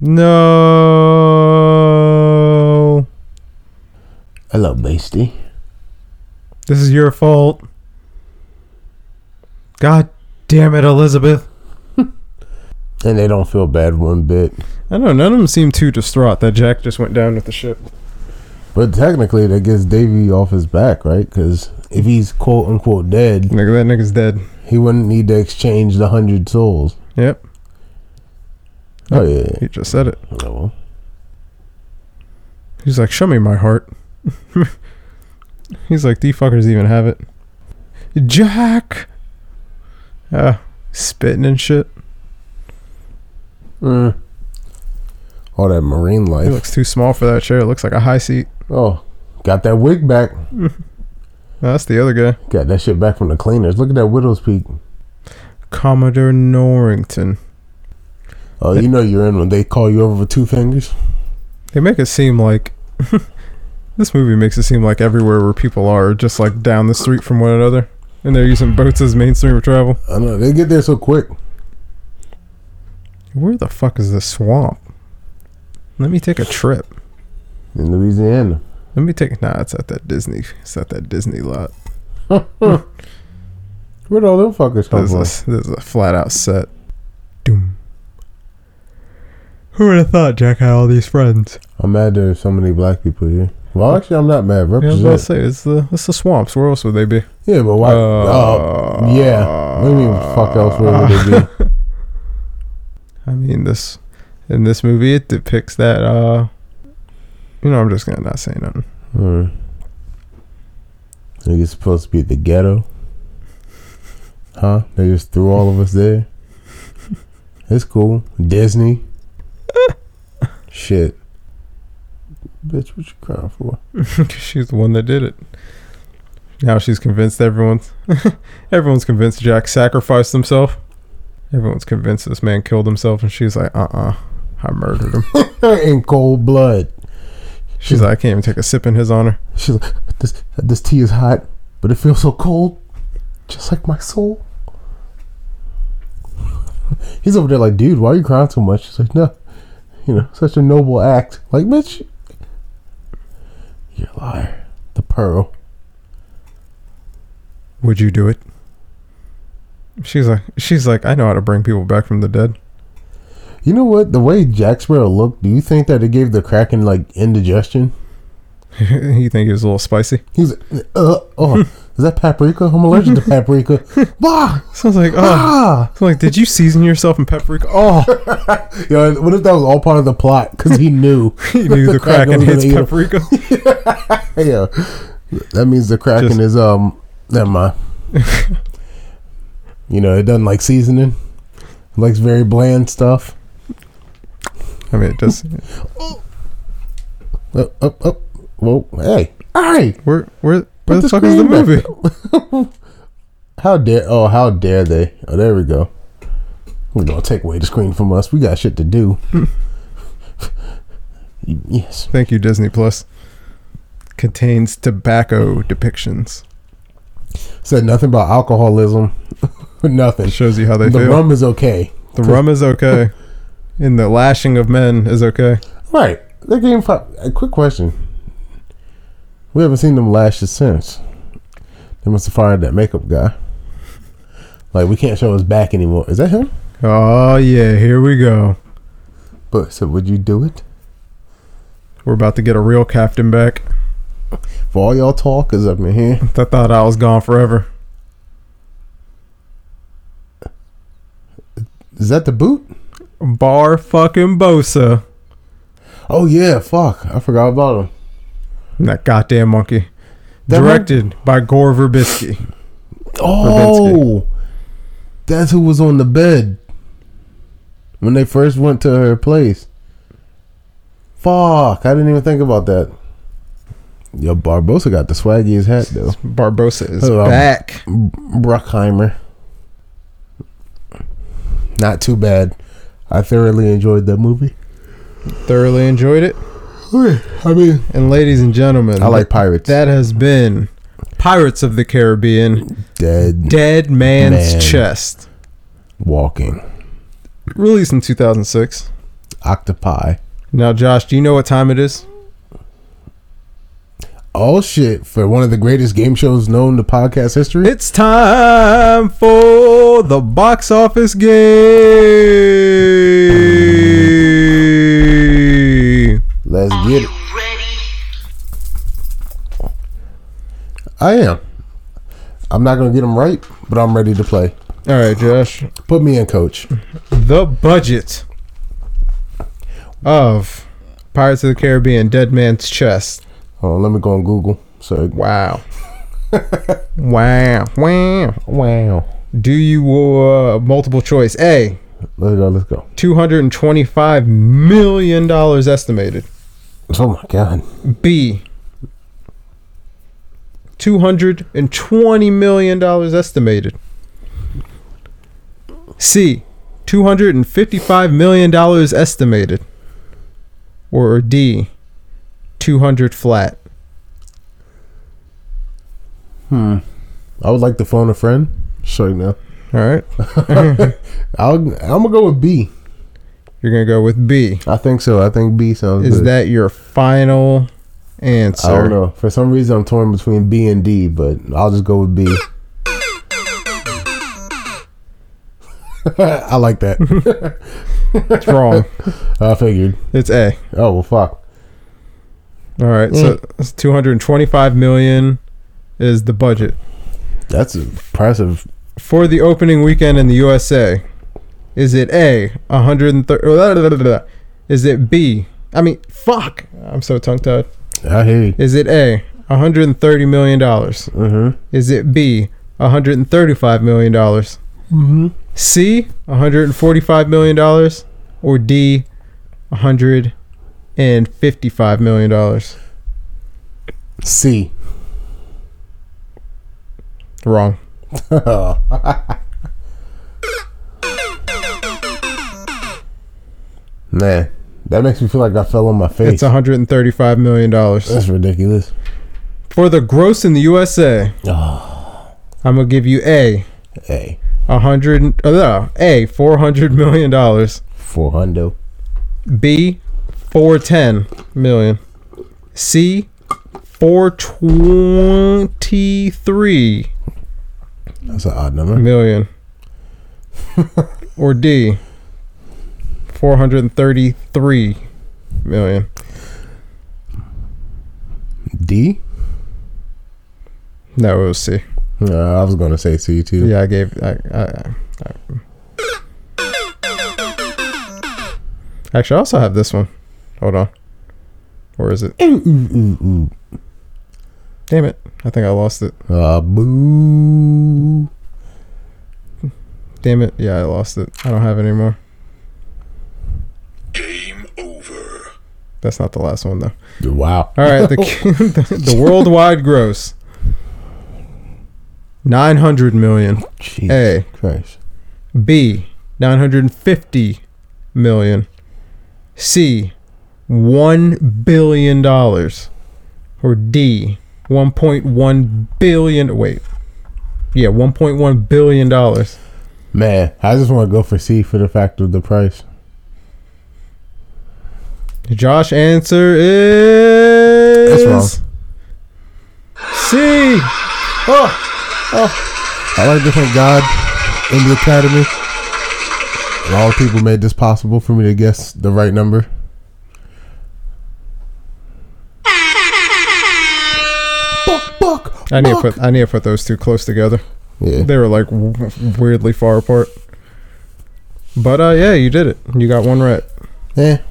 No,
Hello, Basty.
this is your fault. God damn it, Elizabeth.
And they don't feel bad one bit.
I know none of them seem too distraught that Jack just went down with the ship.
But technically, that gets Davy off his back, right? Because if he's quote unquote dead,
Nigga, that nigga's dead.
he wouldn't need to exchange the hundred souls.
Yep,
Oh yeah.
he just said it.
Oh, well.
He's like, show me my heart. He's like, these fuckers even have it. Jack! Ah, spitting and shit.
Mm. All that marine
He
life.
looks too small for that chair. It looks like a high seat.
Oh, got that wig back.
No, that's the other guy.
Got that shit back from the cleaners. Look at that widow's peak.
Commodore Norrington.
Oh, you know you're in when they call you over for two fingers.
They make it seem like. this movie makes it seem like everywhere where people are, just like down the street from one another. And they're using boats as mainstream of travel.
I know they get there so quick.
Where the fuck is this swamp? Let me take a trip.
in Louisiana.
Let me take. Nah, it's at that Disney. It's at that Disney lot.
Where'd all them fuckers come
There's
from?
a, there's a flat out set. Doom. Who would have thought Jack had all these friends?
I'm mad there's so many black people here. Well, actually, I'm not mad.
Yeah, I was about to
Represent.
say it's the it's the swamps. Where else would they be?
Yeah, but why?
Uh,
oh, yeah. What do you mean, fuck else? Where would it be?
I mean this in this movie it depicts that. uh You know, I'm just gonna not say nothing.
Hmm. Think it's supposed to be the ghetto, huh? They just threw all of us there. It's cool. Disney. Shit. Bitch, what you crying for?
she's the one that did it. Now she's convinced everyone's everyone's convinced Jack sacrificed himself. Everyone's convinced this man killed himself, and she's like, "Uh, uh I murdered him."
in cold blood.
She's like, "I can't even take a sip in his honor."
She's like, this, this tea is hot, but it feels so cold, just like my soul. He's over there like, dude, why are you crying so much? She's like, no, you know, such a noble act. Like, bitch, you're a liar. The pearl.
Would you do it? She's like, she's like, I know how to bring people back from the dead.
You know what? The way Jack Sparrow looked, do you think that it gave the Kraken like indigestion?
you think he was a little spicy?
He's, uh, oh, is that paprika? I'm allergic to paprika. Bah!
So I was like, oh,
Ah!
so like, did you season yourself in paprika? Oh,
Yo, what if that was all part of the plot? Because he knew.
he knew the Kraken
was gonna
hates
eat him.
paprika.
Yeah, that means the Kraken
Just-
is um. Never mind. you know, it doesn't like seasoning. It likes very bland stuff.
I mean, it just
Up, up, up. Whoa, oh, hey, hey!
where where
Put
where the
the
fuck is the
screen back
movie?
How dare? Oh, how dare they? Oh, there we go. We're gonna take away the screen from us. We got shit to do. yes.
Thank you, Disney Plus. Contains tobacco depictions.
Said nothing about alcoholism. nothing.
It shows you how they
the
feel.
rum is okay.
the rum is okay, and the lashing of men is okay.
Right. That game five. A quick question. We haven't seen them lashes since. They must have fired that makeup guy. Like we can't show his back anymore. Is that him?
Oh yeah, here we go.
But so would you do it?
We're about to get a real captain back.
For all y'all talkers up in here,
I thought I was gone forever.
is that the boot?
Bar fucking Bosa.
Oh yeah, fuck! I forgot about him.
And That goddamn monkey.
That mon-
Directed by Gore Verbisky.
Oh, that's who was on the bed when they first went to her place. Fuck! I didn't even think about that. Yo, Barbosa got the swaggiest hat though.
Barbosa is
Hello.
back.
Bruckheimer. Not too bad. I thoroughly enjoyed that movie.
Thoroughly enjoyed it.
I mean,
And ladies and gentlemen,
I like pirates.
that has been Pirates of the Caribbean
Dead
Dead Man's
Man.
Chest.
walking
Released in 2006.
octopi.
Now, Josh, do you know what time it is?
All Oh, shit for one of the greatest game shows known to podcast history.
It's time for the box office game.
Let's
Are
get
you
it.
ready?
I am. I'm not gonna get them right, but I'm ready to play.
All right, Josh.
Put me in, coach.
The budget of Pirates of the Caribbean Dead Man's Chest.
Hold on, Uh, let me go on Google. So
Wow. wow. Wow.
wow.
Do you uh, multiple choice? A.
Let's go. Let's go.
$225 million estimated.
Oh my god.
B. Two hundred and twenty million dollars estimated. C. Two hundred and fifty-five million dollars estimated. Or D. Two hundred flat.
I would like to phone a friend. Sure now.
All right,
I'll, I'm gonna go with B.
you're gonna go with B.
I think so. I think B sounds
Is
good.
that your final answer?
I don't know. For some reason, I'm torn between B and D, but I'll just go with B. I like that.
It's wrong.
I figured.
It's A.
Oh well, fuck.
All right, so it's
Mm.
two hundred and twenty-five million is the budget.
That's impressive.
for the opening weekend in the USA? Is it A, 130? Is it B? I mean, fuck. I'm so tongue tied.
I hear you.
Is it A, $130 million?
Mm-hmm.
Is it B, $135 million?
Mm-hmm.
C, $145 million? Or D, $155 million?
C.
Wrong.
Man, that makes me feel like I fell on my face.
It's $135 million.
That's ridiculous.
For the gross in the USA,
Oh,
I'm going to give you A,
hey,
a hundred uh, no, a four hundred million dollars
four hundo.
b four ten million c four twenty three
That's an odd number.
million or d four hundred thirty three million
D.
no it was c
Uh, I was gonna say C too.
yeah i gave i, I, I actually i also have this one hold on where is it
Ooh, ooh, ooh, ooh.
damn it i think i lost it
Uh, boo.
Damn it. Yeah, I lost it. I don't have it anymore.
Game over.
That's not the last one, though.
Wow.
All right. The, the, worldwide gross 900 million.
Jesus
A.
Christ.
B. 950 million. C, 1 billion dollars. Or D, 1.1 billion. Wait. Yeah, 1.1 billion dollars.
Man, I just want to go for C for the fact of the price.
Josh answer is C.
I like to thank God in the Academy. And all the people made this possible for me to guess the right number. Buck, buck,
I need to
buck.
put I need to put those two close together.
Yeah.
They were like w- weirdly far apart. But uh yeah, you did it. You got one right.
Yeah.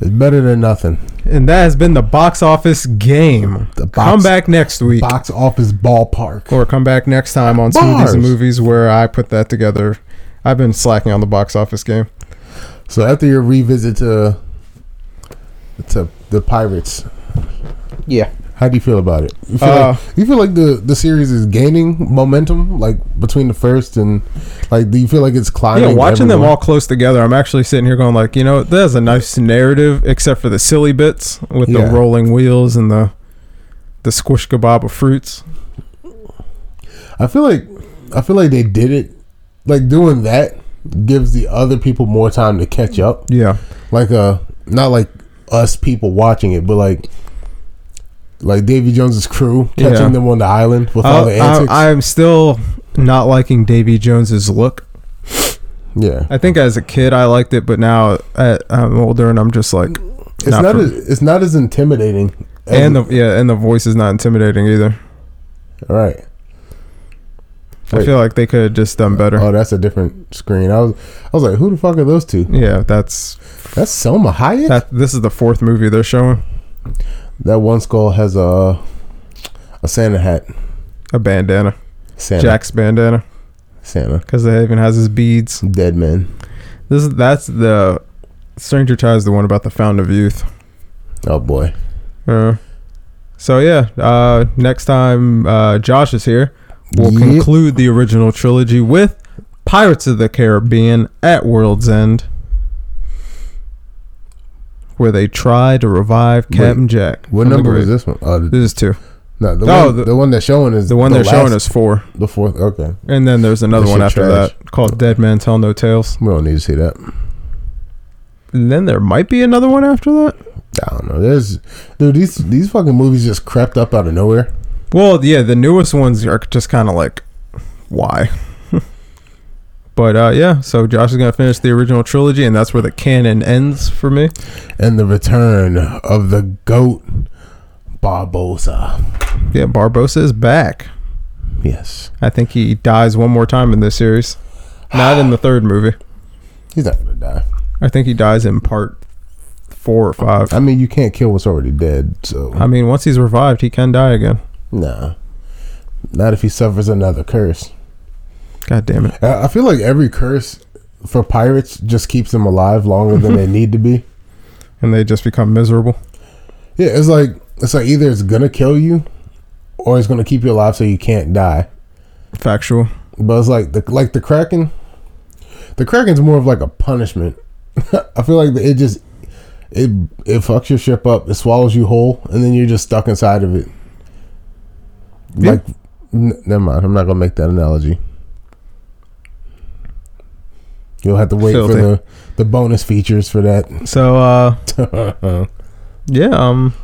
It's better than nothing.
And that has been the box office game.
The box-
come back next week
Box office ballpark.
or come back next time on Smoothies
Bars.
and Movies where I put that together. I've been slacking on the box office game.
So after your revisit to to the Pirates,
Yeah.
how do you feel about it? You feel,
Uh,
like, you feel like the the series is gaining momentum, like between the first and like do you feel like it's climbing?
yeah, watching them
everyone?
all close together, I'm actually sitting here going like, you know, there's a nice narrative except for the silly bits with
Yeah.
the rolling wheels and the the squish kebab of fruits.
I feel like I feel like they did it. Like doing that gives the other people more time to catch up.
Yeah.
Like uh not like us people watching it, but like like Davy Jones's crew catching
Yeah.
them on the island with all the
Uh,
antics.
I, I'm still not liking Davy Jones's look.
yeah.
I think as a kid I liked it, but now uh, I'm older and I'm just like,
It's not,
for
as, it's not as intimidating. As,
and the yeah, and the voice is not intimidating either.
right.
I
Wait.
feel like they could have just done better.
Oh, that's a different screen. I was I was like, who the fuck are those two?
yeah, that's
That's Selma Hayek. That,
that. This is the fourth movie they're showing.
one skull has a a Santa hat.
A bandana,
Santa.
Jack's bandana,
Santa.
because it even has his beads.
Dead man.
This is that's the Stranger Ties, the one about the fountain of youth.
Oh boy.
Uh, so yeah, uh, next time uh, Josh is here, we'll
Yep.
conclude the original trilogy with Pirates of the Caribbean at World's End, where they try to revive
Wait,
Captain Jack.
What
from the
number is
grave.
this one? Oh,
This is two.
no, the,
Oh,
one
the-
the one they're showing is
The one they're showing
last-
is four,
the fourth. Okay,
and then there's another
That
one
shit
after
trash.
that called Dead Man Tell No Tales.
we don't need to see that.
And then there might be another one after that.
I don't know. There's dude. These these fucking movies just crept up out of nowhere.
Well, yeah, the newest ones are just kind of like, why? but uh, yeah, so Josh is gonna finish the original trilogy, and that's where the canon ends for me.
And the return of the goat Barbosa.
Yeah, Barbosa is back.
Yes,
I think he dies one more time in this series. Not in the third movie.
he's not gonna die.
I think he dies in part four or five.
I mean, you can't kill what's already dead. So
I mean, once he's revived, he can die again.
nah, not if he suffers another curse.
God damn it.
I I feel like every curse for pirates just keeps them alive longer than they need to be.
And they just become miserable.
Yeah, it's like it's like either it's gonna kill you, or it's gonna keep you alive so you can't die.
Factual.
But it's like the like the kraken. The kraken's more of like a punishment. I feel like it just it it fucks your ship up. It swallows you whole, and then you're just stuck inside of it.
Yeah.
Like, n- never mind. I'm not gonna make that analogy. You'll have to wait
Filthy.
for the the bonus features for that.
So, uh, yeah, um,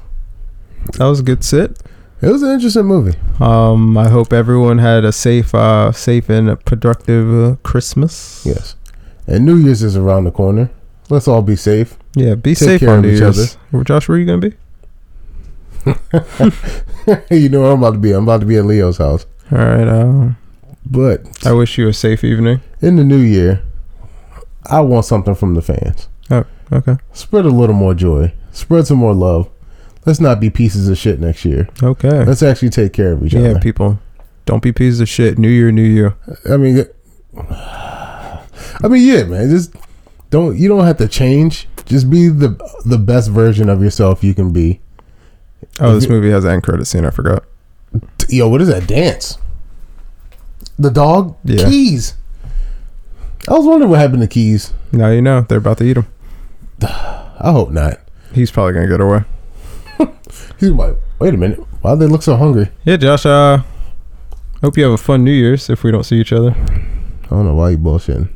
that was a good sit.
It was an interesting movie.
Um, I hope everyone had a safe, uh, safe and productive uh, Christmas.
Yes. And New Year's is around the corner. Let's all be safe.
Yeah, be
Take
safe
care
on
of
New
each
Year's. Josh, where are you going to be?
you know where I'm about to be. I'm about to be at Leo's house.
All right. Uh,
But
I wish you a safe evening.
in the new year, I want something from the fans.
Okay.
Spread a little more joy. Spread some more love. Let's not be pieces of shit next year.
Okay.
Let's actually take care of each
Yeah,
other.
people, don't be pieces of shit. New year, new you.
I mean, I mean, yeah, man. Just don't. You don't have to change. Just be the the best version of yourself you can be.
Oh, this movie has an end credit scene. I forgot.
Yo, what is that dance? The dog
Yeah.
keys. I was wondering what happened to Keys.
Now you know they're about to eat him.
I hope not.
He's probably gonna get away.
He's like, wait a minute. Why do they look so hungry?
Yeah, Josh. Uh, hope you have a fun New Year's. If we don't see each other,
I don't know why you bullshitting.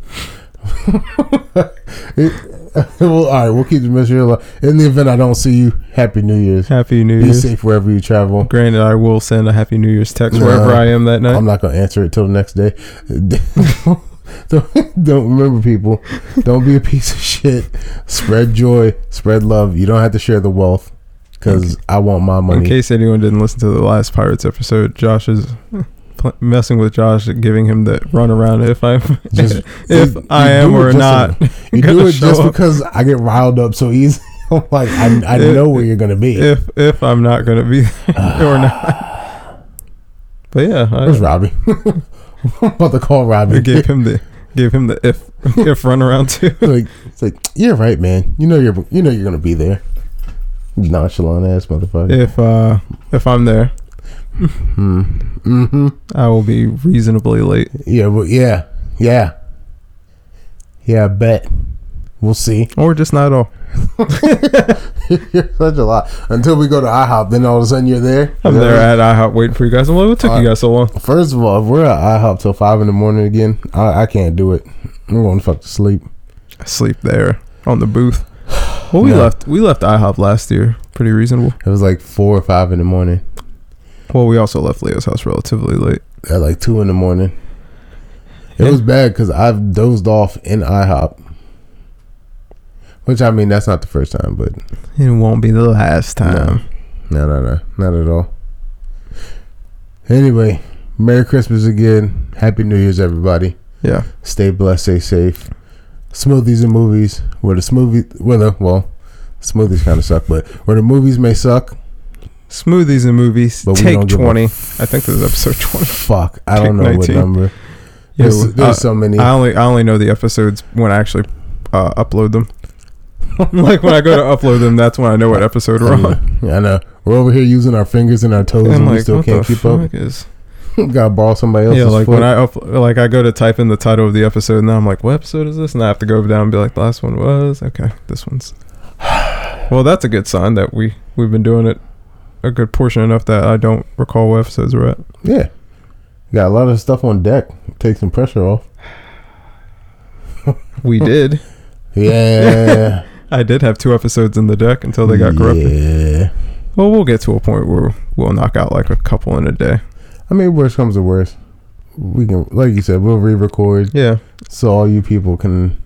well, all right, we'll keep the mystery alive. In the event I don't see you, Happy New Year's.
Happy New
Be
Year's.
safe wherever you travel.
Granted, I will send a Happy New Year's text
No.
wherever I am that night.
I'm not gonna answer it till the next day. don't, don't remember, people. Don't be a piece of shit. Spread joy. Spread love. You don't have to share the wealth because I want my
In
money.
case anyone didn't listen to the last Pirates episode, Josh is hmm, pl- messing with Josh, giving him the runaround. If I'm,
Just-
if
you- you
I am
do it
or
just-
not,
You
gonna
do it
show
just
up.
because I get riled up so easy. I'm like, I, I
If-
know where you're gonna be.
if if I'm not gonna be there or not. But yeah,
Where's
I
Robbie? I'm about to call Robbie.
gave him the gave him the if if runaround too.
like, it's like you're right, man. You know you're you know you're gonna be there. Nonchalant ass motherfucker.
If uh if I'm there,
Hmm. Mm-hmm.
I will be reasonably late.
Yeah. Well, yeah. Yeah. Yeah. I bet. We'll see.
Or just not at all.
you're such a lot. Until we go to IHOP, then all of a sudden you're there.
I'm
Is that
there
right?
at IHOP waiting for you guys. I'm like, what took
Alright.
you guys so long?
First of all, if we're at IHOP till five in the morning again, I, I can't do it. I'm going to fuck to sleep.
I sleep there on the booth. Well, we
No.
left we left IHOP last year. Pretty reasonable.
It was like four or five in the morning.
Well, we also left Leo's house relatively late.
At like two in the morning. It
Yeah.
was bad because I've dozed off in IHOP. Which I mean, that's not the first time, but
It won't be the last time.
no, no, no, not at all. Anyway, Merry Christmas again. Happy New Year's, everybody.
Yeah.
Stay blessed, stay safe. Smoothies and movies, where the smoothie, where the well, smoothies kind of suck, but where the movies may suck,
Smoothies and movies.
but we
take
don't give a
twenty. I think this is episode twenty.
Fuck, I don't know what
19.
number.
Yeah,
There's,
uh,
there's so many.
I only I only know the episodes when I actually uh, upload them. like when I go to upload them, that's when I know what episode we're on.
I know. We're over here using our fingers and our toes, and,
And
we
like,
still
what the
can't keep
fuck is?
up. Gotta borrow somebody else's
Yeah, like
foot.
when I upload, like I go to type in the title of the episode, and then I'm like, what episode is this? And I have to go down and be like, the last one was okay. This one's. Well, that's a good sign that we we've been doing it a good portion enough that I don't recall what episodes we're at.
yeah, got a lot of stuff on deck. Take some pressure off.
We did.
Yeah,
I did have two episodes in the deck until Oh, they got corrupted.
Yeah,
Well, we'll get to a point where we'll knock out like a couple in a day.
I mean, worst comes to worst, we can, like you said, we'll re-record.
Yeah.
so all you people can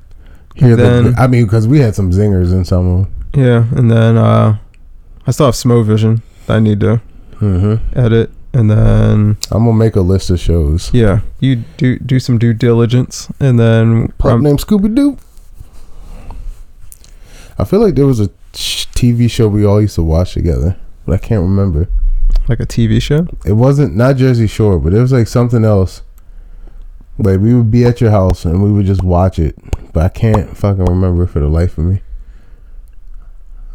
hear
Then-
the. I mean, because we had some zingers in some of them.
Yeah, and then uh, I still have Smo Vision that I need to
Mm-hmm.
edit, and then
I'm gonna make a list of shows.
yeah, you do do some due diligence, and then
Pop
um,
named Scooby Doo. I feel like there was a sh- TV show we all used to watch together, but I can't remember.
like a TV show.
It wasn't not Jersey Shore, but it was like something else. Like we would be at your house and we would just watch it, but I can't fucking remember for the life of me.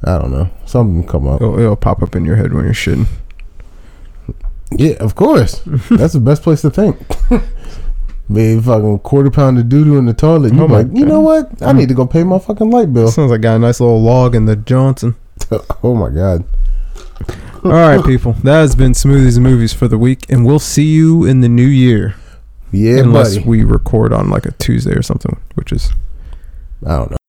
I don't know. Something come up.
It'll, it'll pop up in your head when you're shitting.
Yeah, of course. That's the best place to think. Maybe fucking quarter pound of doo doo in the toilet. You
Oh my
like, you know what? I need to go pay my fucking light bill.
Sounds like I got a nice little log in the Johnson.
oh my god.
All right, people, that has been smoothies and movies for the week, and we'll see you in the new year,
Yeah,
unless
buddy.
we record on like a Tuesday or something, which is
I don't know.